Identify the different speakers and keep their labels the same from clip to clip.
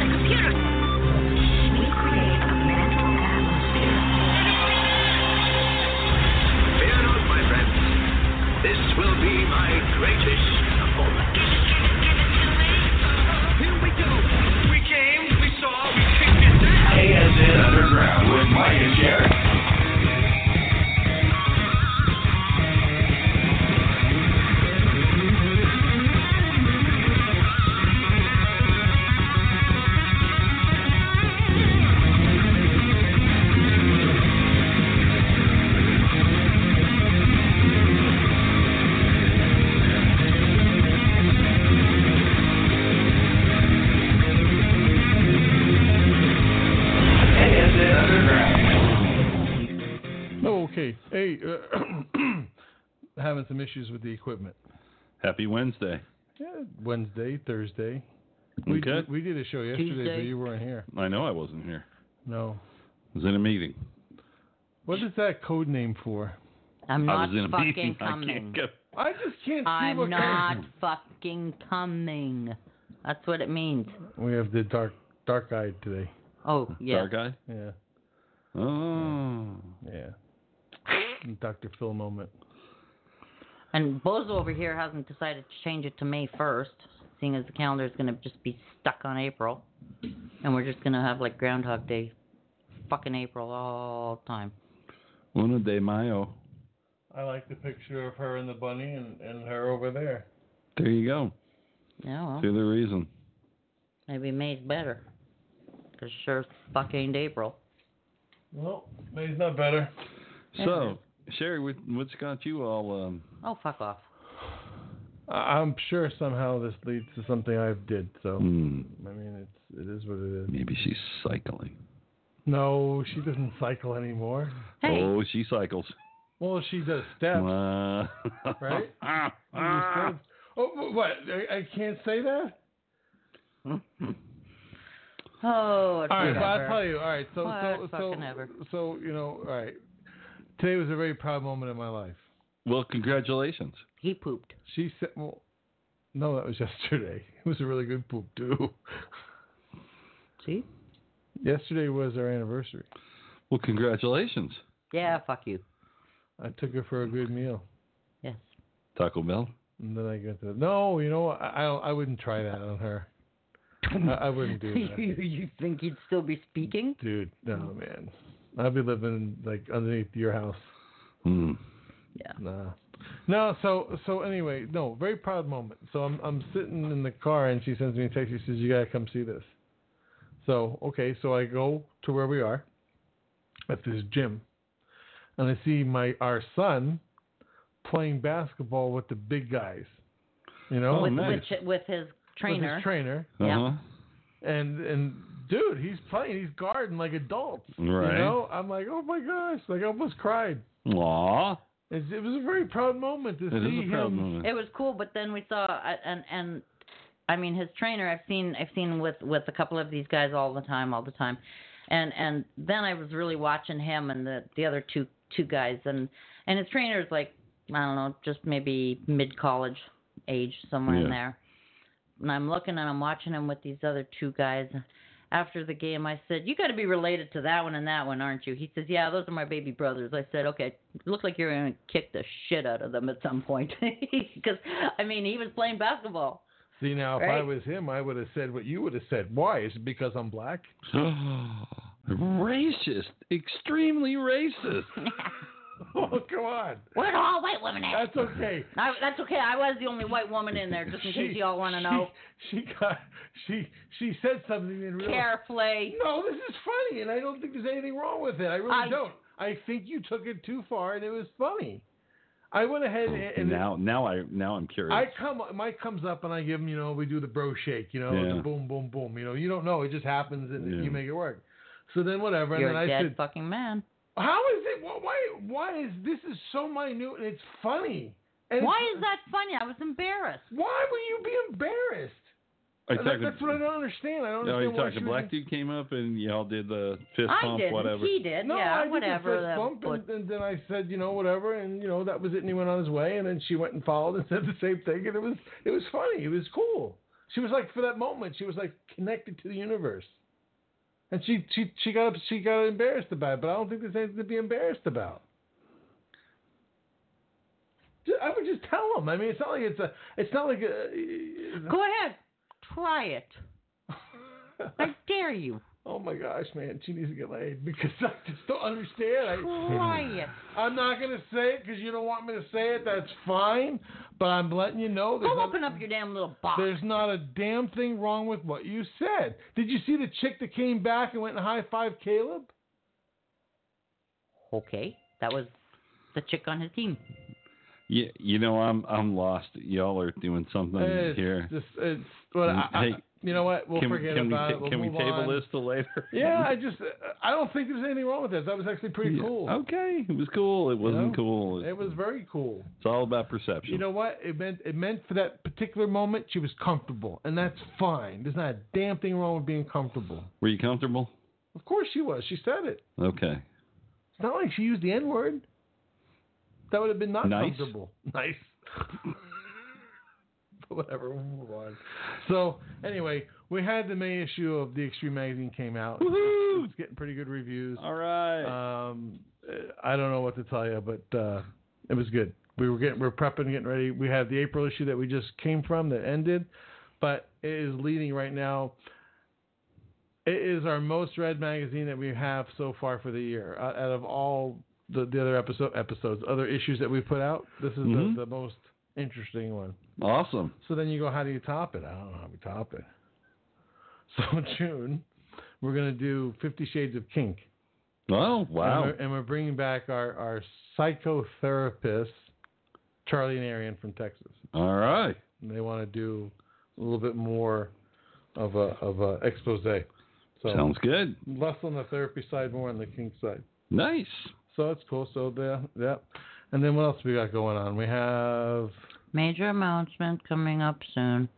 Speaker 1: the computer. We create a mental
Speaker 2: Fear not, my friends. This will be my greatest performance. Here we go. We came, we saw, we kicked it down.
Speaker 3: ASN Underground with Mike and Jerry. ASN Underground.
Speaker 4: Oh, okay. Hey, uh, having some issues with the equipment.
Speaker 5: Happy Wednesday.
Speaker 4: Yeah, Wednesday, Thursday. We,
Speaker 5: Okay.
Speaker 4: we did a show yesterday, but
Speaker 6: Tuesday.
Speaker 4: you weren't here.
Speaker 5: I know I wasn't here.
Speaker 4: No.
Speaker 5: I was in a meeting.
Speaker 4: What is that code name for?
Speaker 6: I'm
Speaker 5: I
Speaker 6: not
Speaker 5: was in a
Speaker 6: fucking
Speaker 5: meeting. I
Speaker 6: coming.
Speaker 5: can't go.
Speaker 4: I just can't see what
Speaker 6: I'm not
Speaker 4: kind-
Speaker 6: fucking coming. That's what it means.
Speaker 4: We have the dark dark eyed today.
Speaker 6: Oh yeah.
Speaker 5: Dark eye.
Speaker 4: Yeah,
Speaker 5: Oh.
Speaker 4: yeah. Dr. Phil moment.
Speaker 6: And Bozo over here hasn't decided to change it to May 1st, seeing as the calendar is going to just be stuck on April, and we're just going to have like Groundhog Day, fucking April all time.
Speaker 5: Uno de Mayo.
Speaker 4: I like the picture of her and the bunny and, and her over there.
Speaker 5: There you go.
Speaker 6: Yeah, well,
Speaker 5: See the reason.
Speaker 6: maybe May's better. 'Cause sure, fuck ain't April.
Speaker 4: Well, May's not better.
Speaker 5: So, Sherry, what- what's got you all? Um,
Speaker 6: Oh fuck off.
Speaker 4: I- I'm sure somehow this leads to something I've did. So
Speaker 5: hmm,
Speaker 4: I mean, it's it is what it is.
Speaker 5: maybe she's cycling.
Speaker 4: No, she doesn't cycle anymore.
Speaker 6: Hey.
Speaker 5: Oh, she cycles.
Speaker 4: Well, she does steps.
Speaker 5: Uh,
Speaker 4: Right? Understand? Oh, wh- what? I, I can't say that.
Speaker 6: Oh. it's
Speaker 4: All right, well, I'll
Speaker 6: whatever.
Speaker 4: tell you. All right, so so
Speaker 6: What
Speaker 4: so
Speaker 6: fucking ever.
Speaker 4: so you know, all right. Today was a very proud moment in my life.
Speaker 5: Well, congratulations.
Speaker 6: He pooped.
Speaker 4: She said, "Well, no, that was yesterday. It was a really good poop too.
Speaker 6: See?
Speaker 4: yesterday was our anniversary.
Speaker 5: Well, congratulations,
Speaker 6: Yeah, fuck you.
Speaker 4: I took her for a good meal,
Speaker 6: Yes.
Speaker 5: Taco Bell.
Speaker 4: and then I got the no. You know, I I, don't, I wouldn't try that on her. I, I wouldn't do that.
Speaker 6: you, you think he'd still be speaking?
Speaker 4: Dude, no man. I'd be living like underneath your house.
Speaker 5: Hmm.
Speaker 4: Nah. No, so so anyway, no, very proud moment. So I'm I'm sitting in the car and she sends me a text. She says, You gotta come see this. So, okay, so I go to where we are at this gym and I see my our son playing basketball with the big guys. You know?
Speaker 5: Oh,
Speaker 6: with,
Speaker 5: nice.
Speaker 6: with, with his
Speaker 4: With
Speaker 6: trainer.
Speaker 4: his trainer.
Speaker 6: Yeah.
Speaker 5: Uh-huh.
Speaker 4: and and dude, he's playing, he's guarding like adults.
Speaker 5: Right.
Speaker 4: You know, I'm like, oh my gosh, like I almost cried.
Speaker 5: Aw.
Speaker 4: It's, it was a very proud moment to
Speaker 5: It
Speaker 4: see
Speaker 5: is a
Speaker 4: him.
Speaker 5: proud moment.
Speaker 6: it was cool, but then we saw uh, and and I mean his trainer. I've seen I've seen with with a couple of these guys all the time, all the time, and and then I was really watching him and the the other two two guys and and his trainer's like I don't know, just maybe mid college age somewhere
Speaker 5: Yeah.
Speaker 6: in there. And I'm looking and I'm watching him with these other two guys. After the game, I said, "You got to be related to that one and that one, aren't you?" He says, "Yeah, those are my baby brothers." I said, "Okay, looked like you were going to kick the shit out of them at some point. Because, I mean, he was playing basketball.
Speaker 4: See now, if I
Speaker 6: Right.
Speaker 4: was him, I would have said what you would have said. Why? Is it because I'm black?
Speaker 5: racist. Extremely racist.
Speaker 4: oh come on,
Speaker 6: We're all white women. At.
Speaker 4: that's okay.
Speaker 6: I, that's okay. I was the only white woman in there, just in case y'all want to know.
Speaker 4: She got she she said something in real.
Speaker 6: Care, play.
Speaker 4: No, this is funny, and I don't think there's anything wrong with it. I really
Speaker 6: I-
Speaker 4: don't. I think you took it too far, and it was funny. I went ahead and, and
Speaker 5: Oh, now, now I, now I'm curious.
Speaker 4: I come, Mike comes up and I give him, you know, we do the bro shake, you know,
Speaker 5: Yeah.
Speaker 4: the boom, boom, boom. You know, you don't know, it just happens and
Speaker 5: Yeah.
Speaker 4: you make it work. So then whatever,
Speaker 6: You're
Speaker 4: and
Speaker 6: a
Speaker 4: then I
Speaker 6: dead
Speaker 4: said,
Speaker 6: fucking man.
Speaker 4: How is it? wh- Why? Why is this is so minute and it's funny? And
Speaker 6: Why
Speaker 4: it's-
Speaker 6: is that funny? I was embarrassed.
Speaker 4: Why would you be embarrassed?
Speaker 5: I
Speaker 4: That-
Speaker 5: talked
Speaker 4: that's
Speaker 5: to,
Speaker 4: what I don't understand. I don't
Speaker 5: no, you
Speaker 4: understand why
Speaker 5: talked
Speaker 4: she
Speaker 5: to
Speaker 4: was
Speaker 5: black
Speaker 4: in-
Speaker 5: dude came up and y'all did the fist
Speaker 6: I
Speaker 5: pump,
Speaker 6: didn't.
Speaker 5: whatever.
Speaker 6: He did.
Speaker 4: No,
Speaker 6: yeah,
Speaker 4: I did
Speaker 6: whatever.
Speaker 4: The fist
Speaker 6: that
Speaker 4: bump
Speaker 6: bull-
Speaker 4: and, and then I said, you know, whatever, and you know that was it. And he went on his way, and then she went and followed and said the same thing, and it was it was funny. It was cool. She was like for that moment, she was like connected to the universe, and she she she got she got embarrassed about it. But I don't think there's anything to be embarrassed about. Ju- I would just tell him. I mean, it's not like it's a. It's not like a.
Speaker 6: Go ahead. Try it. I dare you.
Speaker 4: oh my gosh, man, she needs to get laid because I just don't understand. I,
Speaker 6: Try it.
Speaker 4: I'm not going to say it because you don't want me to say it. That's fine. But I'm letting you know there's
Speaker 6: Go
Speaker 4: not,
Speaker 6: open up your damn little box.
Speaker 4: there's not a damn thing wrong with what you said. Did you see the chick that came back and went and high five Caleb?
Speaker 6: Okay. That was the chick on his team.
Speaker 5: Yeah, you know I'm I'm lost. Y'all are doing something
Speaker 4: It's
Speaker 5: here.
Speaker 4: just, it's, well, I, I-
Speaker 5: Hey,
Speaker 4: you know what? We'll
Speaker 5: can we
Speaker 4: forget
Speaker 5: can we,
Speaker 4: about
Speaker 5: ta-
Speaker 4: it. We'll
Speaker 5: can we
Speaker 4: move
Speaker 5: table
Speaker 4: on.
Speaker 5: this to later?
Speaker 4: Yeah, I just, I don't think there's anything wrong with this. That was actually pretty
Speaker 5: Yeah,
Speaker 4: cool.
Speaker 5: Okay, it was cool. It wasn't
Speaker 4: know?
Speaker 5: cool.
Speaker 4: It was very cool.
Speaker 5: It's all about perception.
Speaker 4: You know what? It meant it meant for that particular moment she was comfortable, and that's fine. There's not a damn thing wrong with being comfortable.
Speaker 5: Were you comfortable?
Speaker 4: Of course she was. She said it.
Speaker 5: Okay.
Speaker 4: It's not like she used the N word. That would have been not
Speaker 5: Nice.
Speaker 4: comfortable. Nice. but whatever, we'll move on. So anyway, we had the May issue of the Extreme magazine came out.
Speaker 5: Woohoo!
Speaker 4: It's getting pretty good reviews.
Speaker 5: All right.
Speaker 4: Um, uh, I don't know what to tell you, but uh, it was good. We were getting, we were prepping, getting ready. We had the April issue that we just came from that ended, but it is leading right now. It is our most read magazine that we have so far for the year. Uh, out of all the, the other episode episodes, other issues that we put out, this is
Speaker 5: Mhm.
Speaker 4: the, the most interesting one.
Speaker 5: awesome.
Speaker 4: So then you go, how do you top it? I don't know how we top it. So June, we're gonna do Fifty Shades of Kink.
Speaker 5: Oh wow.
Speaker 4: And we're, and we're bringing back our, our psychotherapist, Charlie and Arian from Texas.
Speaker 5: All right.
Speaker 4: And they want to do a little bit more of a of a expose. So
Speaker 5: Sounds good.
Speaker 4: less on the therapy side, more on the kink side.
Speaker 5: Nice.
Speaker 4: So that's cool. So the yeah. And then what else we got going on? We have
Speaker 6: Major announcement coming up soon.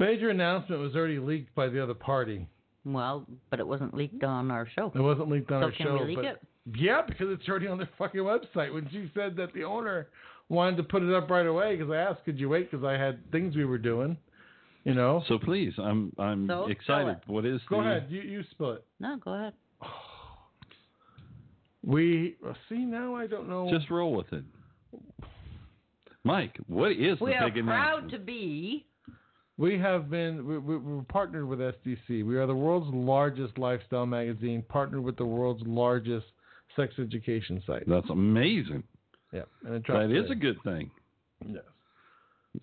Speaker 4: major announcement was already leaked by the other party.
Speaker 6: Well, but it wasn't leaked on our show.
Speaker 4: It wasn't leaked on
Speaker 6: so
Speaker 4: our
Speaker 6: can
Speaker 4: show,
Speaker 6: we leak
Speaker 4: but
Speaker 6: it?
Speaker 4: Yeah, because it's already on their fucking website. When she said that the owner wanted to put it up right away, because I asked, could you wait? Because I had things we were doing, you know.
Speaker 5: So please, I'm I'm
Speaker 6: So,
Speaker 5: excited.
Speaker 6: tell
Speaker 5: What is
Speaker 4: Go
Speaker 5: the
Speaker 4: ahead, you you spill it.
Speaker 6: No, go ahead.
Speaker 4: We well, see now. I don't know.
Speaker 5: Just roll with it. Mike, what is
Speaker 6: We
Speaker 5: the
Speaker 6: are
Speaker 5: big
Speaker 6: proud
Speaker 5: announcement?
Speaker 6: to be.
Speaker 4: we have been we, we, we're partnered with SDC. We are the world's largest lifestyle magazine, partnered with the world's largest sex education site.
Speaker 5: That's amazing.
Speaker 4: Yeah, and it drops
Speaker 5: That is a
Speaker 4: today.
Speaker 5: good thing.
Speaker 4: yes.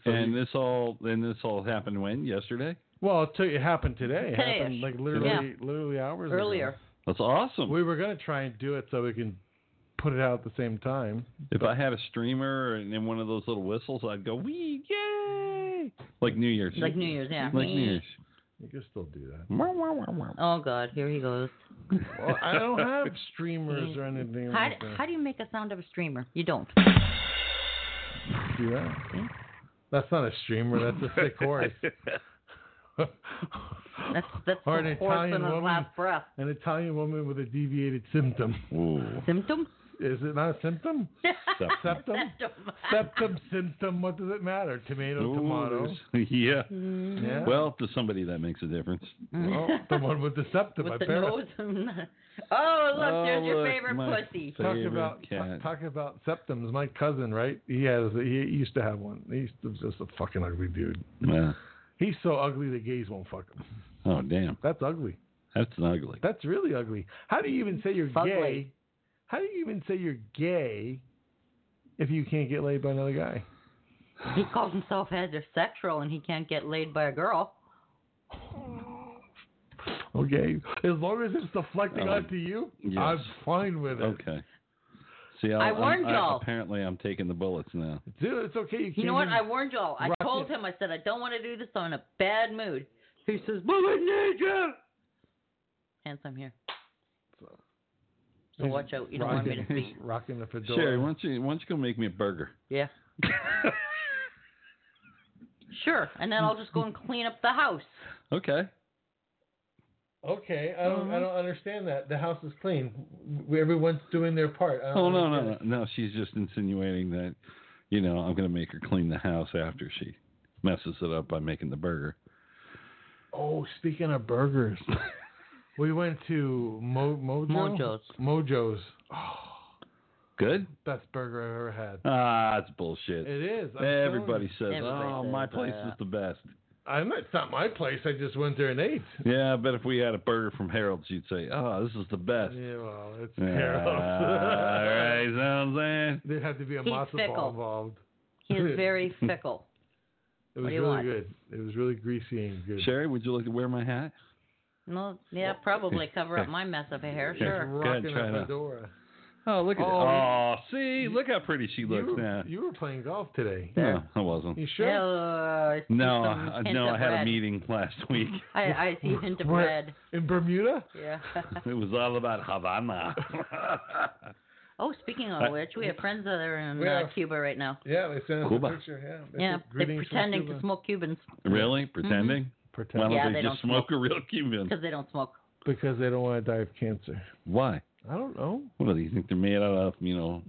Speaker 4: So
Speaker 5: And
Speaker 4: we-
Speaker 5: this all and this all happened when yesterday.
Speaker 4: well, it, took, it happened today. It
Speaker 6: Today-ish.
Speaker 4: happened like literally literally hours ago.
Speaker 6: Earlier.
Speaker 5: That's awesome.
Speaker 4: We were gonna try and do it so we can put it out at the same time.
Speaker 5: if I had a streamer and then one of those little whistles, I'd go wee yay, like New Year's.
Speaker 6: Like New Year's, yeah.
Speaker 5: Like New Year's.
Speaker 4: You can still do that.
Speaker 5: Wah, wah, wah, wah.
Speaker 6: Oh, God. Here he goes.
Speaker 4: Well, I don't have streamers or anything
Speaker 6: How,
Speaker 4: like that.
Speaker 6: how do you make a sound of a streamer? You don't.
Speaker 4: do that? That's not a streamer. That's a sick horse.
Speaker 6: That's that's
Speaker 4: or an
Speaker 6: the horse
Speaker 4: Italian
Speaker 6: in his
Speaker 4: woman.
Speaker 6: last breath.
Speaker 4: An Italian woman with a deviated symptom.
Speaker 5: Ooh.
Speaker 6: Symptom?
Speaker 4: Is it not a symptom? Septum. Septum symptom. What does it matter? Tomato,
Speaker 5: Ooh,
Speaker 4: tomato.
Speaker 5: there's- Yeah.
Speaker 6: Mm-hmm.
Speaker 4: Yeah.
Speaker 5: Well, oh. to somebody that makes a difference.
Speaker 4: Well, the one with the septum.
Speaker 6: With the
Speaker 4: apparently.
Speaker 6: nose. oh, look, there's
Speaker 5: Oh,
Speaker 6: your
Speaker 5: look,
Speaker 6: favorite
Speaker 5: my
Speaker 6: pussy.
Speaker 4: Talk
Speaker 5: favorite
Speaker 4: about
Speaker 5: cat.
Speaker 4: talk, talk about septums. My cousin, right? He has. He used to have one. He used to, was just a fucking ugly dude.
Speaker 5: Yeah.
Speaker 4: He's so ugly the gays won't fuck him.
Speaker 5: Oh damn,
Speaker 4: That's ugly.
Speaker 5: that's ugly.
Speaker 4: That's really ugly. How do you even say you're
Speaker 6: Fugly.
Speaker 4: gay? How do you even say you're gay if you can't get laid by another guy?
Speaker 6: He calls himself heterosexual and he can't get laid by a girl.
Speaker 4: Okay, as long as it's deflecting
Speaker 5: Oh,
Speaker 4: onto you,
Speaker 5: yes.
Speaker 4: I'm fine with it,
Speaker 5: Okay. See,
Speaker 6: I
Speaker 5: I'm-
Speaker 6: warned
Speaker 5: I-
Speaker 6: y'all.
Speaker 5: Apparently, I'm taking the bullets now.
Speaker 4: dude. It's okay. You,
Speaker 6: You
Speaker 4: can't
Speaker 6: know what?
Speaker 4: even-
Speaker 6: I warned y'all. I
Speaker 4: Rocket.
Speaker 6: told him, I said, I don't want to do this. I'm in a bad mood. He says, But I need you. Hence, I'm here. So watch out. You don't want me to
Speaker 4: Rocking,
Speaker 6: see.
Speaker 4: rocking the fedora.
Speaker 5: Sherry, why don't you why don't you go make me a burger?
Speaker 6: Yeah. Sure. And then I'll just go and clean up the house.
Speaker 5: okay.
Speaker 4: Okay, I don't,
Speaker 5: Uh-huh.
Speaker 4: I don't understand that. The house is clean. W- Everyone's doing their part. I don't
Speaker 5: Oh no no no
Speaker 4: understand
Speaker 5: no. She's just insinuating that, you know, I'm gonna make her clean the house after she messes it up by making the burger.
Speaker 4: it. Oh, speaking of burgers, we went to Mo- Mojo?
Speaker 6: Mojo's.
Speaker 4: Mojo's. Oh,
Speaker 5: Good?
Speaker 4: best burger I've ever had.
Speaker 5: Ah, that's bullshit.
Speaker 4: It is. I'm telling
Speaker 5: Everybody
Speaker 4: you.
Speaker 5: says,
Speaker 6: Everybody
Speaker 5: "Oh,
Speaker 6: says
Speaker 5: my place
Speaker 6: that.
Speaker 5: is the best."
Speaker 4: I'm not, it's not my place. I just went there and ate.
Speaker 5: Yeah, I bet if we had a burger from Harold's, you'd say, "Oh, this is the best."
Speaker 4: Yeah, well, it's
Speaker 5: Yeah, all right, you know what I'm saying?
Speaker 4: There had to be a
Speaker 6: He's
Speaker 4: matzo
Speaker 6: fickle.
Speaker 4: ball involved.
Speaker 6: He is very fickle.
Speaker 4: It was
Speaker 6: do you
Speaker 4: really
Speaker 6: want?
Speaker 4: good. It was really greasy and good.
Speaker 5: Sherry, would you like to wear my hat?
Speaker 6: No, yeah, probably cover up my mess of hair.
Speaker 5: Yeah.
Speaker 6: Sure.
Speaker 5: Go ahead,
Speaker 4: Rocking
Speaker 5: try it
Speaker 4: a
Speaker 5: out.
Speaker 4: fedora.
Speaker 5: Oh, look at
Speaker 4: Oh,
Speaker 5: oh, see, look how pretty she
Speaker 4: You
Speaker 5: looks
Speaker 4: were,
Speaker 5: now.
Speaker 4: you were playing golf today.
Speaker 5: no, I wasn't.
Speaker 4: You sure?
Speaker 6: Yeah, I see
Speaker 5: No,
Speaker 6: some
Speaker 5: I,
Speaker 6: hint
Speaker 5: no,
Speaker 6: of
Speaker 5: I had a
Speaker 6: red.
Speaker 5: meeting last week.
Speaker 6: I, I see hint of
Speaker 4: Where-
Speaker 6: red.
Speaker 4: In Bermuda?
Speaker 6: Yeah.
Speaker 5: it was all about Havana.
Speaker 6: oh, speaking of which, we have friends that are in
Speaker 4: We
Speaker 6: uh,
Speaker 4: have-
Speaker 6: Cuba right now.
Speaker 4: Yeah, they sent us
Speaker 5: Cuba.
Speaker 4: a picture. Yeah,
Speaker 6: Yeah,
Speaker 4: said,
Speaker 6: they're
Speaker 4: "Greetings from
Speaker 6: pretending
Speaker 4: Cuba."
Speaker 6: to smoke Cubans
Speaker 5: really?
Speaker 4: Mm-hmm.
Speaker 5: Pretending? Why
Speaker 4: Pretend.
Speaker 5: don't
Speaker 6: Yeah,
Speaker 5: they,
Speaker 6: they
Speaker 5: just
Speaker 6: don't
Speaker 5: smoke a real Cuban?
Speaker 6: because they don't smoke.
Speaker 4: Because they don't want to die of cancer.
Speaker 5: Why?
Speaker 4: I don't know.
Speaker 5: What do they think they're made out of? You know,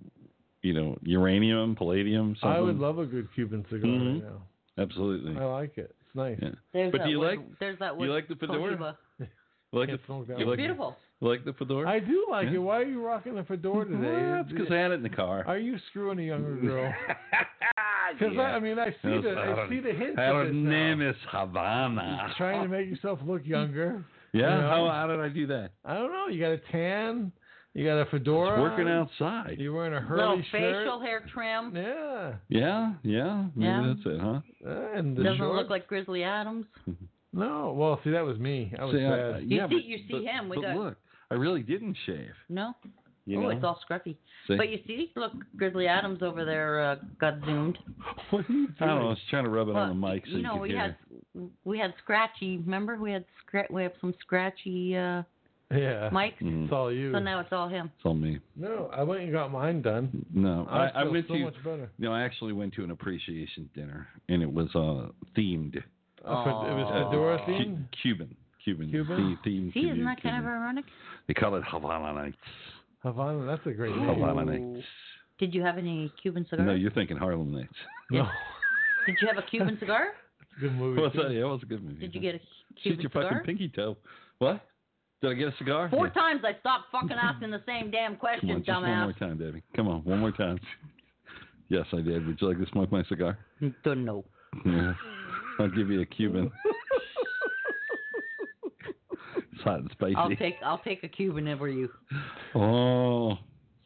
Speaker 5: you know, uranium, palladium, something.
Speaker 4: I would love a good Cuban cigar
Speaker 5: Mhm.
Speaker 4: right
Speaker 5: Absolutely.
Speaker 4: now. I like it. It's nice.
Speaker 5: Yeah.
Speaker 6: There's
Speaker 5: But
Speaker 6: that
Speaker 5: do you
Speaker 6: wood-
Speaker 5: like-
Speaker 6: There's that
Speaker 5: you
Speaker 6: wood
Speaker 5: like the fedora?
Speaker 6: Cuba.
Speaker 5: You like,
Speaker 4: Can't
Speaker 5: the,
Speaker 4: smoke that
Speaker 5: you
Speaker 4: one.
Speaker 5: like,
Speaker 6: Beautiful.
Speaker 5: you like the fedora?
Speaker 4: I do like
Speaker 5: Yeah.
Speaker 4: it. Why are you rocking the fedora today?
Speaker 5: Well, that's because I had it in the car.
Speaker 4: Are you screwing a younger girl? Because
Speaker 5: Yeah.
Speaker 4: I, I mean, I see the I see the hints.
Speaker 5: Our
Speaker 4: of it now.
Speaker 5: name is Havana.
Speaker 4: Trying to make yourself look younger.
Speaker 5: yeah,
Speaker 4: you know?
Speaker 5: how, how did I do that?
Speaker 4: I don't know. You got a tan. You got a
Speaker 5: It's
Speaker 4: fedora.
Speaker 5: working outside.
Speaker 4: You're wearing a
Speaker 6: Little
Speaker 4: Hurley shirt.
Speaker 6: facial hair trim.
Speaker 4: Yeah,
Speaker 5: Yeah, yeah. Maybe
Speaker 6: Yeah.
Speaker 5: that's it, huh?
Speaker 4: Uh, and the
Speaker 6: Doesn't
Speaker 4: shorts.
Speaker 6: look like Grizzly Adams.
Speaker 4: No, well, see, that was me. I was
Speaker 5: See, I- I-
Speaker 4: sad.
Speaker 5: yeah,
Speaker 6: see-
Speaker 5: but-
Speaker 6: you see
Speaker 5: but-
Speaker 6: him, we
Speaker 5: but
Speaker 6: got-
Speaker 5: look, I really didn't shave.
Speaker 6: No.
Speaker 5: You
Speaker 6: oh,
Speaker 5: know?
Speaker 6: it's all scruffy.
Speaker 5: See?
Speaker 6: But you see, look, Grizzly Adams over there uh, got zoomed.
Speaker 4: What are you
Speaker 5: I don't know. I
Speaker 4: doing?
Speaker 5: was trying to rub it on the
Speaker 6: Well,
Speaker 5: mic so
Speaker 6: you
Speaker 5: you,
Speaker 6: know,
Speaker 5: could
Speaker 6: we
Speaker 5: hear.
Speaker 6: had we had scratchy. Remember, we had scra- we have some scratchy uh,
Speaker 4: Yeah,
Speaker 6: mics.
Speaker 5: Mm,
Speaker 4: it's all you.
Speaker 6: So now it's all him.
Speaker 5: it's on me.
Speaker 4: no, I went and got mine done.
Speaker 5: No, I, I
Speaker 4: Oh, feel
Speaker 5: went
Speaker 4: so
Speaker 5: to.
Speaker 4: much better.
Speaker 5: No, I actually went to an appreciation dinner, and it was uh, themed.
Speaker 4: Uh, fed- it was
Speaker 6: Aw.
Speaker 4: fedora
Speaker 5: Cu-
Speaker 4: themed.
Speaker 5: Cuban. Cuban.
Speaker 4: Cuban?
Speaker 5: The- themed
Speaker 6: See, isn't
Speaker 5: Cuban-
Speaker 6: that kind of
Speaker 5: Cuban.
Speaker 6: ironic?
Speaker 5: They call it Havana Nights.
Speaker 4: Havana, that's a great name.
Speaker 5: Havana
Speaker 6: Ooh.
Speaker 5: Nights.
Speaker 6: Did you have any Cuban cigars?
Speaker 5: No, you're thinking Harlem Nights.
Speaker 4: No,
Speaker 6: Did you have a Cuban cigar?
Speaker 4: it's a good movie.
Speaker 5: What's
Speaker 4: too.
Speaker 5: that? Yeah, it was a good movie.
Speaker 6: Did you get a
Speaker 5: Shoot
Speaker 6: Cuban
Speaker 5: your
Speaker 6: cigar?
Speaker 5: fucking pinky toe. What? Did I get a cigar?
Speaker 6: Four
Speaker 5: Yeah.
Speaker 6: times I stopped fucking asking the same
Speaker 5: Come
Speaker 6: damn
Speaker 5: on,
Speaker 6: question,
Speaker 5: just one more
Speaker 6: dumbass.
Speaker 5: time, Debbie. Come on, one more time. yes, I did. Would you like to smoke my cigar?
Speaker 6: Don't know.
Speaker 5: Yeah. I'll give you a Cuban. it's hot and spicy.
Speaker 6: I'll take I'll take a Cuban over you.
Speaker 5: oh,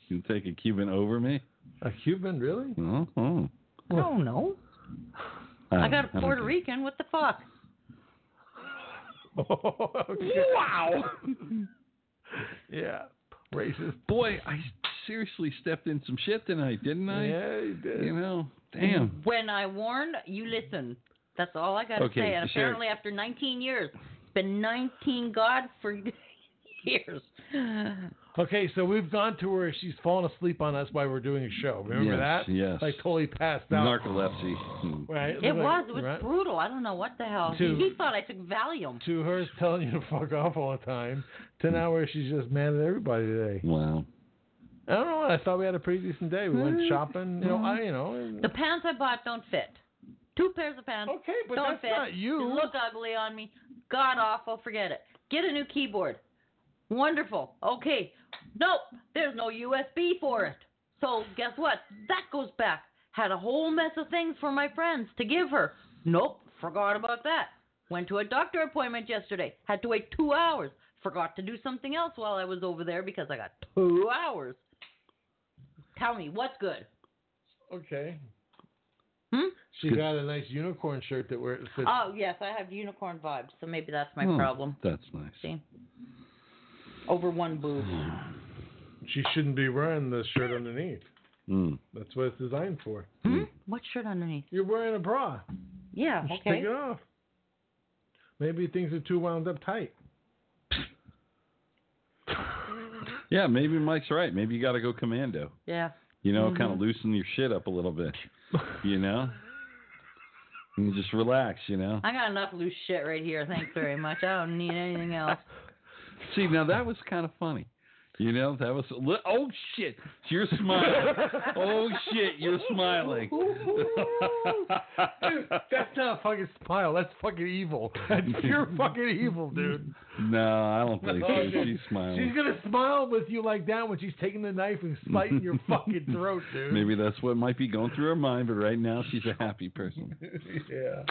Speaker 5: you take a Cuban over me?
Speaker 4: A Cuban, really?
Speaker 5: Oh, oh.
Speaker 6: I don't know. I got a Puerto Rican. What the fuck?
Speaker 4: Oh, okay.
Speaker 5: Wow.
Speaker 4: Yeah, racist.
Speaker 5: Boy, I seriously stepped in some shit tonight, didn't I?
Speaker 4: Yeah, you did.
Speaker 5: You know, damn.
Speaker 6: When I warn, you listen. That's all I got to
Speaker 5: Okay,
Speaker 6: say. And
Speaker 5: Sherry.
Speaker 6: apparently, after 19 years, it's been 19 God for years.
Speaker 4: Okay, so we've gone to her. She's fallen asleep on us while we're doing a show. Remember
Speaker 5: Yes,
Speaker 4: that?
Speaker 5: yes.
Speaker 4: Like totally passed out.
Speaker 5: Narcolepsy.
Speaker 4: Right.
Speaker 6: It
Speaker 4: looked
Speaker 6: was.
Speaker 4: like-
Speaker 6: It was
Speaker 4: right?
Speaker 6: brutal. I don't know what the hell. He,
Speaker 4: Two.
Speaker 6: he thought I took Valium.
Speaker 4: Two hers telling you to fuck off all the time.
Speaker 6: Hmm.
Speaker 4: To now where she's just mad at everybody today.
Speaker 5: Wow.
Speaker 4: I don't know. I thought we had a pretty decent day. We went shopping. You know, I you know. and-
Speaker 6: Hmm. The pants I bought don't fit. Two pairs of pants.
Speaker 4: Okay, but
Speaker 6: don't
Speaker 4: that's
Speaker 6: fit.
Speaker 4: not you.
Speaker 6: They look ugly on me. God awful. Forget it. Get a new keyboard. Wonderful. Okay. Nope. There's no USB for it. So guess what? That goes back. Had a whole mess of things for my friends to give her. Nope. Forgot about that. Went to a doctor appointment yesterday. Had to wait two hours. Forgot to do something else while I was over there because I got two hours. Tell me what's good.
Speaker 4: Okay.
Speaker 6: Hmm?
Speaker 4: She got a nice unicorn shirt that we're. Fits.
Speaker 6: Oh yes, I have unicorn vibes, so maybe that's my
Speaker 5: Hmm,
Speaker 6: problem.
Speaker 5: That's nice.
Speaker 6: See, over one boob.
Speaker 5: Hmm.
Speaker 4: she shouldn't be wearing the shirt underneath.
Speaker 5: Mm.
Speaker 4: That's what it's designed for.
Speaker 6: Hmm? What shirt underneath?
Speaker 4: You're wearing a bra.
Speaker 6: Yeah.
Speaker 4: Just
Speaker 6: Okay.
Speaker 4: take it off. Maybe things are too wound up tight.
Speaker 5: Yeah, maybe Mike's right. Maybe you got to go commando.
Speaker 6: Yeah.
Speaker 5: You know, kind
Speaker 6: Mm-hmm.
Speaker 5: of loosen your shit up a little bit. You know, and just relax. You know.
Speaker 6: I got enough loose shit right here. Thanks very much. I don't need anything else.
Speaker 5: See, now that was kind of funny. You know, that was li- oh shit, you're smiling. oh shit, you're smiling.
Speaker 4: That's not a fucking smile. That's fucking evil. That's pure fucking evil, dude.
Speaker 5: no, I don't think
Speaker 4: Oh,
Speaker 5: so.
Speaker 4: dude.
Speaker 5: She's smiling.
Speaker 4: She's gonna smile with you like that when she's taking the knife and slicing your fucking throat, dude.
Speaker 5: Maybe that's what might be going through her mind, but right now she's a happy person.
Speaker 4: Yeah.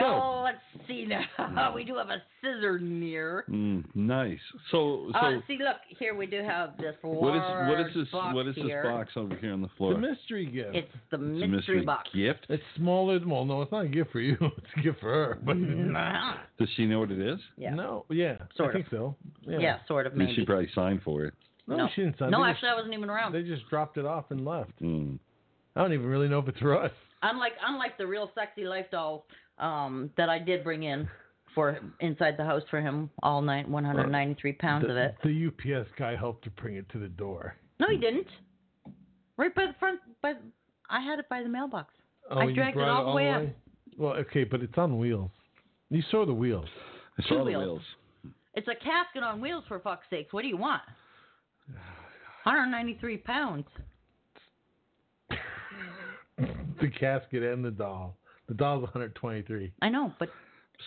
Speaker 6: Well, let's see now. we do have a scissor mirror.
Speaker 5: Mm, nice. So, so
Speaker 6: uh, see, look here. We do have this large
Speaker 5: what is what is this
Speaker 6: box
Speaker 5: what is this
Speaker 6: here.
Speaker 5: box over here on the
Speaker 4: It's
Speaker 5: floor?
Speaker 4: a mystery gift.
Speaker 6: It's the
Speaker 5: It's a
Speaker 6: mystery,
Speaker 5: mystery
Speaker 6: box.
Speaker 5: gift.
Speaker 4: It's smaller than well, no, it's not a gift for you. It's a gift for her. But
Speaker 6: Nah.
Speaker 5: Does she know what it is?
Speaker 6: Mm-hmm. Yeah.
Speaker 4: no, yeah,
Speaker 6: Sort
Speaker 4: I
Speaker 6: of.
Speaker 4: think so. Yeah.
Speaker 6: Yeah. sort of
Speaker 5: I mean,
Speaker 6: maybe.
Speaker 5: she probably signed for it.
Speaker 4: No,
Speaker 6: No.
Speaker 4: she didn't sign.
Speaker 6: no,
Speaker 4: they
Speaker 6: actually, I wasn't even
Speaker 4: just,
Speaker 6: around.
Speaker 4: they just dropped it off and left.
Speaker 5: Mm.
Speaker 4: I don't even really know if it's for us.
Speaker 6: Unlike unlike the real sexy life doll um, that I did bring in for inside the house for him all night, 193 pounds of it.
Speaker 4: The UPS guy helped to bring it to the door.
Speaker 6: No, he didn't. Right by the front, by I had it by the mailbox.
Speaker 4: Oh,
Speaker 6: I
Speaker 4: you
Speaker 6: dragged it
Speaker 4: brought
Speaker 6: all the way up.
Speaker 4: Well, okay, but it's on wheels. You saw the wheels.
Speaker 5: I saw
Speaker 6: Two
Speaker 5: the
Speaker 6: wheels.
Speaker 5: wheels.
Speaker 6: It's a casket on wheels for fuck's sakes. What do you want? 193 pounds.
Speaker 4: The casket and the doll. The doll's 123.
Speaker 6: I know, but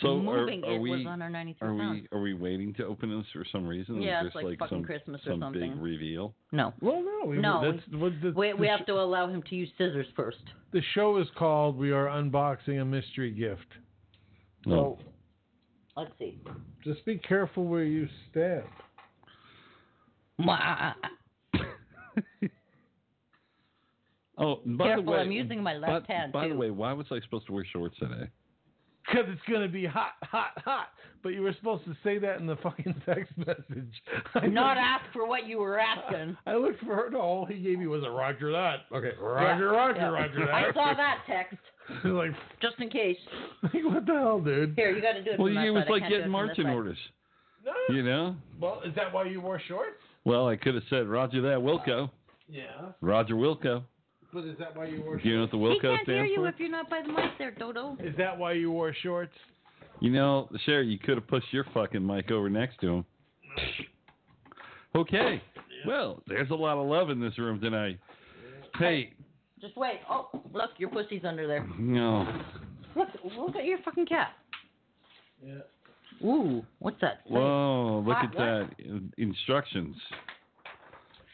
Speaker 5: So
Speaker 6: moving
Speaker 5: are, are
Speaker 6: it
Speaker 5: we
Speaker 6: was 193
Speaker 5: are
Speaker 6: pounds.
Speaker 5: we are we waiting to open this for some reason?
Speaker 6: Yeah,
Speaker 5: Is
Speaker 6: it's
Speaker 5: this
Speaker 6: like fucking
Speaker 5: some,
Speaker 6: Christmas or
Speaker 5: some big
Speaker 6: something.
Speaker 5: reveal.
Speaker 6: No,
Speaker 4: Well, no, we,
Speaker 6: No,
Speaker 4: That's, what the,
Speaker 6: we
Speaker 4: the
Speaker 6: we
Speaker 4: sh-
Speaker 6: have to allow him to use scissors first.
Speaker 4: The show is called "We Are Unboxing a Mystery Gift."
Speaker 5: No.
Speaker 4: So
Speaker 6: Let's see.
Speaker 4: just be careful where you stand.
Speaker 6: Mwah.
Speaker 5: Oh, by the
Speaker 6: Careful,
Speaker 5: way,
Speaker 6: I'm using my
Speaker 5: by,
Speaker 6: left hand
Speaker 5: by the
Speaker 6: too.
Speaker 5: way, why was I supposed to wear shorts today?
Speaker 4: Because it's going to be hot, hot, hot. But you were supposed to say that in the fucking text message. I
Speaker 6: Not
Speaker 4: looked-
Speaker 6: ask for what you were asking.
Speaker 4: I looked for her, and all he gave me was a roger that. Okay, roger,
Speaker 6: Yeah,
Speaker 4: roger,
Speaker 6: yeah.
Speaker 4: roger
Speaker 6: I
Speaker 4: that.
Speaker 6: saw that text
Speaker 4: like,
Speaker 6: just in case.
Speaker 4: like, what the hell, dude?
Speaker 6: Here, you got to do it.
Speaker 5: Well, you
Speaker 6: from that
Speaker 5: it was
Speaker 6: side. I
Speaker 5: like
Speaker 6: can't do it
Speaker 5: getting
Speaker 6: from this
Speaker 5: marching
Speaker 6: side.
Speaker 5: orders.
Speaker 4: No.
Speaker 5: You know.
Speaker 4: Well, is that why you wore shorts?
Speaker 5: Well, I could have said Roger that Wilco,
Speaker 4: Yeah.
Speaker 5: Roger Wilco.
Speaker 4: But is that why you wore
Speaker 5: Do you know what the
Speaker 6: He
Speaker 5: Wilco
Speaker 6: can't hear
Speaker 5: stands
Speaker 6: you
Speaker 5: for?
Speaker 6: if you're not by the mic there, Dodo.
Speaker 4: Is that why you wore shorts?
Speaker 5: You know, Sherry, you could have pushed your fucking mic over next to him. Okay. Well, there's a lot of love in this room tonight. Hey,
Speaker 6: Just wait. Oh, look, your pussy's under there.
Speaker 5: no.
Speaker 6: Look, look at your fucking cat. Yeah. Ooh, what's that? thing?
Speaker 5: Whoa, look
Speaker 6: Hot
Speaker 5: at that. Instructions.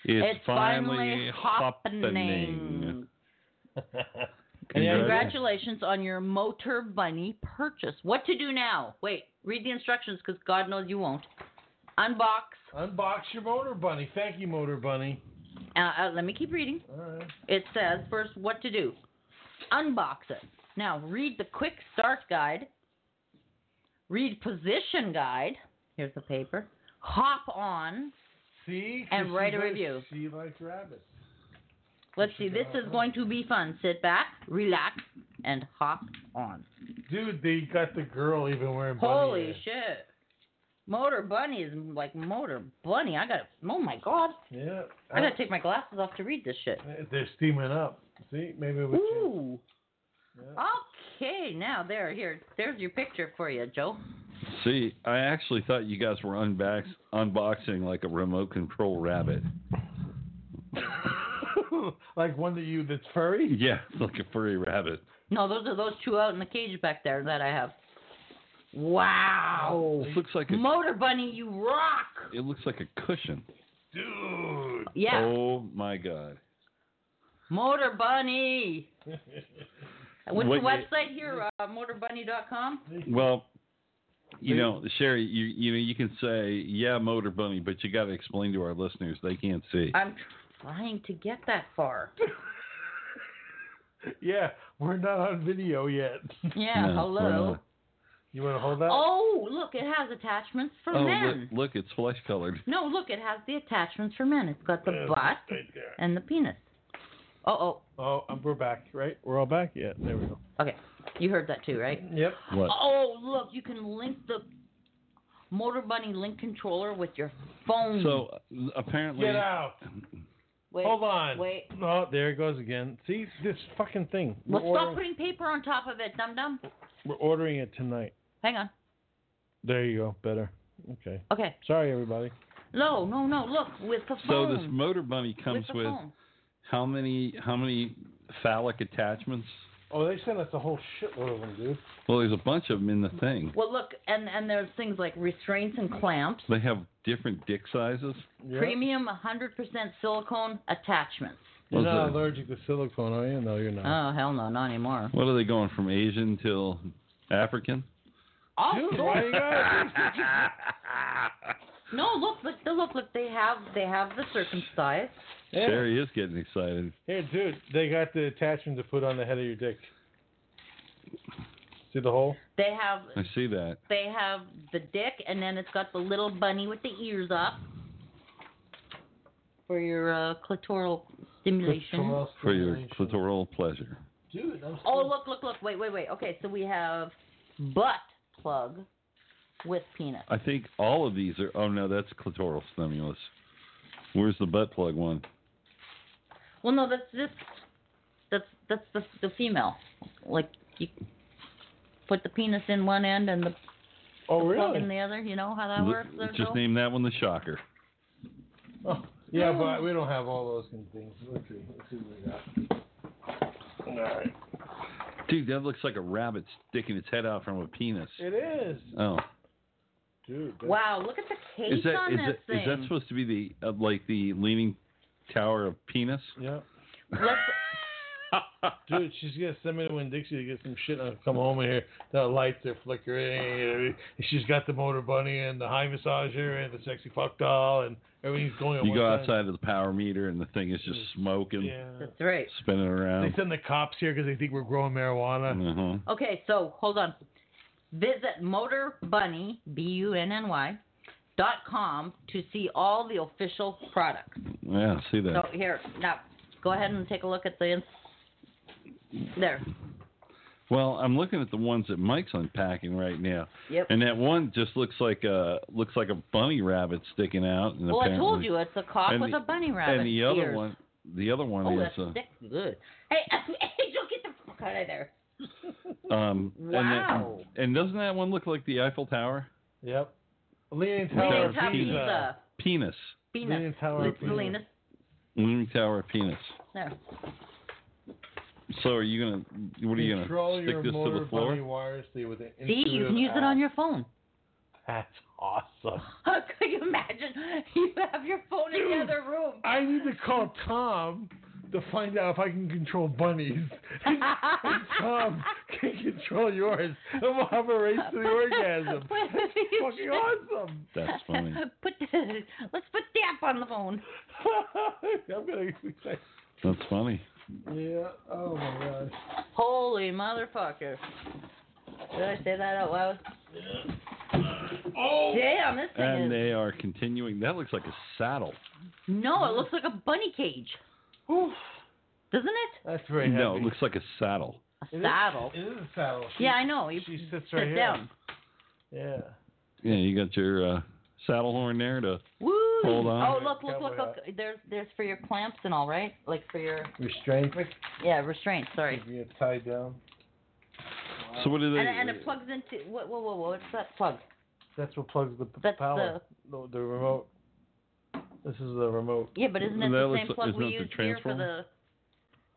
Speaker 5: It's,
Speaker 6: It's finally happening. Congratulations on your motor bunny purchase. What to do now? Wait, read the instructions because God knows you won't. Unbox.
Speaker 4: Unbox your motor bunny. Thank you, motor bunny.
Speaker 6: Uh, uh, let me keep reading.
Speaker 4: All right.
Speaker 6: It says first what to do. Unbox it. Now read the quick start guide. Read position guide. Here's the paper. Hop on.
Speaker 4: See? 'Cause
Speaker 6: And
Speaker 4: she
Speaker 6: write a
Speaker 4: likes-
Speaker 6: review.
Speaker 4: She likes rabbits.
Speaker 6: Let's see. This is going to be fun. Sit back, relax, and hop on.
Speaker 4: Dude, they got the girl even wearing bunny
Speaker 6: Holy
Speaker 4: ears.
Speaker 6: shit. Motor Bunny is like Motor Bunny. I gotta, oh my god.
Speaker 4: Yeah. eh,
Speaker 6: I gotta take my glasses off to read this shit.
Speaker 4: They're steaming up. See, maybe we should.
Speaker 6: Ooh. Okay, now there, here, there's your picture for you, Joe.
Speaker 5: See, I actually thought you guys were unbox- unboxing like a remote control rabbit.
Speaker 4: like one that you that's furry.
Speaker 5: Yeah, like a furry rabbit.
Speaker 6: No, those are those two out in the cage back there that I have. Wow.
Speaker 5: Oh, This looks like a
Speaker 6: Motor Bunny, you rock.
Speaker 5: it looks like a cushion.
Speaker 6: Yeah.
Speaker 5: Oh my god.
Speaker 6: Motor Bunny.
Speaker 5: What
Speaker 6: What's the
Speaker 5: you-
Speaker 6: website here? Uh, motorbunny.com?
Speaker 5: Well, you know, Sherry, you you know you can say yeah, motor bunny, but you got to explain to our listeners they can't see.
Speaker 6: I'm trying to get that far.
Speaker 4: Yeah, we're not on video yet.
Speaker 6: Yeah,
Speaker 5: No,
Speaker 6: hello.
Speaker 5: we're not.
Speaker 4: You want to hold that?
Speaker 6: Oh, look, it has attachments for
Speaker 5: oh,
Speaker 6: men.
Speaker 5: look, look, it's flesh colored.
Speaker 6: No, look, it has the attachments for men. It's got the butt and the penis. Oh, oh,
Speaker 4: Oh, um, we're back, right? We're all back. Yeah, there we go.
Speaker 6: okay. You heard that too, right?
Speaker 4: Yep.
Speaker 5: What?
Speaker 6: Oh, look, you can link the. Motor Bunny link controller with your phone.
Speaker 5: So uh, apparently,
Speaker 4: Get out.
Speaker 6: wait,
Speaker 4: Hold on.
Speaker 6: Wait.
Speaker 4: Oh, there it goes again. See this fucking thing. We're,
Speaker 6: Well, stop
Speaker 4: ordering,
Speaker 6: putting paper on top of it, dum dum.
Speaker 4: we're ordering it tonight.
Speaker 6: Hang on.
Speaker 4: There you go. Better. Okay.
Speaker 6: Okay.
Speaker 4: Sorry, everybody.
Speaker 6: No, no, no. Look, with the
Speaker 5: so
Speaker 6: phone.
Speaker 5: this motor bunny comes
Speaker 6: with the
Speaker 5: with
Speaker 6: phone.
Speaker 5: how many how many phallic attachments?
Speaker 4: Oh, they sent us a whole shitload of them, dude.
Speaker 5: Well, there's a bunch of them in the thing.
Speaker 6: Well, look, and and there's things like restraints and clamps.
Speaker 5: They have different dick sizes.
Speaker 4: Yeah.
Speaker 6: Premium 100% silicone attachments.
Speaker 4: You're
Speaker 5: Was
Speaker 4: not
Speaker 5: it-
Speaker 4: allergic to silicone, are you? No, you're not.
Speaker 6: Oh hell no, not anymore.
Speaker 5: What are they going from Asian till African?
Speaker 6: All
Speaker 4: Dude,
Speaker 6: sorts.
Speaker 4: why you gotta-
Speaker 6: No, look, look, they- look, look. They have they have the circumcised.
Speaker 4: Yeah.
Speaker 5: Sherry is getting excited.
Speaker 4: Here, dude, they got the attachment to put on the head of your dick. See the hole?
Speaker 6: They have
Speaker 5: I see that.
Speaker 6: they have the dick, and then it's got the little bunny with the ears up for your uh, clitoral stimulation.
Speaker 5: For your clitoral pleasure.
Speaker 4: Dude, I'm
Speaker 6: Oh, look, look, look. Wait, wait, wait. Okay, so we have butt plug with penis.
Speaker 5: I think all of these are. Oh no, that's clitoral stimulus. Where's the butt plug one?
Speaker 6: Well, no, that's this. That's that's the the female. Like you put the penis in one end and the
Speaker 4: oh
Speaker 6: plug
Speaker 4: really?
Speaker 6: in the other. You know how that works?
Speaker 5: Let's
Speaker 6: There,
Speaker 5: Just
Speaker 6: Joe?
Speaker 5: name that one the shocker.
Speaker 4: Oh, yeah, but we don't have all those kind of things. Let's see. Let's see what we got.
Speaker 5: Dude, that looks like a rabbit sticking its head out from a penis.
Speaker 4: It is,
Speaker 5: Oh,
Speaker 4: dude. that's-
Speaker 6: Wow, look at the case
Speaker 5: is that
Speaker 6: on
Speaker 5: is
Speaker 6: this
Speaker 5: that,
Speaker 6: thing.
Speaker 5: is that supposed to be the uh, like the leaning tower of penis?
Speaker 4: Yeah,
Speaker 6: Let's-
Speaker 4: dude, she's gonna send me to Winn Dixie to get some shit. and I'll come home and here the lights are flickering. and She's got the motor bunny and the high massager and the sexy fuck doll and everything's going. at
Speaker 5: you
Speaker 4: one
Speaker 5: go
Speaker 4: time.
Speaker 5: outside of the power meter and the thing is just smoking,
Speaker 4: Yeah.
Speaker 6: that's right.
Speaker 5: spinning
Speaker 4: They uh,
Speaker 5: around.
Speaker 4: send the cops here because they think we're growing marijuana.
Speaker 5: Uh-huh.
Speaker 6: Okay, so hold on. Visit motorbunny b u n n y dot com to see all the official products.
Speaker 5: Yeah, see that.
Speaker 6: So here now, go ahead and take a look at the. ins- There.
Speaker 5: Well, I'm looking at the ones that Mike's unpacking right now,
Speaker 6: Yep.
Speaker 5: and that one just looks like a looks like a bunny rabbit sticking out. And
Speaker 6: Well, I told
Speaker 5: apparently-
Speaker 6: you it's a cock
Speaker 5: and
Speaker 6: with
Speaker 5: the-
Speaker 6: a bunny rabbit.
Speaker 5: And the other
Speaker 6: ears.
Speaker 5: one, the other one
Speaker 6: Oh,
Speaker 5: is
Speaker 6: that's
Speaker 5: uh,
Speaker 6: thick. Good. Hey, hey, don't get the fuck out of there.
Speaker 5: um. and that-
Speaker 6: Wow.
Speaker 5: And, doesn't that one look like the Eiffel Tower?
Speaker 4: Yep. Leaning
Speaker 5: Leaning
Speaker 4: Tower of
Speaker 5: Tower of
Speaker 4: Pisa.
Speaker 6: Pizza.
Speaker 5: Penis.
Speaker 6: Penis.
Speaker 4: Leaning Tower of
Speaker 6: uh, It's
Speaker 4: Pisa.
Speaker 6: Leaning.
Speaker 5: Leaning Tower of Penis.
Speaker 6: There.
Speaker 5: So are you gonna? What are you gonna
Speaker 4: Control
Speaker 5: stick
Speaker 4: your
Speaker 5: this
Speaker 4: motor
Speaker 5: to the floor?
Speaker 4: bunny wires to- with an
Speaker 6: See, you can
Speaker 4: Uh,
Speaker 6: use it on your phone.
Speaker 4: That's awesome.
Speaker 6: Could you imagine? You have your phone in the
Speaker 4: Dude.
Speaker 6: other room.
Speaker 4: I need to call Tom to find out if I can control bunnies. and Tom can control yours. And we'll have a race to the orgasm. That's fucking awesome.
Speaker 5: That's funny.
Speaker 6: put the, let's put Dap on the phone.
Speaker 4: I'm gonna
Speaker 5: That's funny.
Speaker 4: Yeah. Oh my gosh.
Speaker 6: Holy motherfucker. Did I say that out loud?
Speaker 4: Oh
Speaker 6: Damn, this thing
Speaker 5: And
Speaker 6: is.
Speaker 5: they are continuing. That looks like a saddle.
Speaker 6: No, it looks like a bunny cage. Doesn't it?
Speaker 4: that's very heavy.
Speaker 5: No, it looks like a saddle.
Speaker 6: A
Speaker 4: It is-
Speaker 6: saddle.
Speaker 4: It is a saddle. She-
Speaker 6: yeah, I know. You
Speaker 4: she sits
Speaker 6: sit
Speaker 4: right here.
Speaker 6: down.
Speaker 4: Yeah.
Speaker 5: Yeah, you got your uh, saddle horn there to
Speaker 6: Woo!
Speaker 5: Hold on.
Speaker 6: Oh, look, look, look,
Speaker 4: Cowboy
Speaker 6: look. There's there's for your clamps and all, right? Like for your
Speaker 4: Restraint.
Speaker 6: yeah restraints. Sorry.
Speaker 4: You get tied down.
Speaker 5: So what do they?
Speaker 6: And, and it plugs into what? Whoa, whoa, whoa! What's that plug?
Speaker 4: That's what plugs the p-
Speaker 6: That's
Speaker 4: power. The, the remote. This is the remote.
Speaker 6: Yeah, but isn't it
Speaker 5: That
Speaker 6: the
Speaker 5: looks
Speaker 6: same
Speaker 5: like-
Speaker 6: plug
Speaker 5: isn't
Speaker 6: we
Speaker 5: it the
Speaker 6: use here for
Speaker 5: transformer?
Speaker 6: the?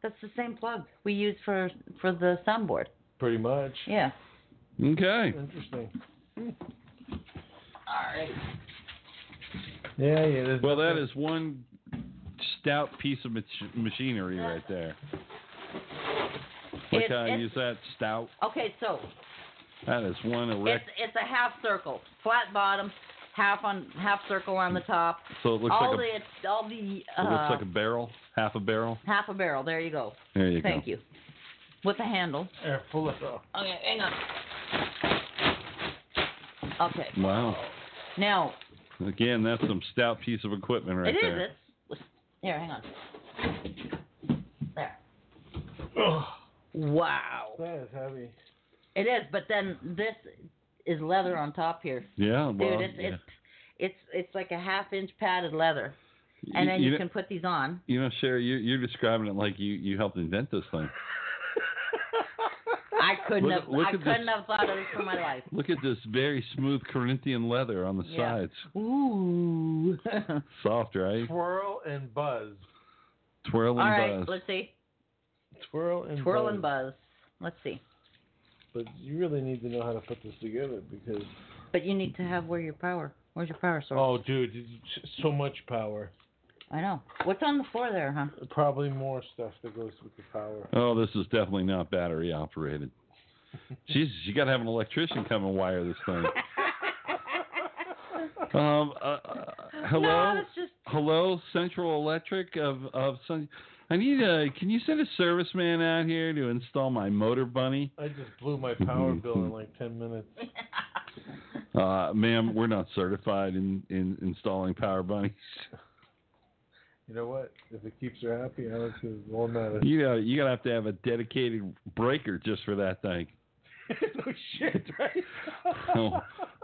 Speaker 6: That's the same plug we use for for the soundboard.
Speaker 4: Pretty much.
Speaker 6: Yeah.
Speaker 5: okay.
Speaker 4: Interesting.
Speaker 6: All right.
Speaker 4: Yeah, yeah. there's-
Speaker 5: Well, that is one stout piece of mach- machinery right there. Look
Speaker 6: It's-
Speaker 5: how I
Speaker 6: it's-
Speaker 5: use that stout.
Speaker 6: Okay, so
Speaker 5: That is one
Speaker 6: it's
Speaker 5: erect.
Speaker 6: it's a half circle, flat bottom, half on half circle on the top.
Speaker 5: So it looks
Speaker 6: all
Speaker 5: like a
Speaker 6: the all the
Speaker 5: it
Speaker 6: uh,
Speaker 5: looks like a barrel, half a barrel.
Speaker 6: half a barrel. There you go.
Speaker 5: There you
Speaker 6: Thank
Speaker 5: go.
Speaker 6: you. With a handle.
Speaker 4: Here, pull it up.
Speaker 6: Okay, hang on. Okay.
Speaker 5: Wow.
Speaker 6: Now
Speaker 5: Again, that's some stout piece of equipment right
Speaker 6: it is
Speaker 5: there.
Speaker 6: it's here, hang on. There.
Speaker 4: Ugh,
Speaker 6: Wow.
Speaker 4: that is heavy.
Speaker 6: It is, but then this is leather on top here,
Speaker 5: Yeah,
Speaker 6: dude.
Speaker 5: well,
Speaker 6: it's,
Speaker 5: yeah.
Speaker 6: it's it's it's like a half inch padded leather, and
Speaker 5: You-
Speaker 6: then
Speaker 5: you
Speaker 6: you,
Speaker 5: know-
Speaker 6: can put these on.
Speaker 5: You know, Sherry, you, you're describing it like you, you helped invent this thing.
Speaker 6: I couldn't
Speaker 5: Look-
Speaker 6: have
Speaker 5: look
Speaker 6: I
Speaker 5: at this-
Speaker 6: couldn't have thought of this for my life.
Speaker 5: Look at this very smooth Corinthian leather on the
Speaker 6: Yeah.
Speaker 5: sides.
Speaker 6: Ooh.
Speaker 5: Soft, right?
Speaker 4: Twirl and buzz.
Speaker 5: Twirl
Speaker 6: All
Speaker 5: and
Speaker 6: right,
Speaker 5: buzz.
Speaker 6: let's see.
Speaker 4: Twirl and
Speaker 6: Twirl
Speaker 4: buzz.
Speaker 6: and buzz. Let's see.
Speaker 4: But you really need to know how to put this together because
Speaker 6: But you need to have where your power. Where's your power source?
Speaker 4: oh, dude, it's so much power.
Speaker 5: Oh.
Speaker 6: I know. What's on the floor there, huh?
Speaker 4: Probably more stuff that goes with the power.
Speaker 5: Oh, this is definitely not battery operated. Jesus, you got to have an electrician come and wire this thing. Um, uh, uh, hello,
Speaker 6: No, it's just
Speaker 5: hello, Central Electric of of Sun. I need a. Can you send a serviceman out here to install my motor bunny?
Speaker 4: I just blew my power bill in like ten minutes.
Speaker 5: Uh, ma'am, we're not certified in in installing power bunnies.
Speaker 4: You know what? If it keeps her happy, I don't it won't matter.
Speaker 5: You know, you gotta have to have a dedicated breaker just for that thing.
Speaker 4: no shit, right?
Speaker 5: Oh,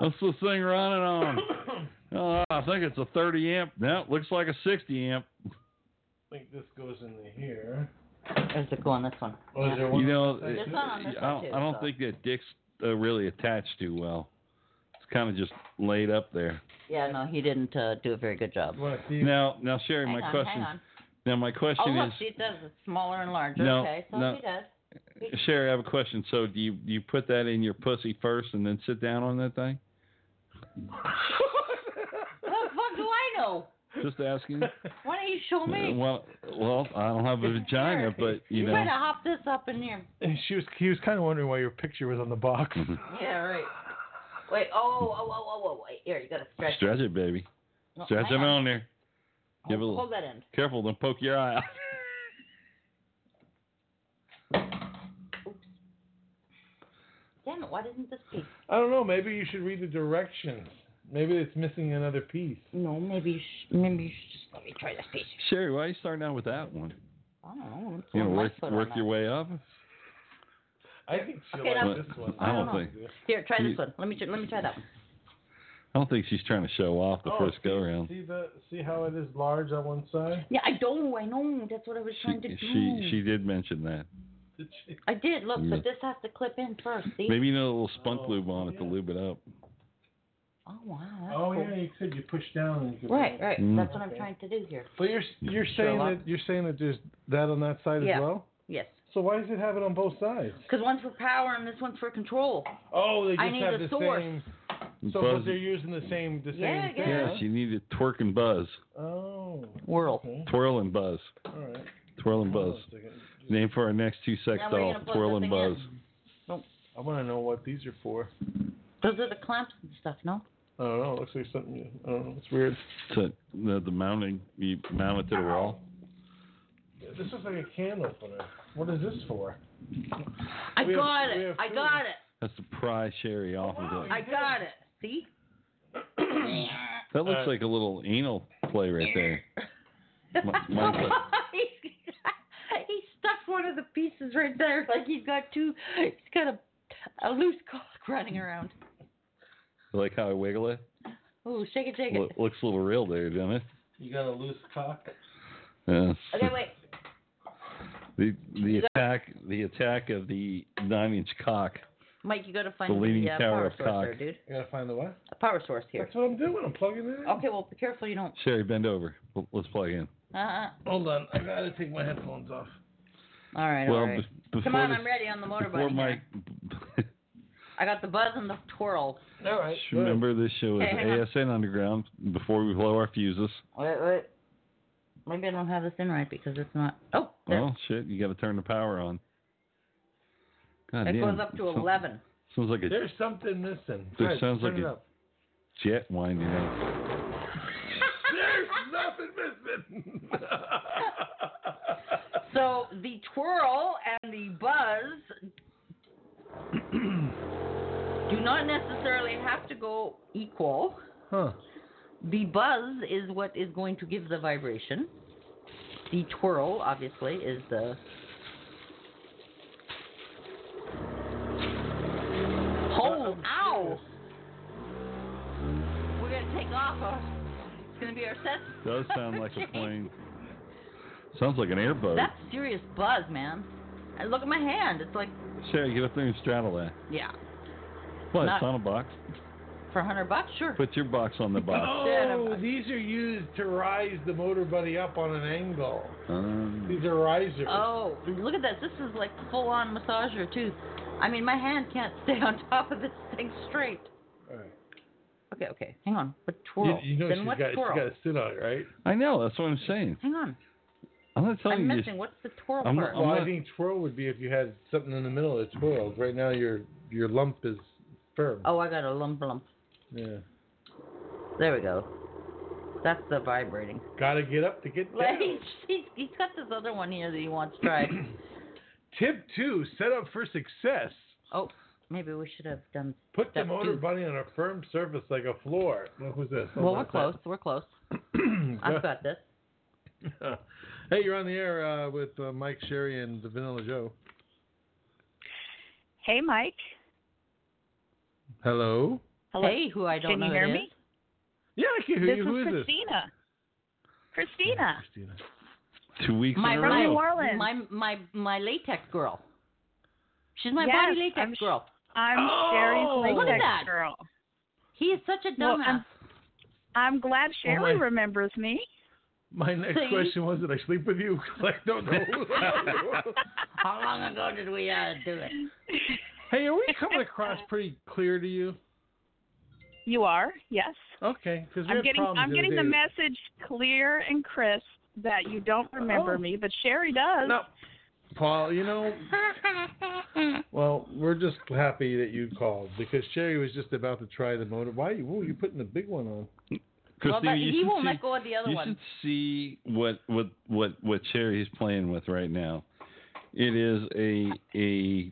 Speaker 5: that's the thing running on. Uh, I think it's a 30 amp. No, it looks like a 60 amp.
Speaker 4: I think this goes into here.
Speaker 6: Where's it going? This one.
Speaker 4: Oh, is
Speaker 6: Yeah.
Speaker 4: there one?
Speaker 5: You know,
Speaker 4: There's
Speaker 5: it-
Speaker 6: one on this
Speaker 5: I
Speaker 6: one,
Speaker 5: don't,
Speaker 6: too,
Speaker 5: I don't
Speaker 6: so.
Speaker 5: think that dick's uh, really attached too well. It's kind of just laid up there.
Speaker 6: Yeah, no, he didn't uh, do a very good job.
Speaker 4: You want to see?
Speaker 5: Now, now, Sherry,
Speaker 6: hang
Speaker 5: my
Speaker 6: on,
Speaker 5: question.
Speaker 6: hang on.
Speaker 5: Now, my
Speaker 6: Oh,
Speaker 5: question
Speaker 6: look, she does. It's smaller and larger.
Speaker 5: No,
Speaker 6: okay, so
Speaker 5: no.
Speaker 6: she does.
Speaker 5: is, Sherry, I have a question. So, do you you put that in your pussy first and then sit down on that thing?
Speaker 6: What the fuck do I know?
Speaker 5: Just asking.
Speaker 6: Why don't you show
Speaker 5: Uh,
Speaker 6: me?
Speaker 5: Well, well, I don't have a vagina, but you know.
Speaker 6: better hop this up in here.
Speaker 4: And she was he was kind of wondering why your picture was on the box.
Speaker 5: Mm-hmm.
Speaker 6: Yeah, right. Wait, oh, oh, oh, oh, oh, wait. Here, you gotta stretch.
Speaker 5: Stretch it, baby.
Speaker 6: No,
Speaker 5: Stretch it
Speaker 6: hang on.
Speaker 5: on there. Give it a
Speaker 6: Hold,
Speaker 5: little.
Speaker 6: hold that end.
Speaker 5: Careful, don't poke your eye out.
Speaker 6: Damn it, why didn't this piece?
Speaker 4: I don't know. Maybe you should read the directions. Maybe it's missing another piece.
Speaker 6: No, maybe you sh- maybe you should just let me try this piece.
Speaker 5: Sherry, why are you starting out with that one?
Speaker 6: I don't know. Let's
Speaker 5: You know,
Speaker 6: put my
Speaker 5: work
Speaker 6: foot
Speaker 5: work
Speaker 6: on
Speaker 5: your
Speaker 6: that.
Speaker 5: way up.
Speaker 4: I think she
Speaker 6: Okay,
Speaker 4: liked
Speaker 6: that's-
Speaker 4: this one.
Speaker 5: I don't
Speaker 6: I don't
Speaker 5: think
Speaker 6: Here, try
Speaker 5: You-
Speaker 6: this one. Let me tr- let me try that one.
Speaker 5: I don't think she's trying to show off the
Speaker 4: Oh,
Speaker 5: first
Speaker 4: see-
Speaker 5: go around.
Speaker 4: See the see how it is large on one side.
Speaker 6: Yeah, I don't. I know. That's what I was
Speaker 5: She,
Speaker 6: trying to do.
Speaker 5: she she did mention that.
Speaker 4: Did she-
Speaker 6: I did. Look,
Speaker 5: Yeah.
Speaker 6: but this has to clip in first. See?
Speaker 5: Maybe you know a little spunk
Speaker 4: Oh,
Speaker 5: lube on it to
Speaker 4: yeah.
Speaker 5: lube it up.
Speaker 6: Oh wow. That's
Speaker 4: Oh
Speaker 6: cool.
Speaker 4: yeah, you could. You push down and you could.
Speaker 6: Right, right.
Speaker 5: Mm.
Speaker 6: That's what I'm
Speaker 4: Okay.
Speaker 6: trying to do here.
Speaker 4: But you're you're saying
Speaker 6: Sherlock.
Speaker 4: that you're saying that there's that on that side
Speaker 6: Yeah.
Speaker 4: as well.
Speaker 6: Yes.
Speaker 4: So why does it have it on both sides?
Speaker 6: Because one's for power and this one's for control.
Speaker 4: Oh, they just
Speaker 6: I need
Speaker 4: have
Speaker 6: a
Speaker 4: the
Speaker 6: source.
Speaker 4: same. So but
Speaker 5: Buzz,
Speaker 4: they're using the same the same.
Speaker 6: Yeah, I
Speaker 4: thing,
Speaker 6: guess.
Speaker 5: yeah,
Speaker 4: huh?
Speaker 5: she needed twerk and buzz,
Speaker 4: Oh.
Speaker 6: Whirl.
Speaker 4: Okay.
Speaker 5: twirl and buzz,
Speaker 4: All right.
Speaker 5: twirl and
Speaker 4: Hold on
Speaker 5: buzz.
Speaker 4: a second.
Speaker 5: Name for our next two sex
Speaker 6: Now Oh, we're
Speaker 5: dolls,
Speaker 6: gonna plug
Speaker 5: twirl
Speaker 6: this
Speaker 5: and
Speaker 6: thing in.
Speaker 5: buzz.
Speaker 4: I want to know what these are for.
Speaker 6: Those are the clamps and stuff, no?
Speaker 4: I don't know. It looks like something. you- I don't know. It's weird.
Speaker 5: To the, the mounting, you mount it to the wall.
Speaker 4: This looks like a can opener. What is this for?
Speaker 6: I
Speaker 4: We have-
Speaker 6: got
Speaker 4: we
Speaker 6: it.
Speaker 4: have
Speaker 6: I
Speaker 4: food.
Speaker 6: got it.
Speaker 5: That's to pry Sherry off of it.
Speaker 6: I got it. See?
Speaker 5: That looks
Speaker 4: Uh,
Speaker 5: like a little anal play right there. My- my-
Speaker 6: he he stuffed one of the pieces right there. Like he's got two. He's got a, a loose cock running around.
Speaker 5: You like how I wiggle it?
Speaker 6: Ooh, shake it, shake it.
Speaker 5: Lo- looks a little real there, doesn't it?
Speaker 4: You got a loose cock.
Speaker 5: Yeah.
Speaker 6: Okay, wait.
Speaker 5: The the attack the attack of the nine inch cock.
Speaker 6: Mike, you got to find
Speaker 5: The leaning
Speaker 6: uh,
Speaker 5: tower
Speaker 6: power
Speaker 5: of
Speaker 6: source
Speaker 5: cock.
Speaker 6: there, dude.
Speaker 4: You gotta find the what?
Speaker 6: A power source here.
Speaker 4: That's what I'm doing. I'm plugging it in.
Speaker 6: Okay, well, be careful you don't.
Speaker 5: Sherry, bend over. L- Let's plug in.
Speaker 6: Uh-uh.
Speaker 4: Hold on. I gotta take my headphones off.
Speaker 6: All right,
Speaker 5: well,
Speaker 6: all right.
Speaker 5: be- before
Speaker 6: Come on,
Speaker 5: this,
Speaker 6: I'm ready on the
Speaker 5: before
Speaker 6: motorbike.
Speaker 5: Mike,
Speaker 6: I got the buzz and the twirl.
Speaker 4: All right.
Speaker 5: Just remember this show is
Speaker 6: Hey, hang on.
Speaker 5: ASN Underground. Before we blow our fuses.
Speaker 6: Wait, wait. Maybe I don't have this in right because it's not. Oh, there.
Speaker 5: Well, shit, you got to turn the power on. God
Speaker 6: it
Speaker 5: damn,
Speaker 6: goes up to
Speaker 5: sounds-
Speaker 6: 11.
Speaker 5: Sounds like a
Speaker 4: There's something missing.
Speaker 5: This
Speaker 4: Fred,
Speaker 5: sounds
Speaker 4: turn
Speaker 5: like
Speaker 4: it
Speaker 5: a-
Speaker 4: up.
Speaker 5: jet winding up.
Speaker 4: There's nothing missing.
Speaker 6: So the twirl and the buzz do not necessarily have to go equal.
Speaker 4: huh?
Speaker 6: The buzz is what is going to give the vibration. The twirl, obviously, is the. Hold, ow! Whoa! We're gonna take off. Our, it's gonna be our set.
Speaker 5: Does sound like a plane. Sounds like an airboat.
Speaker 6: That's serious buzz, man. I look at my hand. It's like,
Speaker 5: Sure, get up there and straddle that.
Speaker 6: yeah,
Speaker 5: What?
Speaker 6: Not-
Speaker 5: It's on a box.
Speaker 6: for a hundred bucks, sure.
Speaker 5: Put your box on the box.
Speaker 4: Oh, these are used to rise the motor buddy up on an angle.
Speaker 5: Um,
Speaker 4: These are risers.
Speaker 6: Oh, look at this. This is like full on massager, too. I mean, my hand can't stay on top of this thing straight.
Speaker 4: Alright.
Speaker 6: Okay, okay. Hang on. But
Speaker 4: You,
Speaker 6: twirl.
Speaker 4: you know
Speaker 6: then
Speaker 4: she's
Speaker 6: what
Speaker 4: got, she's
Speaker 6: twirl?
Speaker 4: got to sit on it, right?
Speaker 5: I know. That's what I'm saying.
Speaker 6: Hang on.
Speaker 5: I'm not telling
Speaker 6: I'm
Speaker 5: you.
Speaker 6: missing. What's the twirl
Speaker 5: I'm-
Speaker 6: part?
Speaker 5: I'm-
Speaker 4: Well, I
Speaker 5: not-
Speaker 4: think twirl would be if you had something in the middle that twirled. Right now, your your lump is firm.
Speaker 6: oh, I got a lump lump.
Speaker 4: Yeah.
Speaker 6: There we go. That's the vibrating.
Speaker 4: Got to get up to get down.
Speaker 6: Like, he's, he's got this other one here that he wants tried.
Speaker 4: Tip two: set up for success.
Speaker 6: oh, maybe we should have done.
Speaker 4: Put the
Speaker 6: Step
Speaker 4: motor
Speaker 6: two.
Speaker 4: bunny on a firm surface like a floor. What was this?
Speaker 6: Well,
Speaker 4: Hold
Speaker 6: we're
Speaker 4: on
Speaker 6: close. We're close.
Speaker 4: a
Speaker 6: I've
Speaker 4: sec.
Speaker 6: got this.
Speaker 4: hey, you're on the air uh, with uh, Mike Sherry and the Vanilla Joe.
Speaker 7: Hey, Mike.
Speaker 4: Hello.
Speaker 7: Hello.
Speaker 6: Hey, who I don't
Speaker 7: Can
Speaker 6: know
Speaker 7: you
Speaker 6: who
Speaker 7: hear
Speaker 6: it
Speaker 7: me?
Speaker 6: is.
Speaker 4: Yeah, I can hear
Speaker 7: This
Speaker 4: you.
Speaker 7: is
Speaker 4: Who is this?
Speaker 7: Christina. Christina
Speaker 4: Christina.
Speaker 5: Two weeks
Speaker 6: My
Speaker 5: in a
Speaker 7: from
Speaker 6: Hello.
Speaker 7: New
Speaker 5: row.
Speaker 7: Orleans.
Speaker 6: My my my latex girl. She's my
Speaker 7: Yes,
Speaker 6: body latex
Speaker 7: I'm sh-
Speaker 6: girl.
Speaker 7: I'm
Speaker 6: Oh,
Speaker 7: Sherry's
Speaker 6: look at
Speaker 7: latex
Speaker 6: that.
Speaker 7: girl.
Speaker 6: He is such a
Speaker 7: Well,
Speaker 6: dumbass.
Speaker 7: I'm- I'm glad Sherry
Speaker 4: Oh, my-
Speaker 7: remembers me.
Speaker 4: My next
Speaker 6: See?
Speaker 4: question was, did I sleep with you? 'Cause I don't know.
Speaker 6: How long ago did we uh, do it?
Speaker 4: hey, are we coming across pretty clear to you?
Speaker 7: You are, yes.
Speaker 4: Okay, because we
Speaker 7: I'm
Speaker 4: had
Speaker 7: getting
Speaker 4: problems
Speaker 7: I'm
Speaker 4: other
Speaker 7: getting the
Speaker 4: day.
Speaker 7: message clear and crisp that you don't remember
Speaker 4: Oh.
Speaker 7: me, but Sherry does.
Speaker 4: No, Paul, you know, well, we're just happy that you called because Sherry was just about to try the motor. Why? Whoa, you're putting the big one on.
Speaker 6: well,
Speaker 5: Christina,
Speaker 6: but
Speaker 5: you
Speaker 6: he
Speaker 5: should
Speaker 6: won't
Speaker 5: see,
Speaker 6: let go of the other
Speaker 5: You
Speaker 6: one.
Speaker 5: should see what what what what Cherry's playing with right now. It is a a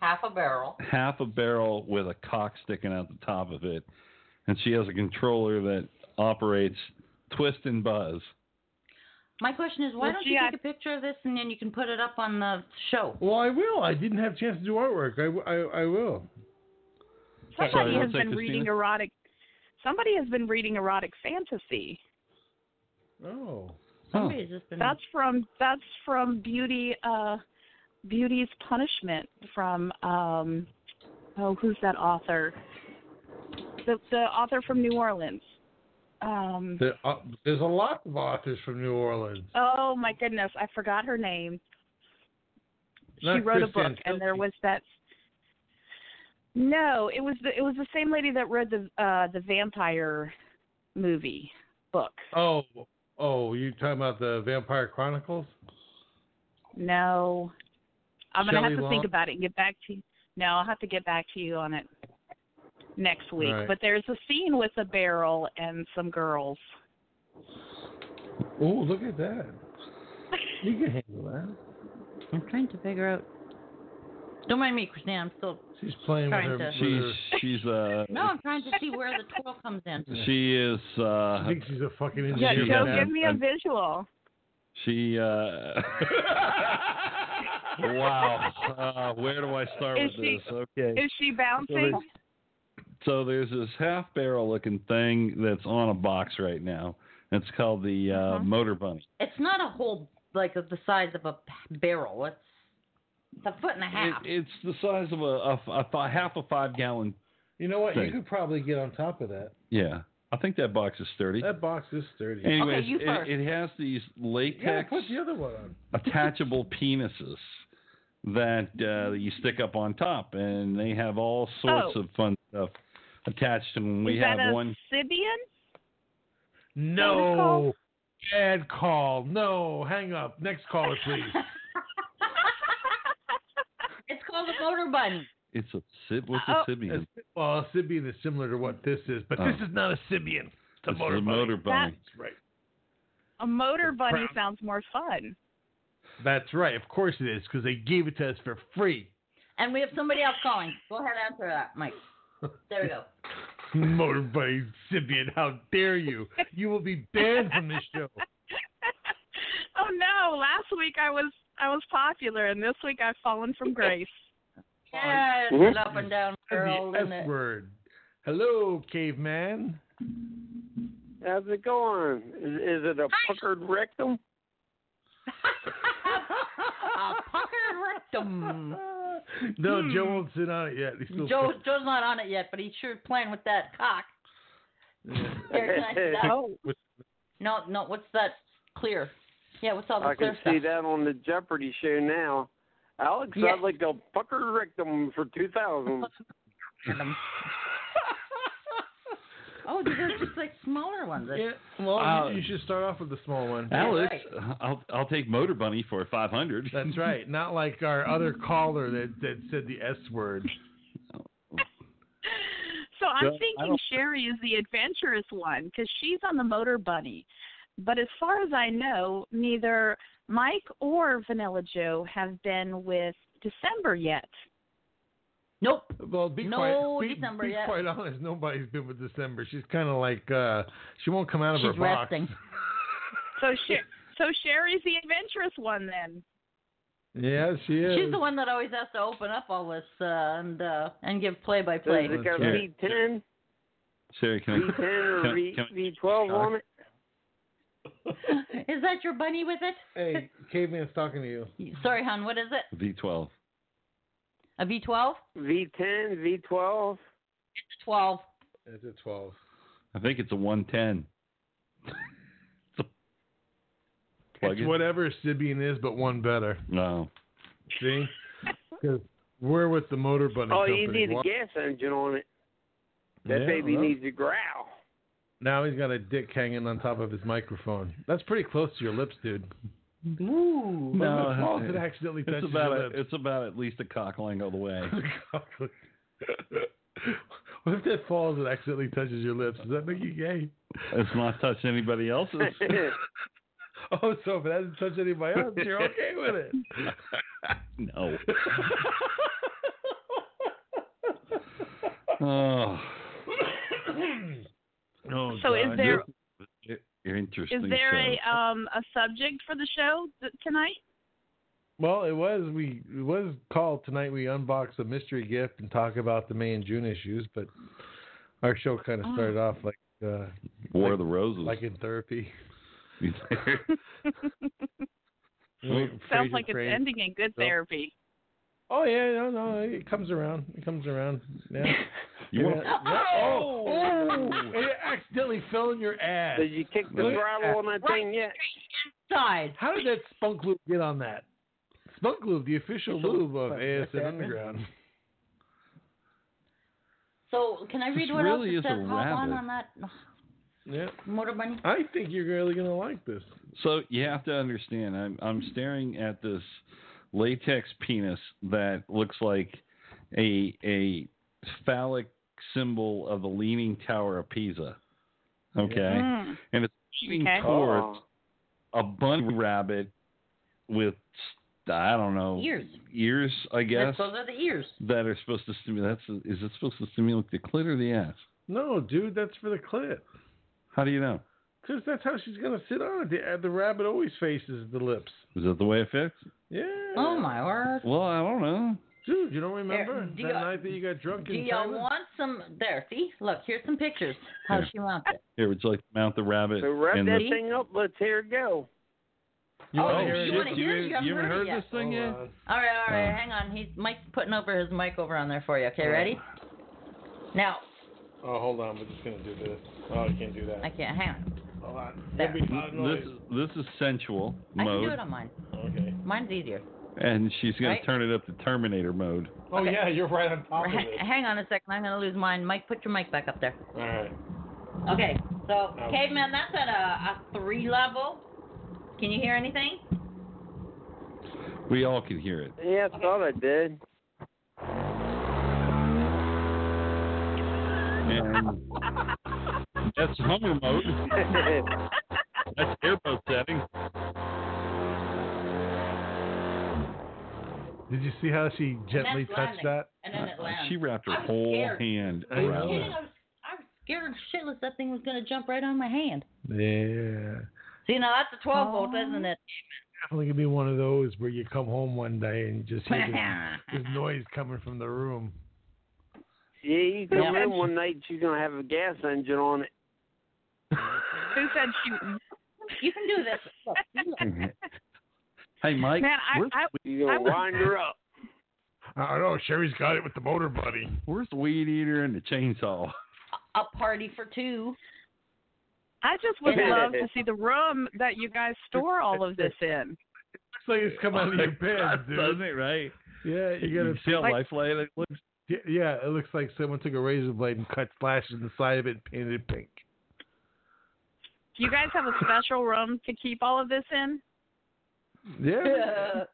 Speaker 6: Half a barrel.
Speaker 5: half a barrel with a cock sticking out the top of it, and she has a controller that operates twist and buzz.
Speaker 6: My question is, why
Speaker 7: Well,
Speaker 6: don't
Speaker 7: she
Speaker 6: you
Speaker 7: had-
Speaker 6: take a picture of this and then you can put it up on the show?
Speaker 5: Oh.
Speaker 4: Well, I will. I didn't have a chance to do artwork. I, w- I- I will.
Speaker 7: Somebody
Speaker 5: Sorry,
Speaker 7: has
Speaker 5: what's that,
Speaker 7: been reading
Speaker 5: Christina?
Speaker 7: erotic somebody has been reading erotic fantasy.
Speaker 4: Oh.
Speaker 5: Huh.
Speaker 6: Somebody's just been.
Speaker 7: That's from that's from Beauty uh Beauty's Punishment from um oh who's that author? The the author from New Orleans. Um
Speaker 4: There, uh, there's a lot of authors from New Orleans.
Speaker 7: oh my goodness, I forgot her name. she
Speaker 4: Not
Speaker 7: wrote a
Speaker 4: Kristen
Speaker 7: book and there
Speaker 4: Filke.
Speaker 7: was that No, it was the it was the same lady that read the uh the vampire movie book.
Speaker 4: Oh, oh, you talking about the Vampire Chronicles?
Speaker 7: No. I'm going to
Speaker 4: Shelley
Speaker 7: have to
Speaker 4: Long?
Speaker 7: think about it and get back to you. No, I'll have to get back to you on it next week.
Speaker 4: Right.
Speaker 7: But there's a scene with a barrel and some girls.
Speaker 4: Oh, look at that. You can handle that.
Speaker 6: I'm trying to figure out. Don't mind me, Christina. I'm still.
Speaker 4: She's playing
Speaker 6: Trying
Speaker 4: with her.
Speaker 6: to-
Speaker 4: with
Speaker 5: She's
Speaker 4: her-
Speaker 5: she's uh
Speaker 6: No, I'm trying to see where the twirl comes in.
Speaker 5: she is uh
Speaker 4: I think she's a fucking
Speaker 7: Yeah,
Speaker 4: engineer.
Speaker 5: She
Speaker 7: Joe,
Speaker 5: has-
Speaker 7: give me a
Speaker 5: I'm-
Speaker 7: visual.
Speaker 5: she uh wow uh, where do I start
Speaker 7: Is
Speaker 5: with
Speaker 7: she-
Speaker 5: this okay
Speaker 7: Is she bouncing?
Speaker 5: So, so there's this half barrel looking thing that's on a box right now. It's called the uh,
Speaker 7: Uh-huh.
Speaker 5: motor bunny.
Speaker 6: It's not a whole like of the size of a barrel. It's, it's a foot and a
Speaker 5: It,
Speaker 6: half.
Speaker 5: it's the size of a, a, a fi- half a five gallon.
Speaker 4: You know what? You
Speaker 5: Thing.
Speaker 4: could probably get on top of that.
Speaker 5: Yeah, I think that box is sturdy.
Speaker 4: That box is sturdy.
Speaker 5: Anyways,
Speaker 6: you first.
Speaker 5: it, it has these
Speaker 4: You gotta
Speaker 5: latex
Speaker 4: put the other one on.
Speaker 5: attachable penises that uh, you stick up on top, and they have all sorts
Speaker 7: Oh.
Speaker 5: of fun stuff attached to them. We
Speaker 7: Is
Speaker 5: have
Speaker 7: that a
Speaker 5: one.
Speaker 7: Sibian?
Speaker 4: No. Bad call. No. Hang up. Next caller, please.
Speaker 6: it's called a motor bunny.
Speaker 5: It's a sib. What's
Speaker 7: Oh.
Speaker 5: a sibian?
Speaker 4: well, a Sibian is similar to what this is, but this
Speaker 5: Oh.
Speaker 4: is not a Sibian. It's a
Speaker 5: It's
Speaker 4: motor.
Speaker 5: a
Speaker 4: bike.
Speaker 5: motor bunny.
Speaker 4: That's right.
Speaker 7: A motor bunny
Speaker 4: Crap.
Speaker 7: sounds more fun.
Speaker 4: That's right. Of course it is, because they gave it to us for free.
Speaker 6: And we have somebody else calling. Go ahead and answer that, Mike. There we go.
Speaker 4: Motor bunny Sibian. How dare you? You will be banned from this show.
Speaker 7: oh no! Last week I was I was popular, and this week I've fallen from grace.
Speaker 8: Mm-hmm.
Speaker 6: Yeah, it's an up and down
Speaker 4: The
Speaker 6: girl, isn't
Speaker 4: S
Speaker 6: it?
Speaker 4: word. Hello, caveman.
Speaker 8: How's it going? Is, is it a puckered rectum?
Speaker 6: a puckered rectum.
Speaker 4: No,
Speaker 6: Hmm.
Speaker 4: Joe won't sit on it yet. He's still
Speaker 6: Joe, Joe's not on it yet, but he's sure playing with that cock. There, can I see that?
Speaker 8: Oh.
Speaker 6: No, no. What's that? Clear. Yeah. What's all the
Speaker 8: I
Speaker 6: clear
Speaker 8: can
Speaker 6: stuff?
Speaker 8: see that on the Jeopardy show now. Alex,
Speaker 6: Yeah.
Speaker 8: I'd like a puckered rectum for 2000
Speaker 6: Oh, these are just like smaller ones.
Speaker 4: Yeah, well,
Speaker 5: Uh,
Speaker 4: you, you should start off with the small one.
Speaker 5: Alex, uh,
Speaker 6: You're
Speaker 5: I'll I'll take Motor Bunny for five hundred.
Speaker 4: That's right. Not like our other caller that, that said the S word.
Speaker 7: So
Speaker 5: Yeah, I
Speaker 7: I'm thinking
Speaker 5: don't-
Speaker 7: Sherry is the adventurous one because she's on the motor bunny. But as far as I know, neither Mike or Vanilla Joe have been with December yet.
Speaker 6: Nope.
Speaker 4: Well, be
Speaker 6: No
Speaker 4: quite, be,
Speaker 6: December
Speaker 4: be
Speaker 6: yet.
Speaker 4: quite honest. Nobody's been with December. She's kind of like uh, she won't come out of
Speaker 6: She's
Speaker 4: her box.
Speaker 6: resting.
Speaker 7: So Sher- so Sherry's the adventurous one then.
Speaker 4: Yeah, she is.
Speaker 6: She's the one that always has to open up all this uh, and uh, and give play by play.
Speaker 8: Is it got
Speaker 4: Yeah.
Speaker 8: V10,
Speaker 5: Sherry, can
Speaker 8: V10
Speaker 5: I,
Speaker 8: or
Speaker 5: Can-
Speaker 8: V,
Speaker 5: can-
Speaker 8: V12 on it?
Speaker 6: Is that your bunny with it?
Speaker 4: Hey, caveman's talking to you.
Speaker 6: Sorry, hon. What is it?
Speaker 5: V twelve.
Speaker 6: A V12?
Speaker 8: V10, V12.
Speaker 6: It's 12.
Speaker 4: It's a twelve.
Speaker 5: I think it's a one ten. Plug
Speaker 4: It's
Speaker 5: it.
Speaker 4: whatever Sibian is, but one better.
Speaker 5: No.
Speaker 4: See, because we're with the motor bunny
Speaker 8: Oh,
Speaker 4: company.
Speaker 8: you need a
Speaker 4: Why-
Speaker 8: gas engine on it. That
Speaker 4: Yeah,
Speaker 8: baby
Speaker 4: well,
Speaker 8: needs a growl.
Speaker 4: Now he's got a dick hanging on top of his microphone. That's pretty close to your lips, dude.
Speaker 6: Ooh.
Speaker 4: Well, it's false, it
Speaker 5: it's,
Speaker 4: accidentally
Speaker 5: it's
Speaker 4: touches
Speaker 5: about
Speaker 4: your
Speaker 5: a,
Speaker 4: lips.
Speaker 5: it's about at least a cock length all the way.
Speaker 4: what if that falls and accidentally touches your lips? Does that make you gay?
Speaker 5: it's not touching anybody else's.
Speaker 4: Oh, so if it hasn't touched anybody else, you're okay with it.
Speaker 5: no. oh.
Speaker 4: Oh,
Speaker 7: So is there
Speaker 5: You're interesting.
Speaker 7: is there
Speaker 5: show.
Speaker 7: a um a subject for the show th- tonight?
Speaker 4: Well, it was we it was called tonight. We unbox a mystery gift and talk about the May and June issues, but our show kind of
Speaker 7: Ah.
Speaker 4: started off like uh,
Speaker 5: War of the Roses?
Speaker 4: like in therapy.
Speaker 7: Sounds
Speaker 4: Frasier
Speaker 7: like it's
Speaker 4: Crane.
Speaker 7: ending in good
Speaker 4: Well,
Speaker 7: therapy.
Speaker 4: Oh yeah, no, no, it comes around. It comes around. Yeah.
Speaker 5: you want
Speaker 4: Yeah. Oh, oh, and it accidentally fell in your ass.
Speaker 8: Did you kick the
Speaker 4: Look
Speaker 8: throttle on that thing yet?
Speaker 6: Side.
Speaker 4: How did that spunk lube get on that? Spunk lube, the official lube of ASN Underground.
Speaker 6: So, can I read
Speaker 5: This
Speaker 6: what
Speaker 5: really
Speaker 6: else
Speaker 5: is
Speaker 6: it
Speaker 5: a
Speaker 6: says? Hold on
Speaker 5: rabbit.
Speaker 6: on that ugh,
Speaker 4: Yeah.
Speaker 6: motor bunny.
Speaker 4: I think you're really gonna like this.
Speaker 5: So you have to understand, I'm I'm staring at this latex penis that looks like a a phallic symbol of the leaning tower of Pisa. Okay,
Speaker 7: Mm.
Speaker 5: and it's leaning
Speaker 7: Okay.
Speaker 5: towards
Speaker 8: Oh.
Speaker 5: a bunny rabbit with I don't know
Speaker 6: Ears.
Speaker 5: ears, I Oh, guess
Speaker 6: Those are the ears.
Speaker 5: that are supposed to stimulate. That's is it supposed to stimulate the clit or the ass?
Speaker 4: No, dude, that's for the clip.
Speaker 5: How do you know?
Speaker 4: Because that's how she's gonna sit on it. The, the rabbit always faces the lips.
Speaker 5: Is that the way it fits?
Speaker 4: Yeah.
Speaker 6: Oh, my word.
Speaker 5: Well, I don't know.
Speaker 4: Dude, you don't remember
Speaker 6: do
Speaker 4: that
Speaker 6: you-
Speaker 4: night that you got drunk
Speaker 6: Do
Speaker 4: in
Speaker 6: y'all
Speaker 4: Thailand?
Speaker 6: want some? There, see? Look, here's some pictures. How
Speaker 5: Here.
Speaker 6: she wants it.
Speaker 5: Here, would you like to mount the rabbit?
Speaker 8: Oh, So wrap
Speaker 5: in
Speaker 8: that
Speaker 5: the-
Speaker 8: thing up. Let's hear it go.
Speaker 4: You
Speaker 6: Oh,
Speaker 4: wanna
Speaker 6: you
Speaker 4: hear it?
Speaker 6: wanna hear it? You haven't heard it yet.
Speaker 5: this thing
Speaker 4: Hold
Speaker 5: yet?
Speaker 4: on.
Speaker 6: All right, all right.
Speaker 5: Uh.
Speaker 6: hang on. He's Mike's putting over his mic over on there for you. Okay, ready? Now
Speaker 4: Oh, hold on. We're just gonna do this. Oh, I can't do that.
Speaker 6: I can't. Hang on.
Speaker 4: Hold on.
Speaker 6: There.
Speaker 4: There'll be a lot of
Speaker 5: This
Speaker 4: noise.
Speaker 5: this is sensual
Speaker 6: I can do
Speaker 5: mode,
Speaker 6: it on mine.
Speaker 4: Okay.
Speaker 6: Mine's easier.
Speaker 5: and she's gonna
Speaker 6: Right.
Speaker 5: turn it up to Terminator mode.
Speaker 4: Oh
Speaker 6: Okay.
Speaker 4: yeah, you're right on top of
Speaker 6: H-
Speaker 4: it.
Speaker 6: hang on a second. I'm gonna lose mine. Mike, put your mic back up there.
Speaker 4: All right.
Speaker 6: Okay. So,
Speaker 5: Oh.
Speaker 4: Um,
Speaker 6: caveman, that's at a, a three level. Can you hear anything?
Speaker 5: We all can hear it.
Speaker 8: Yeah, I thought I did.
Speaker 5: And that's Hummer mode. That's airboat setting.
Speaker 4: Did you see how she gently
Speaker 6: that's
Speaker 4: touched
Speaker 6: landing.
Speaker 4: that?
Speaker 6: And then it
Speaker 5: Uh,
Speaker 6: lands.
Speaker 5: She wrapped her
Speaker 6: I'm
Speaker 5: whole
Speaker 6: scared.
Speaker 5: hand
Speaker 4: I know.
Speaker 5: around
Speaker 6: Kidding,
Speaker 5: it.
Speaker 6: I was, I was scared shitless that thing was gonna jump right on my hand.
Speaker 4: Yeah.
Speaker 6: See, now that's a 12 volt, isn't it?
Speaker 4: Definitely gonna be one of those where you come home one day and you just hear this, this noise coming from the room.
Speaker 8: Yeah, you come
Speaker 6: Yeah.
Speaker 8: in one night, she's gonna have a gas engine on it.
Speaker 7: Who said she?
Speaker 6: You can do this. Look, you look.
Speaker 5: Hey, Mike.
Speaker 7: Man, I,
Speaker 5: where's,
Speaker 7: I
Speaker 8: You gonna
Speaker 7: I would-
Speaker 8: wind her up.
Speaker 3: I don't know. Sherry's got it with the motor buddy.
Speaker 5: where's the weed eater and the chainsaw?
Speaker 6: a party for two.
Speaker 7: I just would
Speaker 8: Yeah.
Speaker 7: love to see the room that you guys store all of this in.
Speaker 4: Looks like it's coming out of your bed,
Speaker 5: Doesn't
Speaker 4: dude.
Speaker 5: it, right?
Speaker 4: Yeah, you gotta.
Speaker 5: see how
Speaker 7: like-
Speaker 5: lifelike it looks?
Speaker 4: y- Yeah, it looks like someone took a razor blade and cut slashes in the side of it and painted it pink.
Speaker 7: Do you guys have a special room to keep all of this in?
Speaker 4: Yeah. Yeah.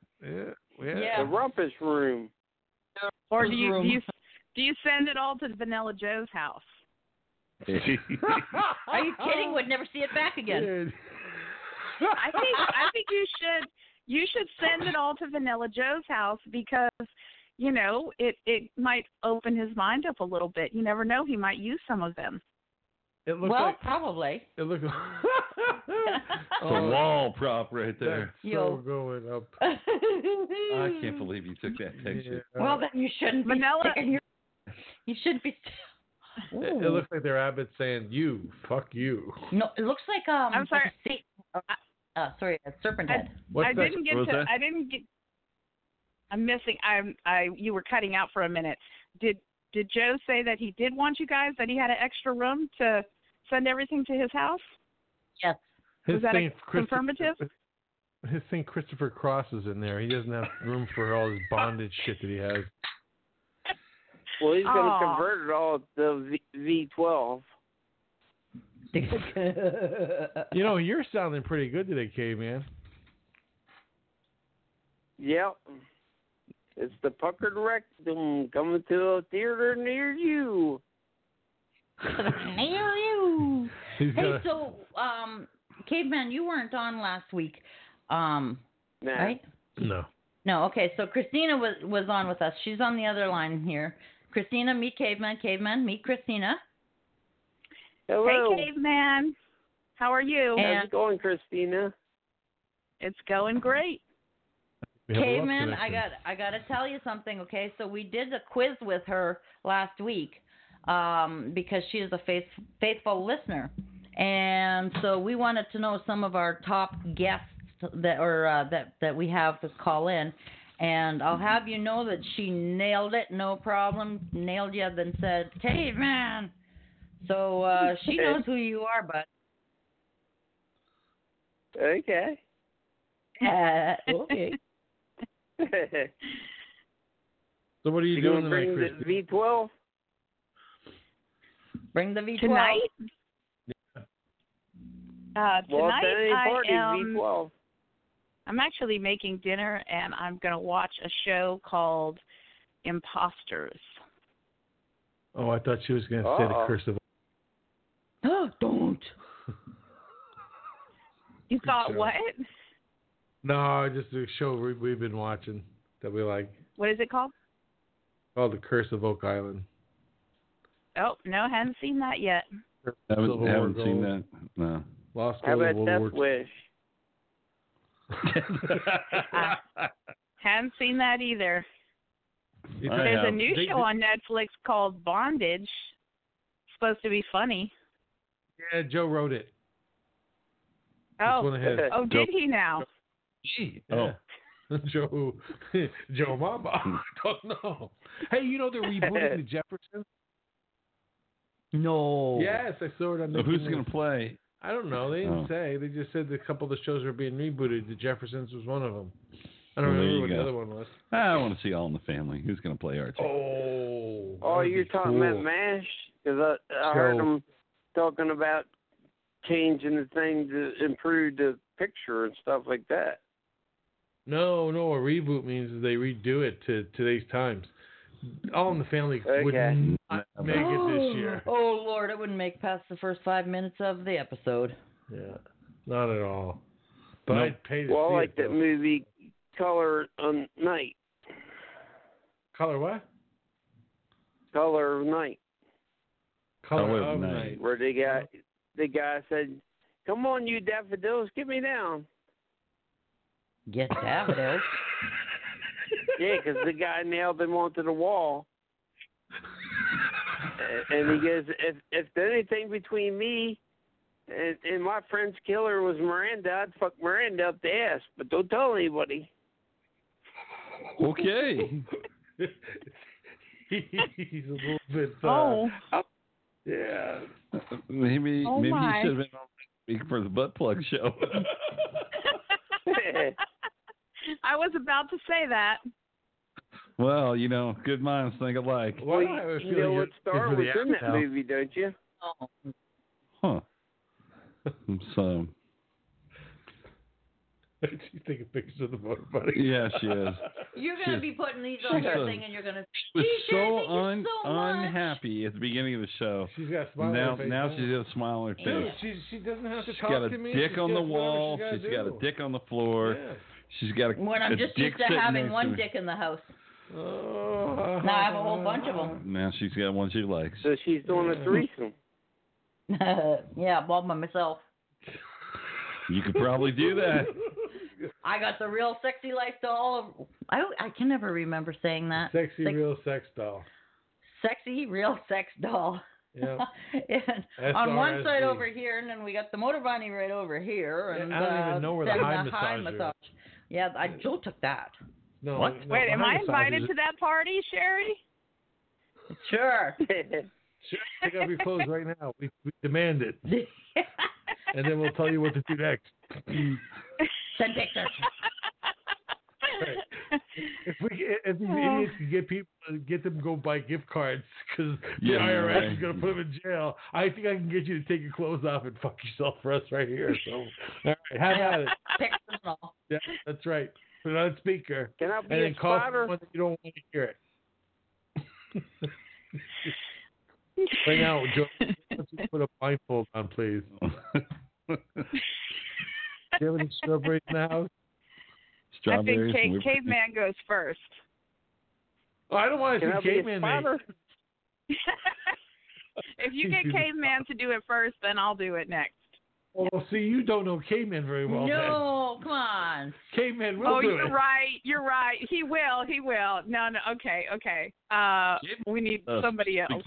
Speaker 4: Yeah.
Speaker 6: Yeah.
Speaker 8: The rumpus room.
Speaker 7: Or do you
Speaker 6: Room.
Speaker 7: do you do you send it all to Vanilla Joe's house?
Speaker 6: Are you kidding? Would never see it back again.
Speaker 4: Dude.
Speaker 7: I think I think you should you should send it all to Vanilla Joe's house because you know it it might open his mind up a little bit. You never know; he might use some of them.
Speaker 4: It looked
Speaker 6: Well,
Speaker 4: like
Speaker 6: probably.
Speaker 4: it looked.
Speaker 5: It's
Speaker 4: Oh.
Speaker 5: a wall prop right
Speaker 4: That's
Speaker 5: there.
Speaker 4: so
Speaker 6: Yo.
Speaker 4: going up.
Speaker 5: I can't believe you took that picture.
Speaker 4: Yeah.
Speaker 6: Well, then you shouldn't be
Speaker 7: Vanilla-
Speaker 6: sticking your. You shouldn't be.
Speaker 4: It, it looks like their abbot saying, "You, fuck you."
Speaker 6: No, it looks like um.
Speaker 7: I'm sorry.
Speaker 6: like a sea- uh, uh, sorry, a serpent
Speaker 7: I-
Speaker 6: head.
Speaker 4: What's
Speaker 7: I
Speaker 4: that?
Speaker 7: didn't get
Speaker 5: What was
Speaker 7: to.
Speaker 5: that?
Speaker 7: I didn't get. I'm missing. I'm. I. You were cutting out for a minute. Did Did Joe say that he did want you guys? That he had an extra room to send everything to his house?
Speaker 6: Yes.
Speaker 4: His
Speaker 7: was that a
Speaker 4: Saint Christopher-
Speaker 7: confirmative?
Speaker 4: His Saint Christopher cross is in there. He doesn't have room for all his bondage shit that he has.
Speaker 8: Well, he's gonna
Speaker 7: Aw.
Speaker 8: convert it all to V V12.
Speaker 4: You know, you're sounding pretty good today, caveman.
Speaker 8: Yep. It's the puckered rectum coming to a theater near you.
Speaker 6: Nail you.
Speaker 4: He's
Speaker 6: Hey,
Speaker 4: got a-
Speaker 6: so um, caveman, you weren't on last week, um,
Speaker 8: Nah.
Speaker 6: right?
Speaker 4: no.
Speaker 6: No, okay. So Christina was was on with us. She's on the other line here. Christina, meet caveman. Caveman, meet Christina.
Speaker 8: Hello.
Speaker 7: Hey, caveman. How are you?
Speaker 6: Hey.
Speaker 8: How's it going, Christina?
Speaker 7: It's going great.
Speaker 4: We have a love
Speaker 6: Caveman, I
Speaker 4: connection.
Speaker 6: got I got to tell you something, okay? So we did a quiz with her last week um, because she is a faith, faithful listener, and so we wanted to know some of our top guests that or uh, that that we have to call in. And I'll have you know that she nailed it, no problem. Nailed you, then said, "Caveman." So uh, she knows who you are, but
Speaker 8: Okay.
Speaker 6: uh, okay.
Speaker 8: you
Speaker 4: So what are you,
Speaker 8: gonna
Speaker 4: doing tonight,
Speaker 8: bring
Speaker 4: Christy?
Speaker 8: the V12?
Speaker 6: Bring the V12.
Speaker 7: Tonight. Uh,
Speaker 8: Well,
Speaker 7: tonight
Speaker 8: if that ain't
Speaker 7: I
Speaker 8: party,
Speaker 7: am.
Speaker 8: V12.
Speaker 7: I'm actually making dinner and I'm going to watch a show called Imposters.
Speaker 4: Oh, I thought she was going to say the
Speaker 8: Uh-oh.
Speaker 4: curse of.
Speaker 6: Don't.
Speaker 7: You thought
Speaker 4: show.
Speaker 7: what?
Speaker 4: No, just a show we, we've been watching that we like
Speaker 7: What is it called?
Speaker 4: called the Curse of Oak Island.
Speaker 7: Oh no, haven't seen that yet.
Speaker 5: haven't
Speaker 4: Civil War
Speaker 5: haven't seen
Speaker 4: gold.
Speaker 5: that. No.
Speaker 4: Lost
Speaker 8: How
Speaker 4: Gold of
Speaker 8: about
Speaker 4: World War
Speaker 8: Death Wish?
Speaker 7: Haven't seen that either.
Speaker 4: It's-
Speaker 5: I
Speaker 7: There's a
Speaker 5: have.
Speaker 7: new
Speaker 4: They-
Speaker 7: show on Netflix called Bondage. supposed to be funny.
Speaker 4: Yeah, Joe wrote it. It's one
Speaker 7: Oh,
Speaker 4: of his.
Speaker 7: oh, did he now?
Speaker 5: Oh.
Speaker 4: Yeah. Joe, Joe Mama. I don't know. Hey, you know they're rebooting the Jeffersons.
Speaker 6: No.
Speaker 4: Yes, I saw it on.
Speaker 5: Oh. So who's
Speaker 4: Nickelodeon.
Speaker 5: going to play?
Speaker 4: I don't know. They didn't
Speaker 5: Oh.
Speaker 4: say. They just said that a couple of the shows were being rebooted. The Jeffersons was one of them. I
Speaker 5: Well,
Speaker 4: don't
Speaker 5: there
Speaker 4: remember
Speaker 5: you
Speaker 4: what
Speaker 5: go.
Speaker 4: the other one was.
Speaker 5: Ah, I want to see All in the Family. Who's going to play Archie?
Speaker 4: Oh.
Speaker 8: Oh, you're talking about MASH? Because I, I heard
Speaker 4: Joe.
Speaker 8: them talking about changing the thing to improve the picture and stuff like that.
Speaker 4: No, no. A reboot means is they redo it to today's times. All in the Family would
Speaker 8: Okay.
Speaker 4: not make it this year.
Speaker 6: Oh Lord, it wouldn't make past the first five minutes of the episode.
Speaker 4: Yeah, not at all. But
Speaker 5: Nope.
Speaker 4: I'd pay to
Speaker 8: Well, I
Speaker 4: see
Speaker 8: like
Speaker 4: it.
Speaker 8: that
Speaker 4: though.
Speaker 8: movie Color of Night.
Speaker 4: Color what?
Speaker 8: Color of Night,
Speaker 4: Color,
Speaker 5: Color
Speaker 4: of
Speaker 5: of
Speaker 4: night.
Speaker 5: Night.
Speaker 8: where the guy, the guy said, "Come on, you daffodils, get me down."
Speaker 6: Get daffodils.
Speaker 8: Yeah, because the guy nailed him onto the wall. and he goes, if if there's anything between me and, and my friend's killer was Miranda, I'd fuck Miranda up the ass, but don't tell anybody.
Speaker 5: Okay.
Speaker 4: He's a little bit. Uh,
Speaker 7: Oh,
Speaker 4: Yeah.
Speaker 5: Maybe
Speaker 7: Oh
Speaker 5: maybe
Speaker 7: my.
Speaker 5: you should have been on last week for the butt plug show.
Speaker 7: I was about to say that.
Speaker 5: well, you know, good minds think alike.
Speaker 4: Why do I have a
Speaker 8: you know
Speaker 4: feeling
Speaker 8: what
Speaker 4: it-
Speaker 8: star
Speaker 4: it's
Speaker 8: was
Speaker 4: really
Speaker 8: in that
Speaker 4: Axel?
Speaker 8: movie, don't you?
Speaker 6: Oh,
Speaker 5: Huh. So
Speaker 4: She's taking pictures of the motor buddy.
Speaker 5: yeah, she is.
Speaker 6: you're
Speaker 5: She's-
Speaker 6: gonna be putting these on your
Speaker 5: she's-
Speaker 6: thing, and you're gonna.
Speaker 5: She was
Speaker 6: She
Speaker 5: so,
Speaker 6: thank you
Speaker 5: un-
Speaker 6: so much.
Speaker 5: unhappy at the beginning of the show.
Speaker 4: She's got a smile on
Speaker 5: Now
Speaker 4: her face.
Speaker 5: now she's got a smile on her
Speaker 4: Dude,
Speaker 5: face.
Speaker 4: she, she doesn't have to
Speaker 5: She's
Speaker 4: talk
Speaker 5: got a
Speaker 4: to me.
Speaker 5: dick
Speaker 4: She
Speaker 5: on the
Speaker 4: does whatever
Speaker 5: wall.
Speaker 4: She
Speaker 5: She's got a
Speaker 4: do.
Speaker 5: dick on the floor.
Speaker 4: Yeah.
Speaker 5: She's got a.
Speaker 6: When
Speaker 5: a
Speaker 6: I'm just
Speaker 5: dick
Speaker 6: used to
Speaker 5: sitting
Speaker 6: having
Speaker 5: next
Speaker 6: one
Speaker 5: to her.
Speaker 6: dick in the house.
Speaker 4: Oh.
Speaker 6: Now I have a whole bunch of them.
Speaker 5: Now she's got one she likes.
Speaker 8: So she's doing a threesome.
Speaker 6: yeah, all by myself.
Speaker 5: You could probably do that.
Speaker 6: I got the real sexy life to all of. I I can never remember saying that.
Speaker 4: Sexy
Speaker 6: Sex-
Speaker 4: real sex doll.
Speaker 6: Sexy real sex doll.
Speaker 4: Yeah.
Speaker 6: and on one
Speaker 4: SRSD.
Speaker 6: side over here, and then we got the motor bunny right over here. And,
Speaker 4: I don't
Speaker 6: uh,
Speaker 4: even know where the
Speaker 6: then
Speaker 4: high
Speaker 6: high
Speaker 4: massage is.
Speaker 6: massage. Yeah, I, Joe took that.
Speaker 4: No,
Speaker 6: What?
Speaker 4: no,
Speaker 7: Wait,
Speaker 4: the
Speaker 7: am
Speaker 4: high
Speaker 7: I
Speaker 4: massages-
Speaker 7: invited to that party, Sherry?
Speaker 6: Sure.
Speaker 4: Sure, They gotta be closed right now. We, we demand it, and then we'll tell you what to do next.
Speaker 6: Send pictures.
Speaker 4: If we if these
Speaker 7: Oh.
Speaker 4: idiots can get people get them to go buy gift cards because
Speaker 5: Yeah,
Speaker 4: the IRS
Speaker 5: right.
Speaker 4: is gonna put them in jail, I think I can get you to take your clothes off and fuck yourself for us right here. So, all right, how about it?
Speaker 6: pictures and all.
Speaker 4: Yeah, that's right. Put it on speaker
Speaker 8: Can I
Speaker 4: and
Speaker 8: be
Speaker 4: then
Speaker 8: a
Speaker 4: call
Speaker 8: spotter?
Speaker 4: someone that you don't want to hear it. Right now, Joe, let's just put a blindfold on, please. Do you have any strawberries in the
Speaker 7: I
Speaker 4: house?
Speaker 7: think
Speaker 5: Strawberries and
Speaker 7: cave,
Speaker 5: whipped cream.
Speaker 7: Caveman goes first.
Speaker 4: Oh, I don't want to
Speaker 8: Can I
Speaker 4: see
Speaker 8: be a
Speaker 4: caveman. man.
Speaker 8: spotter?
Speaker 7: if you get Caveman to do it first, then I'll do it next.
Speaker 4: Well, Oh, see, you don't know caveman very well. Then.
Speaker 6: no, come on.
Speaker 4: Caveman will
Speaker 7: oh,
Speaker 4: do
Speaker 7: you're
Speaker 4: it.
Speaker 7: right. You're right. He will. He will. No, no. Okay, okay. Uh, we need
Speaker 5: Uh,
Speaker 7: somebody else.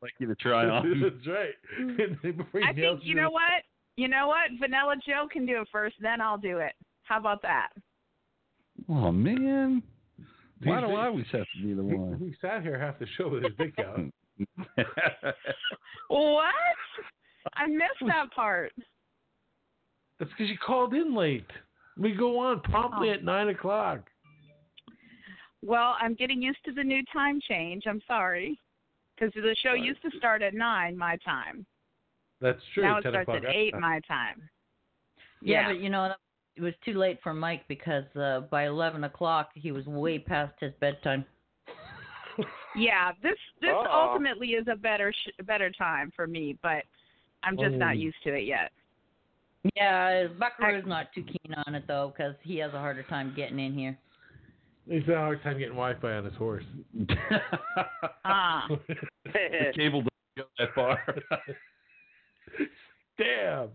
Speaker 5: like you to try on.
Speaker 4: That's right. Before
Speaker 7: Hmm.
Speaker 4: he
Speaker 7: I
Speaker 4: nails
Speaker 7: think you know
Speaker 4: in
Speaker 7: what. You know what? Vanilla Joe can do it first, then I'll do it. How about that?
Speaker 5: oh man, why
Speaker 4: These
Speaker 5: do
Speaker 4: things-
Speaker 5: I always have to be the
Speaker 4: the-
Speaker 5: one?
Speaker 4: He, he sat here half the show with his dick
Speaker 5: Hmm.
Speaker 4: out.
Speaker 7: What? I missed that part.
Speaker 4: That's because you called in late. We go on promptly
Speaker 7: Oh.
Speaker 4: at nine o'clock.
Speaker 7: Well, I'm getting used to the new time change. I'm sorry. Because the show used to start at 9 my time.
Speaker 4: That's true.
Speaker 7: now it
Speaker 4: 10
Speaker 7: starts
Speaker 4: o'clock
Speaker 7: at 8
Speaker 4: our time.
Speaker 7: my time.
Speaker 6: Yeah,
Speaker 7: Yeah.
Speaker 6: but you know that- it was too late for Mike because uh, by eleven o'clock he was way past his bedtime.
Speaker 7: Yeah, this this
Speaker 8: Uh-oh.
Speaker 7: ultimately is a better sh- better time for me, but I'm just
Speaker 4: Oh.
Speaker 7: not used to it yet.
Speaker 6: Yeah, Buckaroo's not too keen on it though because he has a harder time getting in here.
Speaker 4: He's had a hard time getting Wi-Fi on his horse.
Speaker 7: Ah.
Speaker 5: the cable doesn't go that far.
Speaker 4: Damn.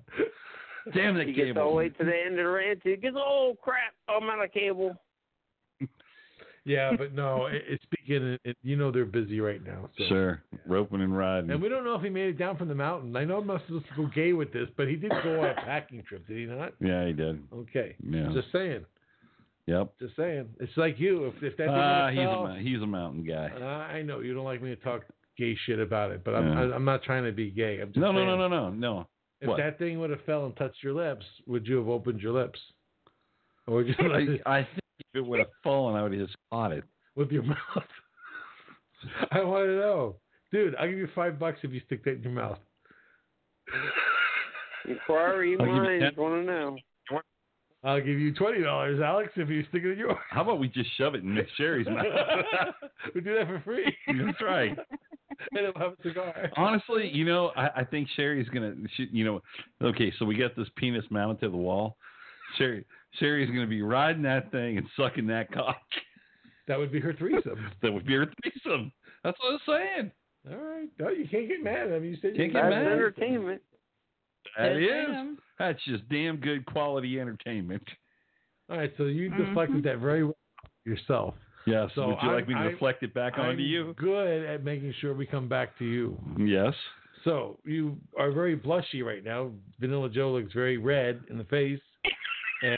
Speaker 5: Damn that
Speaker 8: he gets all the
Speaker 5: cable!
Speaker 8: way to the end of the rant. He goes, oh crap, I'm out of cable.
Speaker 4: Yeah, but no, it, it's speaking. It, it, you know they're busy right now. So.
Speaker 5: Sure, roping and riding.
Speaker 4: And we don't know if he made it down from the mountain. I know I'm not supposed to go gay with this, but he did go on a packing trip, did he not?
Speaker 5: yeah, he did.
Speaker 4: Okay.
Speaker 5: Yeah.
Speaker 4: Just saying.
Speaker 5: Yep.
Speaker 4: Just saying. It's like you. If, if that didn't
Speaker 5: Ah, he's a
Speaker 4: sell,
Speaker 5: mou- he's a mountain guy.
Speaker 4: I know you don't like me to talk gay shit about it, but I'm
Speaker 5: Yeah.
Speaker 4: I, I'm not trying to be gay. I'm just
Speaker 5: No, no,
Speaker 4: saying,
Speaker 5: no, no, no, no.
Speaker 4: If
Speaker 5: What?
Speaker 4: that thing would have fell and touched your lips, would you have opened your lips? Or would you
Speaker 5: I, I think if it would have fallen, I would have just caught it.
Speaker 4: with your mouth? I want to know, dude. I'll give you five bucks if you stick that in your mouth.
Speaker 8: Inquiry
Speaker 5: I'll give you
Speaker 8: minds
Speaker 5: that.
Speaker 8: want to know.
Speaker 4: I'll give you twenty dollars, Alex, if you stick it in your.
Speaker 5: How about we just shove it in Miss Sherry's mouth?
Speaker 4: we do that for free,
Speaker 5: That's right.
Speaker 4: and I'll have a cigar.
Speaker 5: Honestly, you know, I, I think Sherry's gonna. She, you know, okay, so we got this penis mounted to the wall. Sherry, Sherry's gonna be riding that thing and sucking that cock.
Speaker 4: That would be her threesome.
Speaker 5: That would be her threesome. That's what I'm saying.
Speaker 4: All right, no, you can't get mad. I mean, you said you
Speaker 5: Can't get
Speaker 8: That's
Speaker 5: mad.
Speaker 8: entertainment.
Speaker 5: That
Speaker 6: There's
Speaker 5: is.
Speaker 6: him.
Speaker 5: That's just damn good quality entertainment.
Speaker 4: All right, so you deflected that very well yourself.
Speaker 5: Yes.
Speaker 4: So
Speaker 5: Would you like
Speaker 4: I'm-
Speaker 5: me to
Speaker 4: I'm-
Speaker 5: reflect it back
Speaker 4: I'm
Speaker 5: onto you?
Speaker 4: Good at making sure we come back to you.
Speaker 5: Yes.
Speaker 4: So you are very blushy right now. Vanilla Joe looks very red in the face and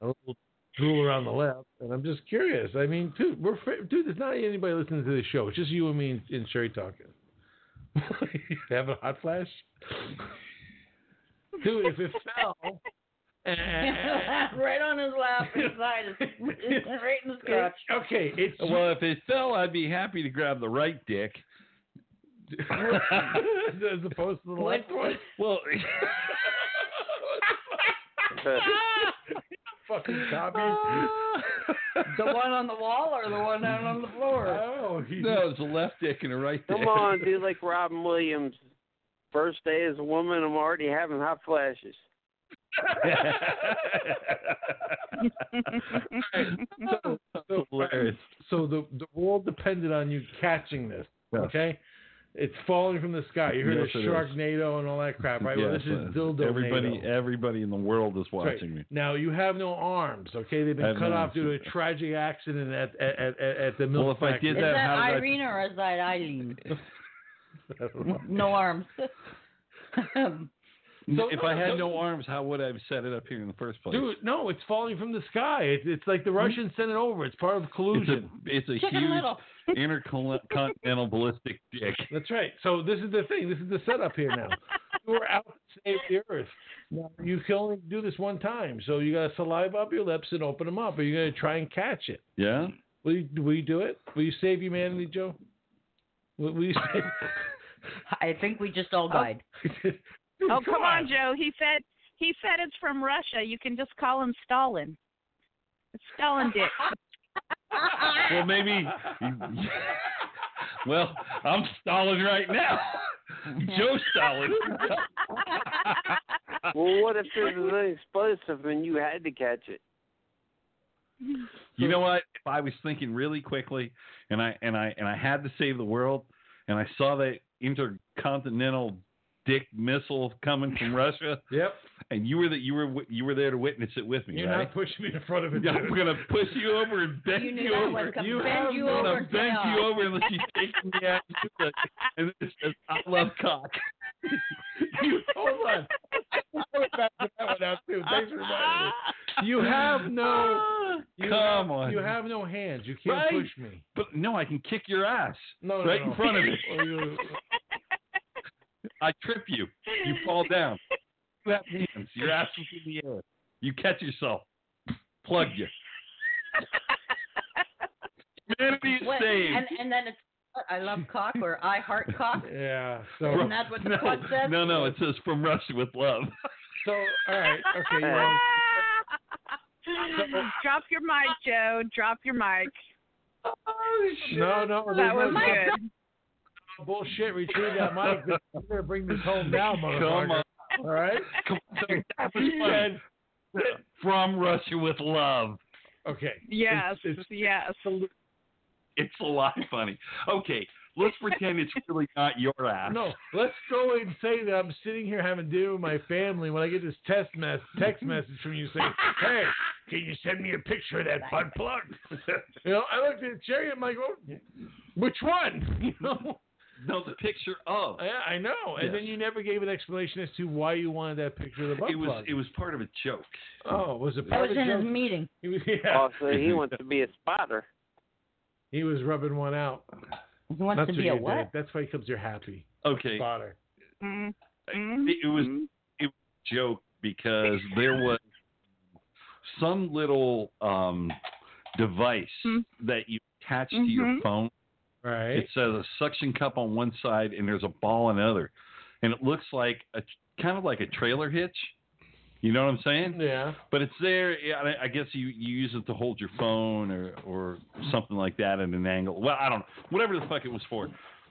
Speaker 4: a little drool around the lip. And I'm just curious. I mean, dude, we're fr- dude. There's not anybody listening to this show. It's just you and me and, and Sherry talking. you have a hot flash, dude. If it fell.
Speaker 6: right on his lap, inside, his, right in his crotch.
Speaker 4: okay, it's
Speaker 5: Well, if it fell, I'd be happy to grab the right dick.
Speaker 4: as opposed to the left one.
Speaker 5: Well,
Speaker 4: Fucking copy. Oh.
Speaker 6: The one on the wall or the one down on the floor?
Speaker 4: Oh, he
Speaker 5: no, it's a left dick and a right dick.
Speaker 8: Come on, do like Robin Williams. First day as a woman, I'm already having hot flashes.
Speaker 4: so, so,
Speaker 5: Hilarious.
Speaker 4: so the the world depended on you catching this.
Speaker 5: Yes.
Speaker 4: Okay, it's falling from the sky. You heard
Speaker 5: Yes,
Speaker 4: of
Speaker 5: it
Speaker 4: Sharknado and all that crap, right? well,
Speaker 5: Yes,
Speaker 4: this is
Speaker 5: uh,
Speaker 4: dildo.
Speaker 5: Everybody, everybody in the world is
Speaker 4: Right.
Speaker 5: watching me.
Speaker 4: Now you have no arms. Okay, they've been
Speaker 5: I have
Speaker 4: cut
Speaker 5: no
Speaker 4: off due to
Speaker 5: arms.
Speaker 4: a tragic accident at at at, at, at the milk
Speaker 5: Well, if I
Speaker 4: factory.
Speaker 5: did
Speaker 6: Is
Speaker 5: that-
Speaker 6: that
Speaker 5: how did I-
Speaker 6: Irene or is that Eileen?
Speaker 4: I don't know.
Speaker 6: No arms.
Speaker 4: So-
Speaker 5: if I had no arms, how would I have set it up here in the first place? Hmm?
Speaker 4: Dude, no, it's falling from the sky. It's, it's like the Russians sent it over. It's part of
Speaker 5: it's a
Speaker 4: collusion.
Speaker 5: it's a
Speaker 6: Chicken
Speaker 5: huge
Speaker 6: Little.
Speaker 5: intercontinental ballistic dick.
Speaker 4: That's right. So this is the thing. This is the setup here now. you were out to save the earth. Now, you can only do this one time. So you got to saliva up your lips and open them up. Are you going to try and catch it?
Speaker 5: Yeah.
Speaker 4: Will you, will you do it? Will you save humanity, Joe? Will, will you save?
Speaker 6: I think we just all died.
Speaker 4: Dude,
Speaker 7: Oh, come on, Joe. He said he said it's from Russia. You can just call him Stalin. It's Stalin dick.
Speaker 5: Well, maybe. well, I'm stalling right now. Joe Stalin.
Speaker 8: Well, what if this is an explosive and you had to catch it?
Speaker 5: You know
Speaker 4: Hmm.
Speaker 5: what? If I was thinking really quickly, and I and I and I had to save the world, and I saw that intercontinental dick missile coming from Russia,
Speaker 4: Yep.
Speaker 5: and you were that you were wi- you were there to witness it with me,
Speaker 4: You're
Speaker 5: right?
Speaker 4: not pushing me in front of it.
Speaker 5: Yeah, I'm gonna push you over and bend
Speaker 6: You
Speaker 5: you,
Speaker 6: knew that was
Speaker 5: over.
Speaker 6: coming.
Speaker 4: You
Speaker 6: Bend
Speaker 4: have
Speaker 6: you
Speaker 4: no-
Speaker 5: I'm
Speaker 6: over,
Speaker 5: gonna bend
Speaker 6: Joe.
Speaker 5: you over unless you take me out. And it says, "I love cock."
Speaker 4: You, hold on. I went back to that one out too. Thanks for reminding me. You have no. You
Speaker 5: Ah, Come
Speaker 4: have,
Speaker 5: on.
Speaker 4: You have no hands. You can't
Speaker 5: Right?
Speaker 4: push me.
Speaker 5: But no, I can kick your ass
Speaker 4: No, no,
Speaker 5: right
Speaker 4: no.
Speaker 5: in front of you.
Speaker 4: Well, you-
Speaker 5: I trip you. You fall down. You have hands. Your ass is in the air. You catch yourself. Plug you. Humanity is
Speaker 6: What-
Speaker 5: saved.
Speaker 6: and, and then it's I love cock or I heart cock.
Speaker 4: yeah. So,
Speaker 6: Isn't that what the
Speaker 5: no,
Speaker 6: plug says?
Speaker 5: no, no, it says from Russia with love.
Speaker 4: so all right. Okay. you know,
Speaker 7: Drop your mic, Joe. Drop your mic.
Speaker 4: no, no. Oh, there's
Speaker 7: That
Speaker 4: no
Speaker 7: was good.
Speaker 4: bullshit. Retrieve that mic. We're gonna bring this home now,
Speaker 5: Come
Speaker 4: motherfucker.
Speaker 5: on.
Speaker 4: All right.
Speaker 5: Come on. That was fun. From Russia with love.
Speaker 4: Okay.
Speaker 7: Yes, yes. Mm-hmm.
Speaker 5: It's a lot funny. Okay, let's pretend it's really not your ass.
Speaker 4: No, let's go and say that I'm sitting here having dinner with my family when I get this test mess text message from you saying, "Hey,
Speaker 3: Can you send me a picture of that butt plug?
Speaker 4: you know," I looked at Jerry. I'm like, "Oh, which one?" You know.
Speaker 5: No, the picture of.
Speaker 4: Yeah, I know. And
Speaker 5: Yes.
Speaker 4: then you never gave an explanation as to why you wanted that picture of the butt
Speaker 5: It was
Speaker 4: plug.
Speaker 5: it was part of a joke.
Speaker 4: oh, was it
Speaker 6: That
Speaker 4: part
Speaker 6: was
Speaker 4: of
Speaker 6: in
Speaker 4: the
Speaker 6: his
Speaker 4: joke?
Speaker 6: meeting.
Speaker 4: He was, yeah,
Speaker 8: Also, Oh, he wants to be a spotter.
Speaker 4: he was rubbing one out.
Speaker 6: He wants
Speaker 4: That's
Speaker 6: to
Speaker 4: what
Speaker 6: be
Speaker 4: you
Speaker 6: a
Speaker 4: did.
Speaker 6: what?
Speaker 4: That's why he comes here happy.
Speaker 5: Okay,
Speaker 4: Spotter.
Speaker 7: Mm.
Speaker 5: it, it was it was a joke because there was some little um, device
Speaker 7: Mm.
Speaker 5: that you attach to your
Speaker 7: Mhm.
Speaker 5: phone.
Speaker 4: Right.
Speaker 5: It says a suction cup on one side and there's a ball on the other, and it looks like a kind of like a trailer hitch. You know what I'm saying?
Speaker 4: yeah.
Speaker 5: But it's there. yeah, and I- I guess you, you use it to hold your phone or, or something like that at an angle. Well, I don't know. Whatever the fuck it was for.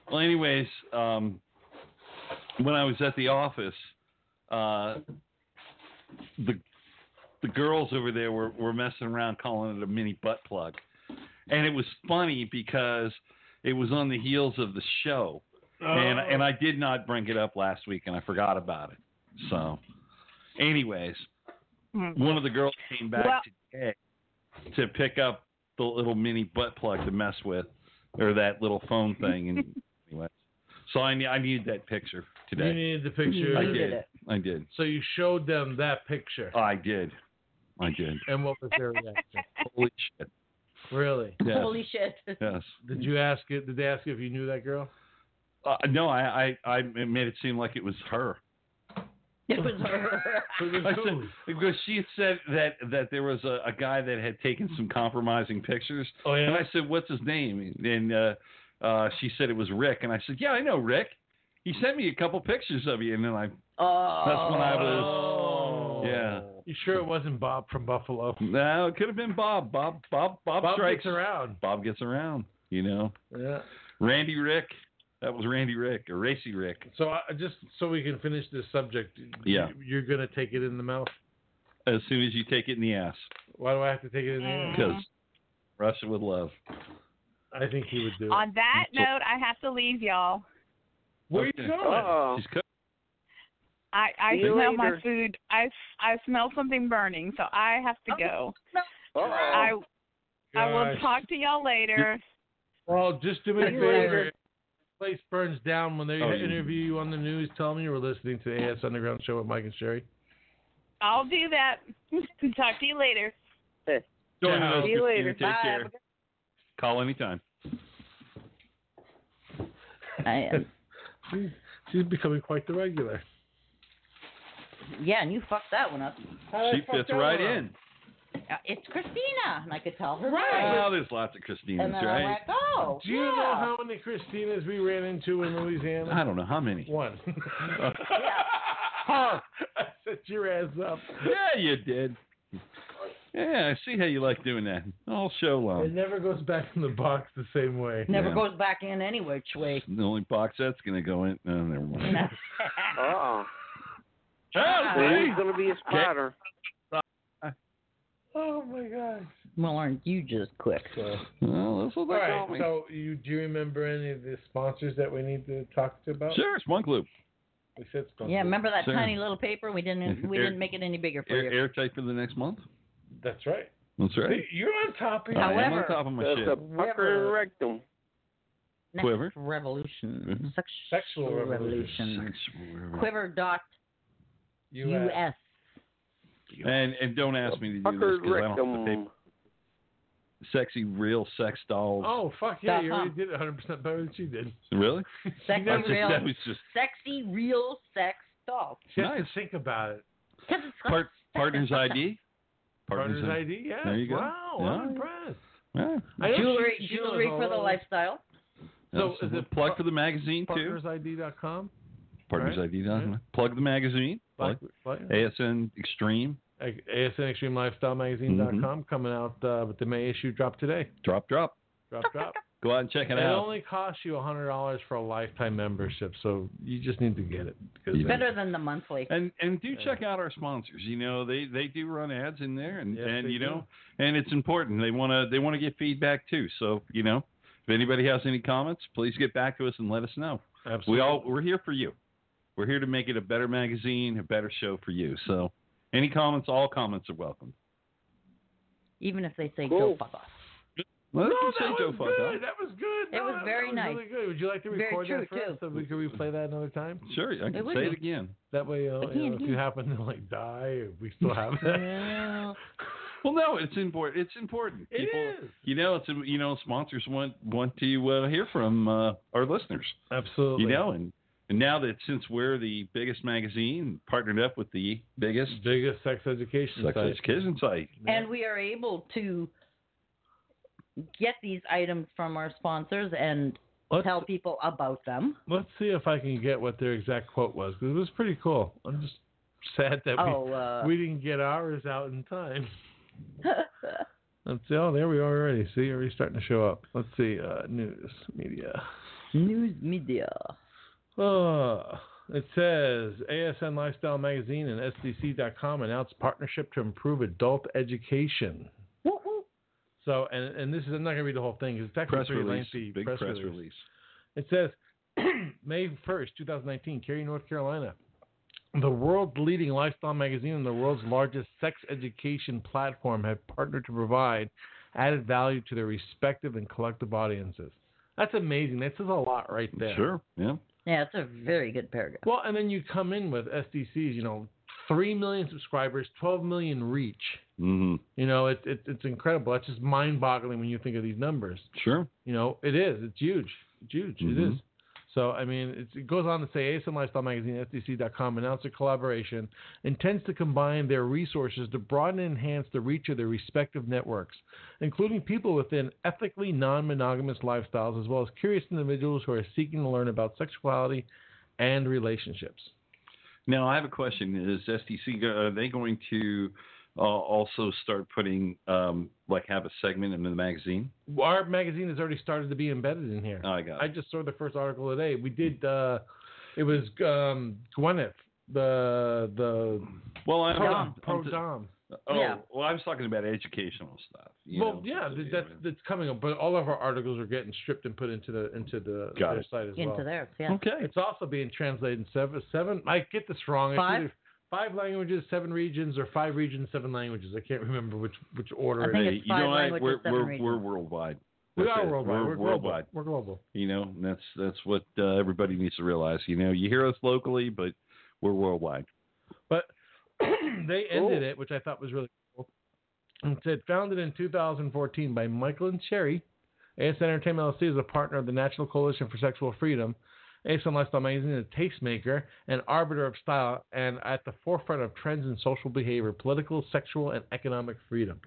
Speaker 5: Well, anyways, um, when I was at the office, uh, the the girls over there were, were messing around calling it a mini butt plug. And it was funny because it was on the heels of the show.
Speaker 4: Oh.
Speaker 5: And,
Speaker 4: Uh,
Speaker 5: and I did not bring it up last week and I forgot about it. So, anyways,
Speaker 7: Mm.
Speaker 5: one of the girls came back
Speaker 7: Well-
Speaker 5: today to pick up the little mini butt plug to mess with, or that little phone thing. And anyway, so I need I need that picture
Speaker 4: You
Speaker 5: today.
Speaker 4: needed the picture.
Speaker 5: I did.
Speaker 6: You did it.
Speaker 5: I did.
Speaker 4: So you showed them that picture.
Speaker 5: I did. I did.
Speaker 4: And what was their reaction?
Speaker 5: Holy shit!
Speaker 4: really?
Speaker 5: Yes.
Speaker 6: Holy shit.
Speaker 5: yes.
Speaker 4: Did you ask it? Did they ask you if you knew that girl?
Speaker 5: Uh, no, I, I I it made it seem like it was her.
Speaker 6: It was her.
Speaker 4: Who was
Speaker 5: I said,
Speaker 4: who?
Speaker 5: because she had said that that there was a, a guy that had taken some compromising pictures,
Speaker 4: Oh
Speaker 5: and
Speaker 4: yeah.
Speaker 5: I said, "What's his name?" And uh, uh, she said it was Rick, and I said, "Yeah, I know Rick. He sent me a couple pictures of you." And then I
Speaker 6: Oh.
Speaker 5: That's when I was-
Speaker 4: Oh.
Speaker 5: yeah.
Speaker 4: You sure it wasn't Bob from Buffalo?
Speaker 5: no, it could have been Bob. Bob Bob Bob,
Speaker 4: Bob
Speaker 5: strikes.
Speaker 4: gets around.
Speaker 5: Bob gets around. You know,
Speaker 4: Yeah.
Speaker 5: Randy Rick. That was Randy Rick or Racy Rick.
Speaker 4: So I, just so we can finish this subject.
Speaker 5: Yeah.
Speaker 4: you- You're gonna take it in the mouth.
Speaker 5: As soon as you take it in the ass,
Speaker 4: Why do I have to take it in the ass?
Speaker 5: because Russia would love.
Speaker 4: I think he would do it.
Speaker 7: On that note, I have to leave y'all.
Speaker 4: Where are
Speaker 5: Okay.
Speaker 4: you going?
Speaker 8: Uh-oh.
Speaker 5: She's cooking.
Speaker 7: I I
Speaker 8: See you
Speaker 7: smell my
Speaker 8: later.
Speaker 7: food. I I smell something burning, so I have to go. I
Speaker 8: Uh-oh.
Speaker 7: I will
Speaker 4: Gosh.
Speaker 7: talk to y'all later.
Speaker 4: Well, just do me a
Speaker 7: See you
Speaker 4: favor.
Speaker 7: later.
Speaker 4: If the Place burns down when they
Speaker 5: Oh, yeah.
Speaker 4: interview you on the news. Tell them you were listening to the AS Underground show with Mike and Sherry.
Speaker 7: I'll do that. talk to you later.
Speaker 5: Joining us,
Speaker 8: See you later.
Speaker 5: Christina. Take
Speaker 8: Bye.
Speaker 5: care. Call anytime.
Speaker 6: I, um,
Speaker 4: She's, she's becoming quite the regular.
Speaker 6: yeah, and you fucked that one up.
Speaker 5: She fits right in.
Speaker 6: Uh, it's Christina, and I could tell her.
Speaker 5: Well, Oh, there's lots of Christinas,
Speaker 6: And then I'm
Speaker 5: right?
Speaker 6: like, oh.
Speaker 4: Do you
Speaker 6: yeah.
Speaker 4: know how many Christinas we ran into in Louisiana?
Speaker 5: I don't know how many.
Speaker 4: One.
Speaker 5: yeah,
Speaker 4: Huh. I set your ass up.
Speaker 5: you did. Yeah, I see how you like doing that. All show um,
Speaker 4: It
Speaker 5: long.
Speaker 4: never goes back in the box the same way.
Speaker 6: Never
Speaker 5: Yeah.
Speaker 6: goes back in anyway, Chui.
Speaker 5: The only box that's gonna go in. No, never mind.
Speaker 6: No.
Speaker 8: Uh-oh.
Speaker 5: Oh,
Speaker 8: There's going to be a spotter.
Speaker 4: Oh my gosh.
Speaker 6: well, aren't you just quick?
Speaker 5: see? Well, that's what
Speaker 4: All
Speaker 5: they
Speaker 4: right.
Speaker 5: call me.
Speaker 4: So, you do you remember any of the sponsors that we need to talk to about?
Speaker 5: Sure, it's one clue.
Speaker 4: We said sponsors.
Speaker 6: Yeah, remember that
Speaker 5: Sure.
Speaker 6: tiny little paper? We didn't we
Speaker 5: Mm-hmm. Air-
Speaker 6: didn't make it any bigger for
Speaker 5: Air,
Speaker 6: you.
Speaker 5: airtight for the next month.
Speaker 4: That's right.
Speaker 5: That's right.
Speaker 4: You're on top of
Speaker 5: I am on
Speaker 6: However,
Speaker 5: top of my
Speaker 8: That's
Speaker 5: shit.
Speaker 8: a pucker and rectum.
Speaker 6: Next
Speaker 5: Quiver.
Speaker 6: Revolution.
Speaker 5: Mhm.
Speaker 6: Hmm. Sexual,
Speaker 4: Sexual
Speaker 6: revolution.
Speaker 5: Sexual revolution.
Speaker 6: Quiver dot
Speaker 4: you.
Speaker 6: U
Speaker 4: asked.
Speaker 6: S.
Speaker 5: And and don't ask me to do
Speaker 8: Pucker
Speaker 5: this
Speaker 8: and
Speaker 5: because I don't have the
Speaker 8: rectum.
Speaker 5: paper. Sexy real sex dolls.
Speaker 4: Oh fuck yeah!
Speaker 6: Dot
Speaker 4: You
Speaker 6: com.
Speaker 4: already did it 100 percent better than she did.
Speaker 5: Really?
Speaker 6: Sexy
Speaker 5: That's just-
Speaker 6: real
Speaker 5: that was just
Speaker 6: sexy real sex doll.
Speaker 4: She has
Speaker 5: Nice.
Speaker 4: to think about it.
Speaker 6: Because it's
Speaker 5: part, partners ID.
Speaker 4: Partners, ID. Yeah.
Speaker 5: There you go.
Speaker 4: Wow.
Speaker 5: Yeah.
Speaker 4: I'm impressed.
Speaker 5: Yeah.
Speaker 4: I know she-
Speaker 6: jewelry
Speaker 4: she knows
Speaker 6: jewelry
Speaker 4: all
Speaker 6: for the
Speaker 4: those.
Speaker 6: lifestyle.
Speaker 5: So is it plug for the magazine too?
Speaker 4: Partnersid.com.
Speaker 5: Partners
Speaker 4: right?
Speaker 5: ID. dot
Speaker 4: Yeah.
Speaker 5: Plug the magazine. Plug.
Speaker 4: Like, like,
Speaker 5: ASN Extreme.
Speaker 4: ASN Extreme Lifestyle
Speaker 5: Mm-hmm.
Speaker 4: Magazine.com coming out uh, with the May issue drop today.
Speaker 5: Drop, drop.
Speaker 4: Drop, drop.
Speaker 5: Go out and check it
Speaker 4: it
Speaker 5: out.
Speaker 4: only costs you $100 for a lifetime membership, so you just need to get it. 'cause
Speaker 5: You
Speaker 4: that-
Speaker 6: Better than the monthly.
Speaker 5: And and do check out our sponsors. You know they they do run ads in there, and
Speaker 4: Yes,
Speaker 5: and
Speaker 4: they
Speaker 5: you know
Speaker 4: do.
Speaker 5: and it's important. They wanna they wanna get feedback too. So you know if anybody has any comments, please get back to us and let us know.
Speaker 4: Absolutely.
Speaker 5: We all we're here for you. We're here to make it a better magazine, a better show for you. So any comments, all comments are welcome.
Speaker 6: Even if they say go
Speaker 8: Cool.
Speaker 6: fuck off.
Speaker 5: Well,
Speaker 4: No,
Speaker 5: say
Speaker 4: that
Speaker 5: Joe
Speaker 4: was
Speaker 5: Fuck Off.
Speaker 4: good. That was good.
Speaker 6: It
Speaker 4: No,
Speaker 6: was
Speaker 4: that-
Speaker 6: very
Speaker 4: that
Speaker 6: nice.
Speaker 4: Really good. Would you like to
Speaker 6: Very
Speaker 4: record
Speaker 6: true,
Speaker 4: that for
Speaker 6: too.
Speaker 4: us so we can replay that another time?
Speaker 5: Sure, I can
Speaker 6: would
Speaker 5: say
Speaker 6: be.
Speaker 5: it again.
Speaker 4: That way, uh, you know, if
Speaker 6: Again,
Speaker 4: you happen to like die, or we still have that.
Speaker 5: Well, no, it's important. It's important.
Speaker 4: It
Speaker 5: People,
Speaker 4: is.
Speaker 5: You know, it's you know, sponsors want want to uh, hear from uh, our listeners.
Speaker 4: Absolutely.
Speaker 5: You know, and and now that since we're the biggest magazine, partnered up with the biggest
Speaker 4: biggest sex education
Speaker 5: sex
Speaker 4: site.
Speaker 5: education site.
Speaker 6: and we are able to get these items from our sponsors and
Speaker 4: Let's-
Speaker 6: tell people about them.
Speaker 4: Let's see if I can get what their exact quote was because it was pretty cool. I'm just sad that
Speaker 6: Oh, uh,
Speaker 4: we, we didn't get ours out in time. Let's see. Oh, there we are already. See, already starting to show up. Let's see. Uh, news media.
Speaker 6: news media.
Speaker 4: Uh, it says ASN Lifestyle Magazine and SDC.com announced partnership to improve adult education. So, and, and this is, I'm not going to read the whole thing because it's actually
Speaker 5: Press
Speaker 4: pretty
Speaker 5: release,
Speaker 4: lengthy.
Speaker 5: big press, release.
Speaker 4: It says May 1st, 2019, Cary, North Carolina. The world's leading lifestyle magazine and the world's largest sex education platform have partnered to provide added value to their respective and collective audiences. That's amazing. That says a lot right there.
Speaker 5: Sure. Yeah.
Speaker 6: Yeah, it's a very good paragraph.
Speaker 4: Well, and then you come in with SDCs, you know, 3 million subscribers, 12 million reach.
Speaker 5: hmm
Speaker 4: You know, it, it, it's incredible. That's just mind boggling when you think of these numbers.
Speaker 5: Sure.
Speaker 4: You know, it is. It's huge. It's huge. It
Speaker 5: Mhm.
Speaker 4: is. So, I mean, it's, it goes on to say ASM Lifestyle Magazine, SDC.com announced a collaboration, intends to combine their resources to broaden and enhance the reach of their respective networks, including people within ethically non monogamous lifestyles, as well as curious individuals who are seeking to learn about sexuality and relationships.
Speaker 5: Now I have a question: Is SDC go- are they going to uh, also start putting um, like have a segment in the magazine?
Speaker 4: Our magazine has already started to be embedded in here.
Speaker 5: Oh, I got
Speaker 4: I
Speaker 5: it.
Speaker 4: just saw the first article today. We did. Uh, it was um, Gwyneth, the the
Speaker 5: well, I'm,
Speaker 4: pro,
Speaker 5: I'm-
Speaker 4: pro
Speaker 5: I'm-
Speaker 4: dom.
Speaker 5: oh,
Speaker 6: Yeah.
Speaker 5: well, I was talking about educational stuff. you
Speaker 4: Well,
Speaker 5: know,
Speaker 4: yeah,
Speaker 5: so,
Speaker 4: th- that's that's coming up. But all of our articles are getting stripped and put into the into the
Speaker 5: Got
Speaker 4: their
Speaker 5: it.
Speaker 4: site as
Speaker 6: Into
Speaker 4: well.
Speaker 6: theirs, yeah.
Speaker 5: okay.
Speaker 4: It's also being translated in seven seven. I get this wrong. It's
Speaker 6: Five?
Speaker 4: either Five languages, seven regions, or five regions, seven languages. I can't remember which which order
Speaker 6: I
Speaker 4: it
Speaker 6: think
Speaker 4: is.
Speaker 5: Hey,
Speaker 6: it's
Speaker 5: you know
Speaker 6: five
Speaker 5: what?
Speaker 6: languages,
Speaker 5: We're,
Speaker 6: seven
Speaker 5: we're,
Speaker 6: regions.
Speaker 5: we're worldwide.
Speaker 4: We
Speaker 5: That's
Speaker 4: are
Speaker 5: it.
Speaker 4: worldwide.
Speaker 5: We're
Speaker 4: We're
Speaker 5: worldwide.
Speaker 4: global. We're global.
Speaker 5: You know, and that's that's what uh, everybody needs to realize. You know, you hear us locally, but we're worldwide.
Speaker 4: But they ended
Speaker 5: Oh.
Speaker 4: it, which I thought was really cool. It said, founded in 2014 by Michael and Sherry, AS Entertainment LLC is a partner of the National Coalition for Sexual Freedom. ASM Lifestyle Magazine is a tastemaker and arbiter of style and at the forefront of trends in social behavior, political, sexual, and economic freedom.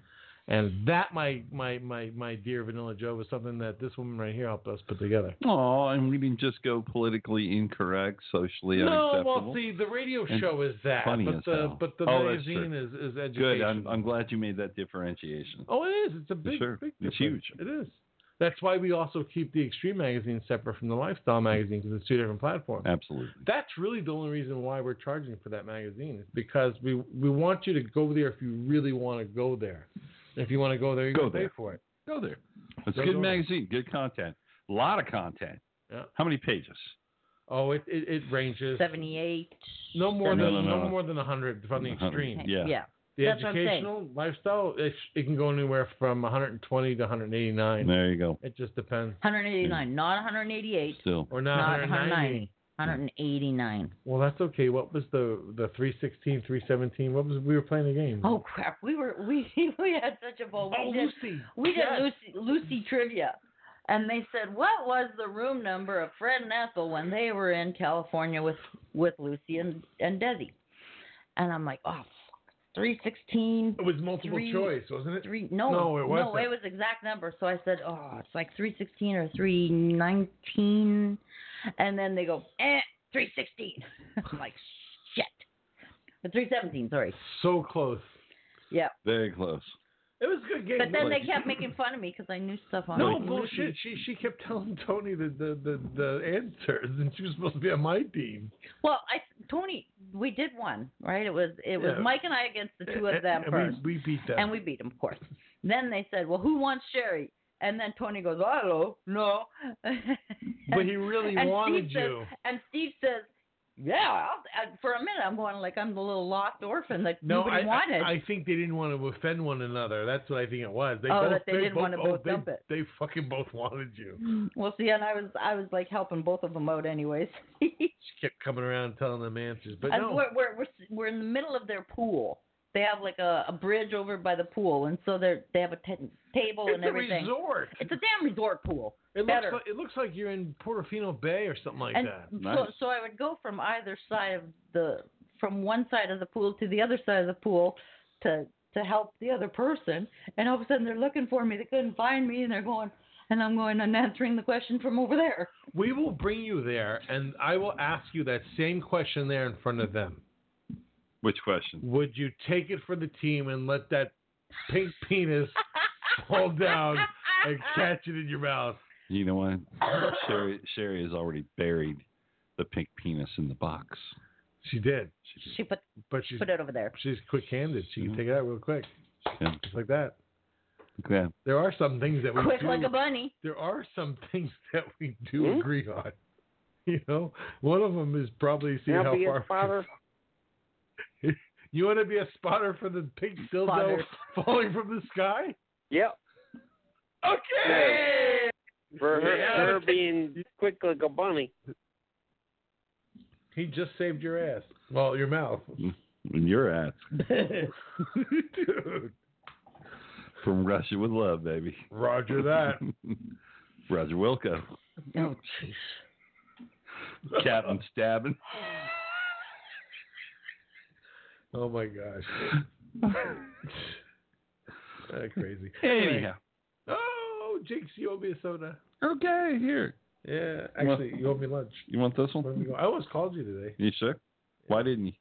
Speaker 4: And that, my, my, my, my dear Vanilla Joe, was something that this woman right here helped us put together.
Speaker 5: Oh, and we didn't just go politically incorrect, socially
Speaker 4: No,
Speaker 5: unacceptable.
Speaker 4: well, see, the radio
Speaker 5: And
Speaker 4: show is that,
Speaker 5: funny
Speaker 4: but
Speaker 5: as
Speaker 4: the
Speaker 5: hell.
Speaker 4: but the
Speaker 5: Oh, that's true.
Speaker 4: magazine is is education.
Speaker 5: Good. I'm, I'm glad you made that differentiation.
Speaker 4: Oh, it is. It's a big,
Speaker 5: sure.
Speaker 4: big.
Speaker 5: It's
Speaker 4: difference.
Speaker 5: huge.
Speaker 4: It is. That's why we also keep the Extreme magazine separate from the Lifestyle magazine because it's two different platforms.
Speaker 5: Absolutely.
Speaker 4: That's really the only reason why we're charging for that magazine is because we we want you to go there if you really want to go there. If you want to go there, you
Speaker 5: Go
Speaker 4: can pay
Speaker 5: there.
Speaker 4: for it.
Speaker 5: Go there. It's
Speaker 4: Go
Speaker 5: a good
Speaker 4: there.
Speaker 5: magazine. Good content. A lot of content.
Speaker 4: Yeah.
Speaker 5: How many pages?
Speaker 4: Oh, it it, it ranges
Speaker 6: 78.
Speaker 4: no more
Speaker 5: No,
Speaker 4: than
Speaker 5: no,
Speaker 4: no,
Speaker 5: no, no.
Speaker 4: more than hundred from the
Speaker 5: 100.
Speaker 4: Extreme.
Speaker 5: Yeah.
Speaker 6: Yeah.
Speaker 4: The
Speaker 6: That's what I'm saying.
Speaker 4: educational lifestyle it, it can go anywhere from 120 to 189.
Speaker 5: There you go.
Speaker 4: It just depends. Mm.
Speaker 6: 189, not 188,
Speaker 5: Still.
Speaker 4: Or
Speaker 6: not
Speaker 4: 190.
Speaker 6: 190, 189.
Speaker 4: Well, that's okay. What was the the 316, 317? What was we were playing the game?
Speaker 6: Oh crap! We were we we had such a bowl. we did,
Speaker 4: Oh, Lucy.
Speaker 6: we did
Speaker 4: Yes.
Speaker 6: Lucy Lucy trivia, and they said what was the room number of Fred and Ethel when they were in California with with Lucy and and Desi, and I'm like, oh, three sixteen.
Speaker 4: It was multiple
Speaker 6: Three-
Speaker 4: choice, wasn't it?
Speaker 6: Three, no,
Speaker 4: No, it
Speaker 6: no,
Speaker 4: wasn't.
Speaker 6: it was exact number. So I said, oh, it's like 316 or 319. And then they go, eh, 316. I'm like, shit. But 317, sorry.
Speaker 4: So close.
Speaker 5: Very close.
Speaker 4: It was a good game.
Speaker 6: But then
Speaker 5: like-
Speaker 6: they kept making fun of me because I knew stuff on
Speaker 4: no
Speaker 6: Lucy.
Speaker 4: bullshit. She she kept telling Tony the, the, the, the answers, and she was supposed to be on my team.
Speaker 6: Well, I Tony, we did one, right? It was it was
Speaker 4: Yeah.
Speaker 6: Mike and I against the two of
Speaker 4: And-
Speaker 6: them
Speaker 4: and
Speaker 6: first.
Speaker 4: We, we beat them.
Speaker 6: And we beat him, of course. Then they said, "Well, who wants Sherry?" And then Tony goes, "I don't know, no."
Speaker 4: but he really
Speaker 6: and
Speaker 4: wanted
Speaker 6: Steve says-
Speaker 4: you.
Speaker 6: and Steve says, "Yeah." I'll, and for a minute, I'm going like I'm the little lost orphan that
Speaker 4: No,
Speaker 6: nobody
Speaker 4: I,
Speaker 6: wanted.
Speaker 4: I I think they didn't want to offend one another. That's what I think it was. They
Speaker 6: Oh,
Speaker 4: both,
Speaker 6: that they didn't
Speaker 4: both,
Speaker 6: wanna
Speaker 4: oh,
Speaker 6: both
Speaker 4: they-
Speaker 6: dump it.
Speaker 4: They fucking both wanted you.
Speaker 6: well, see, and I was I was like helping both of them out, anyways.
Speaker 4: She kept coming around and telling them answers, but
Speaker 6: And
Speaker 4: no.
Speaker 6: we're, we're we're s- we're in the middle of their pool. They have like a, a bridge over by the pool, and so they are they have a t- table
Speaker 4: it's
Speaker 6: and everything.
Speaker 4: a resort.
Speaker 6: It's a damn resort pool.
Speaker 4: It
Speaker 6: better.
Speaker 4: looks like it looks like you're in Portofino Bay or something like
Speaker 6: and
Speaker 4: that.
Speaker 6: so,
Speaker 5: Nice.
Speaker 6: so I would go from either side of the from one side of the pool to the other side of the pool to to help the other person, and all of a sudden they're looking for me. They couldn't find me, and they're going, and I'm going and answering the question from over there.
Speaker 4: We will bring you there, and I will ask you that same question there in front of them.
Speaker 5: Which question?
Speaker 4: Would you take it for the team and let that pink penis fall down and catch it in your mouth?
Speaker 5: You know what? Sherry, Sherry has already buried the pink penis in the box.
Speaker 4: She did,
Speaker 6: She put
Speaker 4: but she's
Speaker 6: put it over there.
Speaker 4: she's quick-handed. She can
Speaker 5: Mhm.
Speaker 4: take it out real quick,
Speaker 5: Yeah.
Speaker 4: just like that.
Speaker 5: Yeah.
Speaker 4: There are some things that we
Speaker 6: Quick
Speaker 4: do.
Speaker 6: like a Hmm? bunny.
Speaker 4: there are some things that we do agree on. You know, one of them is probably see
Speaker 8: Now
Speaker 4: how
Speaker 8: be
Speaker 4: far
Speaker 8: a spotter.
Speaker 4: You want to be a spotter for the pink dildo
Speaker 6: Spotter.
Speaker 4: falling from the sky?
Speaker 8: Yep.
Speaker 3: Okay.
Speaker 8: for her,
Speaker 3: Yeah.
Speaker 8: her being quick like a bunny.
Speaker 4: He just saved your ass. Well, your mouth.
Speaker 5: When you're at
Speaker 4: Dude.
Speaker 5: from Russia with love, baby.
Speaker 4: Roger that.
Speaker 5: Roger Wilco,
Speaker 6: Oh,
Speaker 5: Captain Stabbing.
Speaker 4: Oh my gosh. That crazy.
Speaker 5: Anyhow,
Speaker 4: Oh, Jinx, you owe me a soda.
Speaker 5: okay, here.
Speaker 4: Yeah,
Speaker 5: Well-
Speaker 4: actually, you owe me lunch.
Speaker 5: You want this
Speaker 4: Where we
Speaker 5: one?
Speaker 4: go? I almost called you today
Speaker 5: You sick? Why didn't you?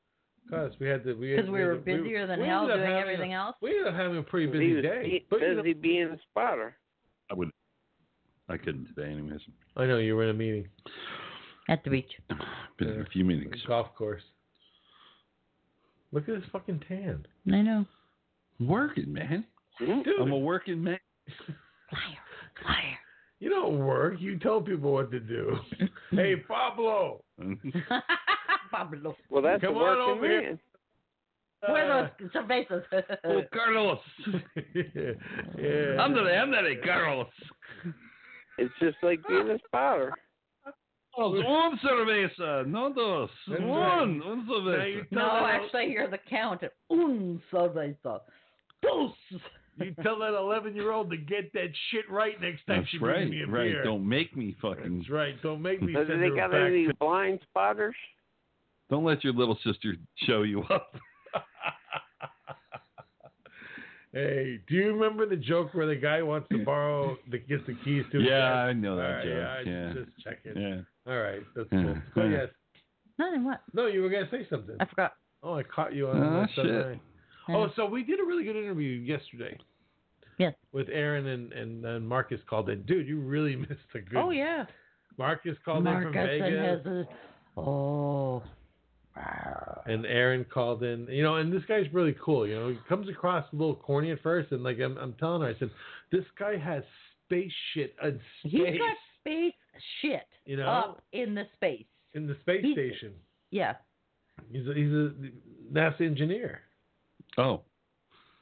Speaker 4: because we had to.
Speaker 6: because
Speaker 4: Because
Speaker 6: we were busier than hell doing everything else.
Speaker 4: We ended up having a pretty
Speaker 8: he
Speaker 4: busy
Speaker 8: was
Speaker 4: day.
Speaker 8: be-
Speaker 4: but you
Speaker 8: busy being a spotter.
Speaker 5: I would. I couldn't today, anyways.
Speaker 4: know- I know you were in a meeting,
Speaker 6: At the beach.
Speaker 5: Been in a
Speaker 4: Yeah.
Speaker 5: few meetings.
Speaker 4: golf course. Look at this fucking tan,
Speaker 6: I know.
Speaker 5: Working, man.
Speaker 4: dude.
Speaker 5: I'm a working man.
Speaker 6: Liar. Liar.
Speaker 4: you don't work. You tell people what to do. hey, Pablo.
Speaker 6: Pablo.
Speaker 8: Well, that's
Speaker 4: Come
Speaker 8: a
Speaker 4: on
Speaker 8: working
Speaker 4: over here.
Speaker 8: man.
Speaker 4: Uh,
Speaker 6: Where those cervezas?
Speaker 3: Oh, Carlos.
Speaker 4: yeah.
Speaker 3: I'm the I'm not a Carlos.
Speaker 8: It's just like being a spotter.
Speaker 3: One cerveza, no dos.
Speaker 4: That's
Speaker 3: One, one
Speaker 4: Now you
Speaker 3: cerveza.
Speaker 4: tell
Speaker 6: no,
Speaker 4: that-
Speaker 6: actually, you're the count. Un cerveza. Dos.
Speaker 4: You tell that 11 year old to get that shit right next time
Speaker 5: That's
Speaker 4: she
Speaker 5: right.
Speaker 4: brings me a
Speaker 5: Right.
Speaker 4: beer.
Speaker 5: Don't make me fucking.
Speaker 4: That's right. Don't make me
Speaker 8: Does
Speaker 4: send
Speaker 8: they
Speaker 4: her
Speaker 8: got
Speaker 4: back.
Speaker 8: any blind spotters?
Speaker 5: Don't let your little sister show you up.
Speaker 4: Hey, do you remember the joke where the guy wants to borrow the gets the keys to? his
Speaker 5: yeah,
Speaker 4: car?
Speaker 5: I know
Speaker 4: All
Speaker 5: that
Speaker 4: right,
Speaker 5: joke.
Speaker 4: yeah,
Speaker 5: Yeah.
Speaker 4: I Just checking.
Speaker 5: yeah.
Speaker 4: All right, that's
Speaker 5: Yeah.
Speaker 4: cool. Go
Speaker 5: Yeah.
Speaker 4: yes.
Speaker 6: Nothing. What?
Speaker 4: No, you were gonna say something.
Speaker 6: I forgot.
Speaker 4: Oh, I caught you on
Speaker 5: Ah,
Speaker 4: that stuff,
Speaker 5: shit.
Speaker 4: right. Oh, so we did a really good interview yesterday.
Speaker 6: Yes.
Speaker 4: With Aaron and, and, and Marcus called in. Dude, you really missed a good.
Speaker 6: Oh yeah.
Speaker 4: Marcus called in from
Speaker 6: Marcus
Speaker 4: Vegas.
Speaker 6: and his. uh, Oh.
Speaker 4: and Aaron called in. You know, and this guy's really cool. You know, he comes across a little corny at first, and like I'm, I'm telling her, I said, this guy has space shit in
Speaker 6: He's
Speaker 4: space
Speaker 6: got space shit
Speaker 4: You know?
Speaker 6: up in the space.
Speaker 4: in the space
Speaker 6: he's-
Speaker 4: station.
Speaker 6: Yeah.
Speaker 4: He's a, he's a NASA engineer,
Speaker 5: Oh,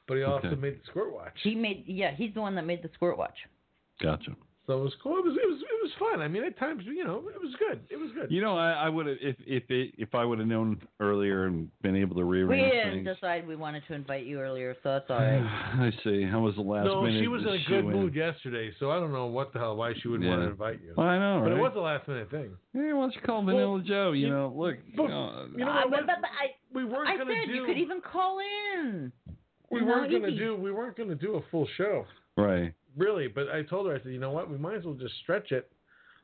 Speaker 4: but he also
Speaker 5: Okay.
Speaker 4: made the squirt watch.
Speaker 6: He made. Yeah. He's the one that made the squirt watch.
Speaker 5: gotcha.
Speaker 4: So it was cool. It was it was it was fun. I mean, at times, you know, it was good. It was good.
Speaker 5: You know, I, I would have if if it, if I would have known earlier and been able to
Speaker 6: We
Speaker 5: rearrange
Speaker 6: didn't
Speaker 5: things.
Speaker 6: decide we wanted to invite you earlier, so that's all right.
Speaker 5: I see. How was the last
Speaker 4: no,
Speaker 5: minute?
Speaker 4: she was in a
Speaker 5: that
Speaker 4: good
Speaker 5: went?
Speaker 4: mood yesterday, so I don't know what the hell why she would want
Speaker 5: Yeah.
Speaker 4: to invite you.
Speaker 5: Well, I know,
Speaker 4: But
Speaker 5: right?
Speaker 4: it was a last minute thing.
Speaker 5: Hey, why don't you call Vanilla Joe? You, know, look.
Speaker 4: but-
Speaker 5: uh,
Speaker 4: You know
Speaker 6: Uh,
Speaker 4: what?
Speaker 6: but, but- but I,
Speaker 4: we weren't
Speaker 6: I
Speaker 4: gonna
Speaker 6: said
Speaker 4: do.
Speaker 6: you could even call in.
Speaker 4: we
Speaker 6: No,
Speaker 4: weren't gonna
Speaker 6: easy.
Speaker 4: do. We weren't gonna do a full show.
Speaker 5: right.
Speaker 4: really. But I told her, I said, you know what? We might as well just stretch it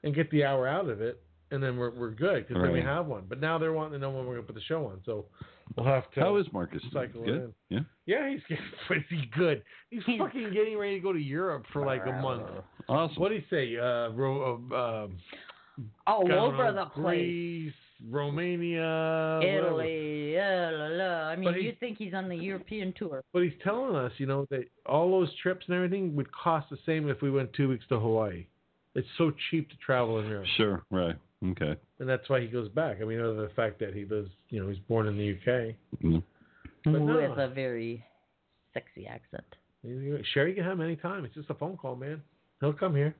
Speaker 4: and get the hour out of it, and then we're we're good because then we
Speaker 5: Right.
Speaker 4: have one. But now they're wanting to know when we're going to put the show on, so we'll have to.
Speaker 5: How is Marcus?
Speaker 4: cycle
Speaker 5: good.
Speaker 4: in.
Speaker 5: Yeah.
Speaker 4: yeah, he's getting pretty good. He's
Speaker 6: He's-
Speaker 4: fucking getting ready to go to Europe for like a month.
Speaker 5: Awesome.
Speaker 4: What do you say? Uh, ro- uh, um,
Speaker 6: All
Speaker 4: I don't
Speaker 6: over
Speaker 4: know,
Speaker 6: the place.
Speaker 4: Greece, Romania, uh, whatever.
Speaker 6: Italy, yeah, la, la. I mean,
Speaker 4: But he-
Speaker 6: you'd think he's on the European tour.
Speaker 4: But he's telling us, you know, that all those trips and everything would cost the same if we went two weeks to Hawaii. It's so cheap to travel in Europe.
Speaker 5: Sure. Right. Okay.
Speaker 4: and that's why he goes back. I mean, other than the fact that he lives, you know, he's born in the UK.
Speaker 5: Mm.
Speaker 4: But no.
Speaker 6: With a very sexy accent.
Speaker 4: He's- Sherry can have him anytime. It's just a phone call, man. He'll come here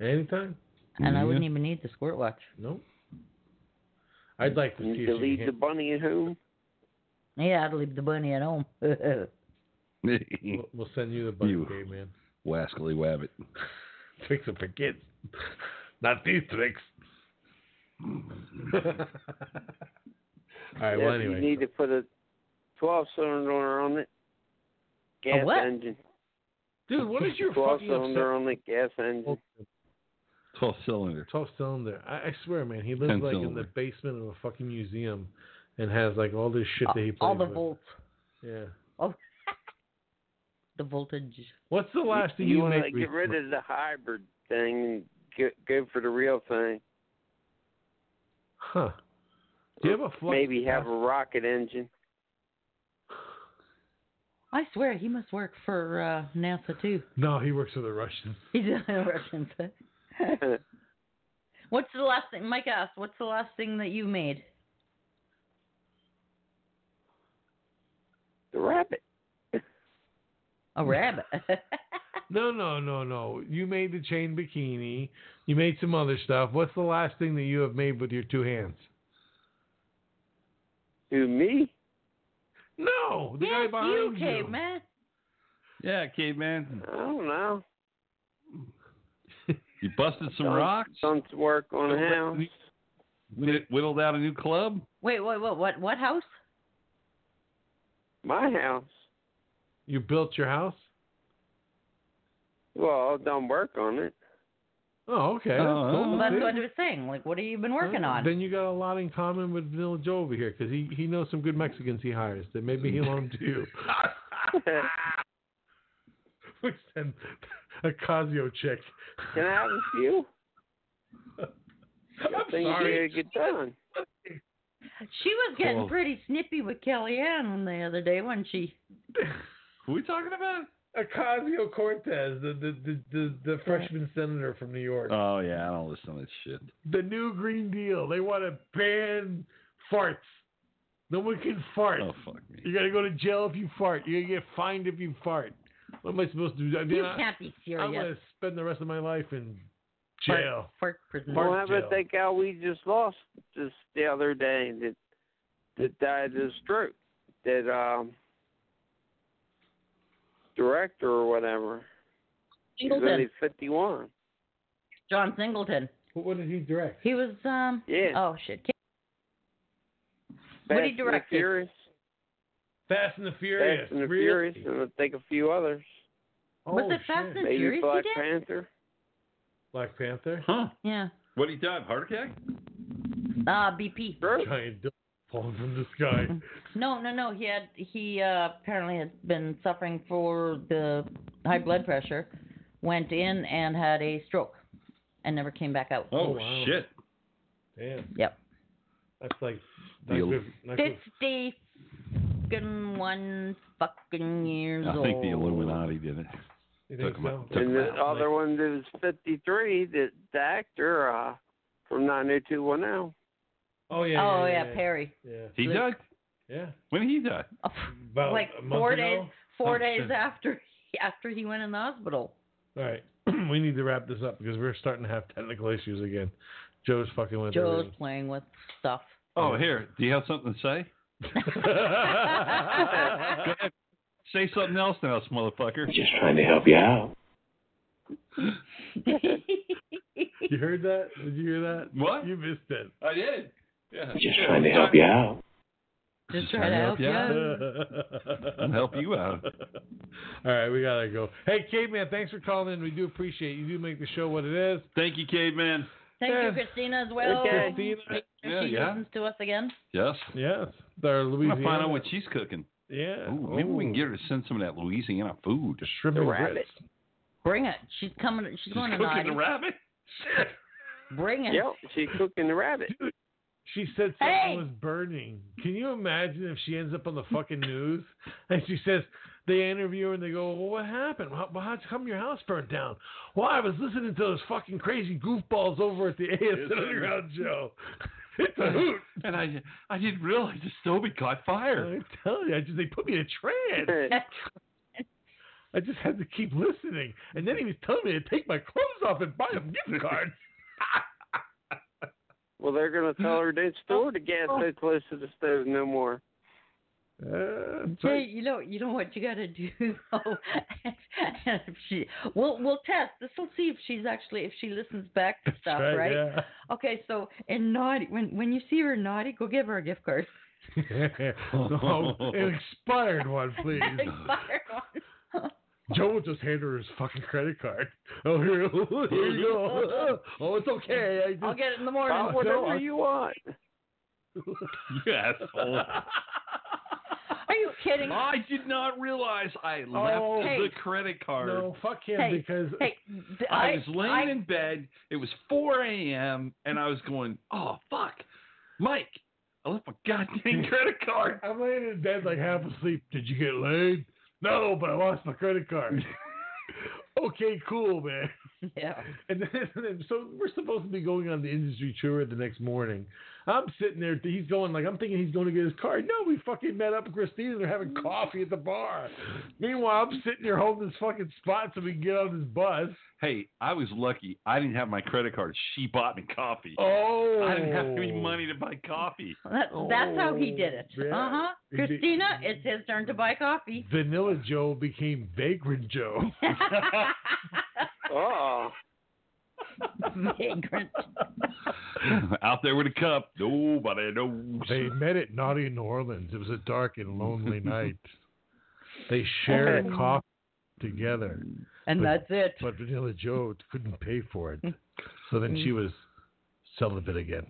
Speaker 4: anytime.
Speaker 6: And I
Speaker 5: Yeah.
Speaker 6: wouldn't even need the squirt watch.
Speaker 4: No, I'd like to see
Speaker 8: You
Speaker 4: if she
Speaker 8: leave
Speaker 4: can
Speaker 8: the bunny at home.
Speaker 6: Yeah, I'd leave the bunny at home.
Speaker 4: We'll, we'll send you the buddy
Speaker 5: You.
Speaker 4: game, man.
Speaker 5: Wascally Wabbit.
Speaker 4: Tricks are for kids, not these tricks. All right. Well,
Speaker 8: Yeah,
Speaker 4: anyway,
Speaker 8: You need to put a 12 cylinder on it. Gas
Speaker 6: what?
Speaker 8: engine.
Speaker 4: dude, what is your
Speaker 8: 12
Speaker 4: fucking
Speaker 8: cylinder
Speaker 4: obsession?
Speaker 8: on the gas engine.
Speaker 5: Twelve cylinder.
Speaker 4: Twelve cylinder. I, I swear, man, he lives
Speaker 5: Ten
Speaker 4: like in
Speaker 5: cylinder.
Speaker 4: the basement of a fucking museum, and has like all this shit that
Speaker 8: Uh,
Speaker 4: he plays
Speaker 6: All the
Speaker 4: with.
Speaker 6: volts,
Speaker 4: Yeah.
Speaker 6: the voltage.
Speaker 4: What's the last thing you,
Speaker 8: want
Speaker 4: make?
Speaker 8: to get rid of the hybrid thing and get, go for the real thing.
Speaker 4: Huh? Do you have a flux?
Speaker 8: Maybe have a rocket engine.
Speaker 6: I swear he must work for uh, NASA too.
Speaker 4: No, he works for the Russians.
Speaker 6: He's a Russian. what's the last thing, Mike asked? What's the last thing that you made?
Speaker 8: The rabbit.
Speaker 6: A rabbit.
Speaker 4: No, no, no, no. You made the chain bikini. You made some other stuff. What's the last thing that you have made with your two hands?
Speaker 8: To me?
Speaker 4: No, the guy
Speaker 6: Yes,
Speaker 4: behind
Speaker 6: you
Speaker 4: you.
Speaker 6: caveman.
Speaker 5: Yeah, caveman.
Speaker 8: I don't know.
Speaker 5: You busted some
Speaker 8: Done-
Speaker 5: rocks.
Speaker 8: Done some work on a house.
Speaker 5: whitt- Whittled out a new club.
Speaker 6: Wait, wait, what, what, what house?
Speaker 8: My house.
Speaker 4: You built your house?
Speaker 8: Well, I've done work on it.
Speaker 4: Oh, okay.
Speaker 5: Oh,
Speaker 4: that's cool.
Speaker 6: Well, that's
Speaker 4: See?
Speaker 6: what I was saying. Like, what have you been working on?
Speaker 4: Then you got a lot in common with Vanilla Joe over here because he, he knows some good Mexicans he hires that maybe he'll loan to you.
Speaker 8: Can
Speaker 4: We send a Casio check.
Speaker 8: I have a few?
Speaker 4: I'm
Speaker 8: Things
Speaker 4: sorry.
Speaker 8: you gotta get done.
Speaker 6: She was getting
Speaker 5: Cool.
Speaker 6: pretty snippy with Kellyanne the other day, wasn't she?
Speaker 5: Who we talking about?
Speaker 4: A Casio Cortez, the the, the, the the freshman senator from New York.
Speaker 5: Oh yeah, I don't listen to that shit.
Speaker 4: the new Green Deal. They want to ban farts. No one can fart.
Speaker 5: Oh fuck me.
Speaker 4: You gotta go to jail if you fart. You're gonna get fined if you fart. What am I supposed to do? I mean,
Speaker 6: You
Speaker 4: I-
Speaker 6: can't be
Speaker 4: I'm
Speaker 6: serious.
Speaker 4: gonna spend the rest of my life in jail.
Speaker 6: Fart prison.
Speaker 4: Fart
Speaker 8: Well, how
Speaker 4: jail.
Speaker 8: about that guy we just lost just the other day that that died of stroke? That um director or whatever. He's
Speaker 6: Singleton.
Speaker 8: only fifty one.
Speaker 6: John Singleton.
Speaker 4: What, what did he direct?
Speaker 6: He was um.
Speaker 8: Yeah.
Speaker 6: Oh shit. What
Speaker 8: Fast
Speaker 6: he
Speaker 8: and the
Speaker 6: directed?
Speaker 8: Furious.
Speaker 4: Fast and the Furious.
Speaker 8: Fast and the
Speaker 4: really?
Speaker 8: Furious and I think a few others.
Speaker 6: Was
Speaker 4: Oh,
Speaker 6: it Fast
Speaker 4: shit.
Speaker 6: and- The
Speaker 8: Maybe
Speaker 6: Furious he
Speaker 8: Black
Speaker 6: did?
Speaker 8: Panther.
Speaker 4: Black Panther?
Speaker 5: Huh?
Speaker 6: Yeah.
Speaker 5: What did he die of? Heart attack?
Speaker 6: Uh, BP.
Speaker 8: Sure.
Speaker 4: Giant dog falling from the sky.
Speaker 6: Mm-hmm. No, no, no. He had he uh, apparently had been suffering for the high blood pressure, went in and had a stroke, and never came back out.
Speaker 5: Oh,
Speaker 4: wow.
Speaker 5: shit.
Speaker 4: Damn.
Speaker 6: Yep.
Speaker 4: That's like not
Speaker 5: The-
Speaker 4: good, not good.
Speaker 6: Fifty fucking one fucking years
Speaker 5: I
Speaker 6: old.
Speaker 5: think the Illuminati did it.
Speaker 4: You think
Speaker 5: took him out-
Speaker 4: so?
Speaker 5: took
Speaker 8: And the
Speaker 5: him
Speaker 4: out.
Speaker 8: other one that was fifty three, the the actor, uh from nine oh two one oh.
Speaker 4: Oh yeah.
Speaker 6: Oh
Speaker 4: yeah,
Speaker 6: yeah,
Speaker 4: yeah,
Speaker 6: Perry.
Speaker 4: yeah.
Speaker 5: He
Speaker 6: Luke.
Speaker 5: died?
Speaker 4: Yeah.
Speaker 5: When did he die?
Speaker 4: About
Speaker 6: like
Speaker 4: a month
Speaker 6: four
Speaker 4: ago?
Speaker 6: days four
Speaker 5: Oh,
Speaker 6: days
Speaker 5: shit.
Speaker 6: after after he went in the hospital.
Speaker 4: All right. we need to wrap this up because we're starting to have technical issues again. Joe's fucking with
Speaker 6: Joe's
Speaker 4: everything.
Speaker 6: playing with stuff.
Speaker 5: Oh, here. Do you have something to say? Say something else to us, motherfucker.
Speaker 2: Just trying to help you out.
Speaker 4: you heard that? Did you hear that?
Speaker 5: What?
Speaker 4: You missed it.
Speaker 5: I did. Yeah.
Speaker 2: Just trying to help you out.
Speaker 6: Just trying to help you out.
Speaker 5: I'll help you out.
Speaker 4: All right, we gotta go. Hey, caveman, thanks for calling in. We do appreciate it. you. Do make the show what it is.
Speaker 5: Thank you, caveman.
Speaker 6: Thank you,
Speaker 4: Yeah.
Speaker 6: Christina, as well.
Speaker 8: Okay.
Speaker 4: Christina.
Speaker 5: Yeah,
Speaker 6: She
Speaker 5: yeah.
Speaker 6: listens to us again.
Speaker 5: Yes.
Speaker 4: Yes, our
Speaker 5: I'm
Speaker 4: Louisiana.
Speaker 5: gonna find out what she's cooking.
Speaker 4: Yeah.
Speaker 5: Ooh, maybe we can
Speaker 4: Ooh.
Speaker 5: get her to send some of that Louisiana food.
Speaker 4: the shrimp and
Speaker 8: rabbit.
Speaker 4: grits.
Speaker 6: Bring it. She's coming. She's,
Speaker 5: She's
Speaker 6: going
Speaker 5: cooking
Speaker 6: tonight.
Speaker 5: the rabbit. Shit.
Speaker 6: Bring it.
Speaker 8: Yep, she's cooking the rabbit.
Speaker 4: She said something
Speaker 6: Hey!
Speaker 4: was burning. Can you imagine if she ends up on the fucking news and she says they interview her and they go, "Well, what happened? How, how come your house burned down?" Well, I was listening to those fucking crazy goofballs over at the ASN Underground show. It's a hoot.
Speaker 5: And I, I didn't realize the stove had caught fire.
Speaker 4: I tell you, I just they put me in a trance. I just had to keep listening. And then he was telling me to take my clothes off and buy him gift cards.
Speaker 8: Well, they're going to tell her they store the gas so close to the stove no more.
Speaker 4: Uh, that's
Speaker 6: Jay,
Speaker 4: right.
Speaker 6: you know, you know what you gotta do. though? if she, we'll we'll test. This will see if she's actually if she listens back to
Speaker 4: That's
Speaker 6: stuff,
Speaker 4: right, yeah.
Speaker 6: Okay, so and naughty when when you see her naughty, go give her a gift card.
Speaker 4: no, Oh, an expired one, please.
Speaker 6: Expired one.
Speaker 4: Joe will just hand her his fucking credit card. Oh, here, here you go. Oh, it's okay. I just...
Speaker 6: I'll get it in the
Speaker 8: Buy
Speaker 6: morning.
Speaker 8: whatever
Speaker 4: I-
Speaker 8: you want.
Speaker 5: You asshole.
Speaker 6: Are you kidding?
Speaker 5: I did not realize I left
Speaker 4: Oh,
Speaker 5: the
Speaker 6: hey.
Speaker 5: credit card.
Speaker 4: No, fuck him
Speaker 6: Hey,
Speaker 4: because
Speaker 6: Hey, d-
Speaker 5: I,
Speaker 6: I
Speaker 5: was laying
Speaker 6: I-
Speaker 5: in bed. It was 4 a.m. and I was going, "Oh fuck, Mike, I left my goddamn credit card."
Speaker 4: I'm laying in bed like half asleep. Did you get laid? No, but I lost my credit card. okay, cool, man.
Speaker 6: Yeah.
Speaker 4: And then, so we're supposed to be going on the industry tour the next morning. I'm sitting there. He's going like I'm thinking he's going to get his card. No, we fucking met up, with Christina. They're having coffee at the bar. Meanwhile, I'm sitting here holding this fucking spot so we can get on this bus.
Speaker 5: Hey, I was lucky. I didn't have my credit card. She bought me coffee.
Speaker 4: Oh,
Speaker 5: I didn't have any money to buy coffee.
Speaker 6: That, that's how he did it.
Speaker 4: Oh, yeah.
Speaker 6: Uh huh.
Speaker 4: Is it-
Speaker 6: Christina, it's his turn to buy coffee.
Speaker 4: Vanilla Joe became Vagrant Joe.
Speaker 8: Oh,
Speaker 6: Vagrant.
Speaker 5: Out there with a cup. Nobody knows.
Speaker 4: They met at Naughty New Orleans. It was a dark and lonely night. They shared
Speaker 5: Oh.
Speaker 4: a coffee together,
Speaker 6: And
Speaker 4: But-
Speaker 6: that's it.
Speaker 4: but Vanilla Joe couldn't pay for it. So then she was celibate again.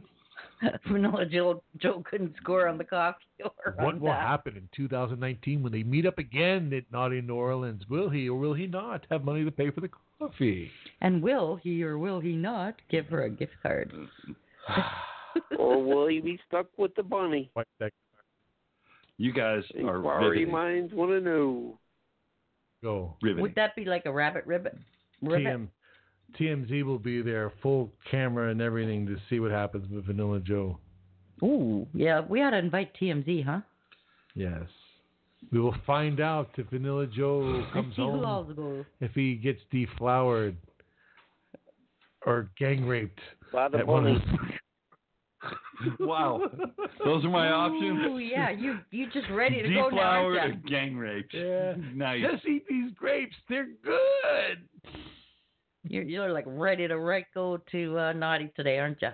Speaker 6: Vanilla Joe, Joe couldn't score on the coffee or
Speaker 4: What
Speaker 6: on
Speaker 4: will
Speaker 6: that.
Speaker 4: happen in 2019 when they meet up again at Naughty New Orleans? Will he or will he not have money to pay for the coffee?
Speaker 6: And will he or will he not give her a gift card?
Speaker 8: or
Speaker 4: Oh,
Speaker 8: will you be stuck with the bunny?
Speaker 4: Why that
Speaker 5: You guys are
Speaker 8: Inquiry
Speaker 5: riveting.
Speaker 8: minds want to know.
Speaker 4: go?
Speaker 5: riveting.
Speaker 6: Would that be like a rabbit ribbit? ribbit?
Speaker 4: TM, TMZ will be there, full camera and everything, to see what happens with Vanilla Joe.
Speaker 6: Ooh, yeah. We ought to invite TMZ, huh?
Speaker 4: Yes. We will find out if Vanilla Joe comes
Speaker 6: See who
Speaker 4: home,
Speaker 6: all's go.
Speaker 4: if he gets deflowered or gang raped.
Speaker 8: By the
Speaker 4: at one
Speaker 8: bunny.
Speaker 4: of the-
Speaker 5: Wow. Those are my
Speaker 6: Ooh,
Speaker 5: options.
Speaker 6: yeah. You you just ready to go now,
Speaker 5: Deflowered
Speaker 6: aren't
Speaker 5: and gang raped.
Speaker 4: Yeah.
Speaker 5: Nice.
Speaker 4: Just eat these grapes. They're good.
Speaker 6: you? You're, you're like ready to right go to uh, naughty today, aren't you?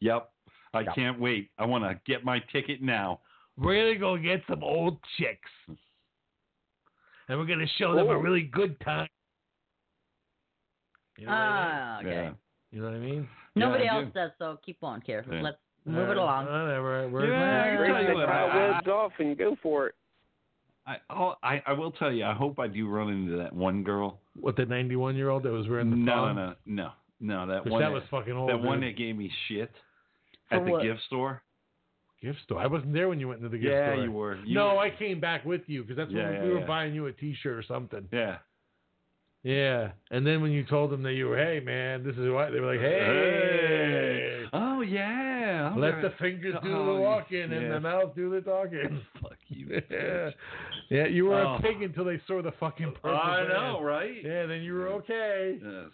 Speaker 5: Yep. I can't wait. I want to get my ticket now.
Speaker 4: We're going to go get some old chicks. And we're going to show
Speaker 6: Oh.
Speaker 4: them a
Speaker 8: Ooh.
Speaker 4: really good time. You know, what I mean?
Speaker 6: Ah, okay.
Speaker 5: Yeah.
Speaker 4: You know what I mean?
Speaker 6: Nobody
Speaker 5: Yeah, I
Speaker 6: else does, so keep on, Care.
Speaker 5: Yeah.
Speaker 6: Let's move it
Speaker 4: Uh,
Speaker 6: along.
Speaker 4: Whatever. We're,
Speaker 5: Yeah,
Speaker 4: we're-
Speaker 5: I'll tell
Speaker 8: Break
Speaker 5: you
Speaker 8: the
Speaker 5: what,
Speaker 8: cobwebs off and go for it.
Speaker 5: I, I'll, I I will tell you. I hope I do run into that one girl.
Speaker 4: What, the 91 year old that was wearing the
Speaker 5: No,
Speaker 4: thong?
Speaker 5: no, no, no. That
Speaker 4: Which
Speaker 5: one.
Speaker 4: that was fucking old.
Speaker 5: that
Speaker 4: dude.
Speaker 5: one that gave me shit
Speaker 6: For
Speaker 5: at the
Speaker 6: what?
Speaker 5: gift store.
Speaker 4: gift store. I wasn't there when you went into the gift
Speaker 5: yeah,
Speaker 4: store.
Speaker 5: you were. You
Speaker 4: no,
Speaker 5: were-
Speaker 4: I came back with you because that's
Speaker 5: Yeah,
Speaker 4: when
Speaker 5: yeah,
Speaker 4: we were
Speaker 5: yeah.
Speaker 4: buying you a T-shirt or something.
Speaker 5: Yeah.
Speaker 4: Yeah, and then when you told them that you were, hey man, this is why they were like, hey,
Speaker 5: Hey. Oh yeah. I'm
Speaker 4: let the
Speaker 5: gonna-
Speaker 4: fingers do
Speaker 5: Oh,
Speaker 4: the walking and
Speaker 5: yeah.
Speaker 4: the mouth do the talking.
Speaker 5: fuck you.
Speaker 4: yeah,
Speaker 5: bitch.
Speaker 4: yeah, you were
Speaker 5: Oh.
Speaker 4: a pig until they saw the fucking. purple
Speaker 5: I
Speaker 4: van.
Speaker 5: know, right?
Speaker 4: Yeah, then you were okay.
Speaker 5: Yes.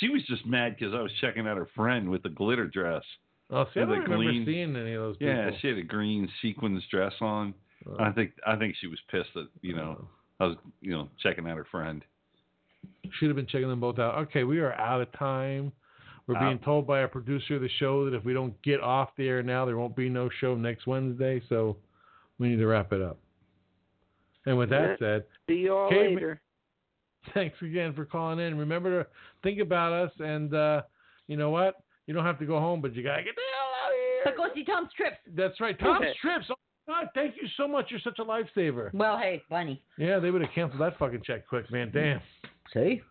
Speaker 5: She was just mad because I was checking out her friend with the glitter dress.
Speaker 4: Oh, see, I
Speaker 5: With
Speaker 4: don't
Speaker 5: a
Speaker 4: remember
Speaker 5: gleam.
Speaker 4: seeing any of those people.
Speaker 5: Yeah, she had a green sequins dress on.
Speaker 4: Oh.
Speaker 5: I think I think she was pissed that you know I was you know checking out her friend.
Speaker 4: Should have been checking them both out. Okay, we are out of time. We're
Speaker 5: Wow.
Speaker 4: being told by our producer of the show that if we don't get off the air now, there won't be no show next Wednesday. So we need to wrap it up. And with that said,
Speaker 8: See you all
Speaker 4: Cave-
Speaker 8: later.
Speaker 4: thanks again for calling in. Remember to think about us. And uh, you know what? You don't have to go home, but you got to get the hell
Speaker 6: Let's
Speaker 4: out of
Speaker 6: go
Speaker 4: here.
Speaker 6: see Tom Strips.
Speaker 4: That's right. Tom
Speaker 8: Okay.
Speaker 4: Strips. Oh, God, thank you so much. You're such a lifesaver.
Speaker 6: Well, hey, funny.
Speaker 4: Yeah, they would have canceled that fucking check quick, man. Damn.
Speaker 6: See?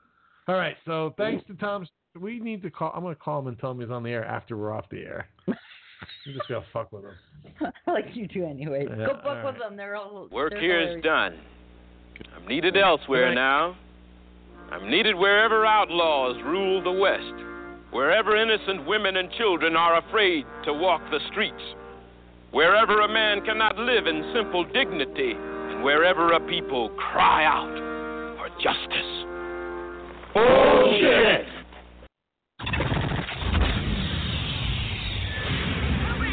Speaker 4: All right. So thanks to Tom. We need to call. I'm going to call him and tell him he's on the air after we're off the air. I'm just going to fuck with him.
Speaker 6: like you do anyway.
Speaker 4: Yeah,
Speaker 6: go book
Speaker 4: all
Speaker 6: with
Speaker 4: right.
Speaker 6: them. They're all
Speaker 2: Work
Speaker 6: they're
Speaker 2: here
Speaker 6: hilarious.
Speaker 2: is done. I'm needed elsewhere
Speaker 4: Good
Speaker 2: now. I'm needed wherever outlaws rule the West, wherever innocent women and children are afraid to walk the streets, wherever a man cannot live in simple dignity, and wherever a people cry out for justice. Bullshit!
Speaker 1: Program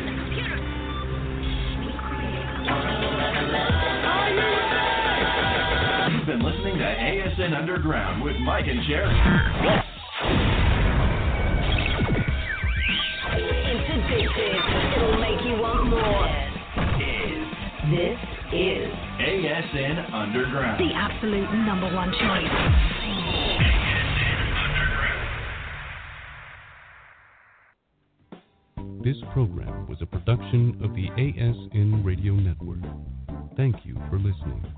Speaker 1: the computer.
Speaker 3: You've been listening to ASN Underground with Mike and Jerry.
Speaker 9: It's addictive. It'll make you want more. This is
Speaker 3: ASN Underground.
Speaker 9: the absolute number one choice.
Speaker 10: This program was a production of the ASN Radio Network. Thank you for listening.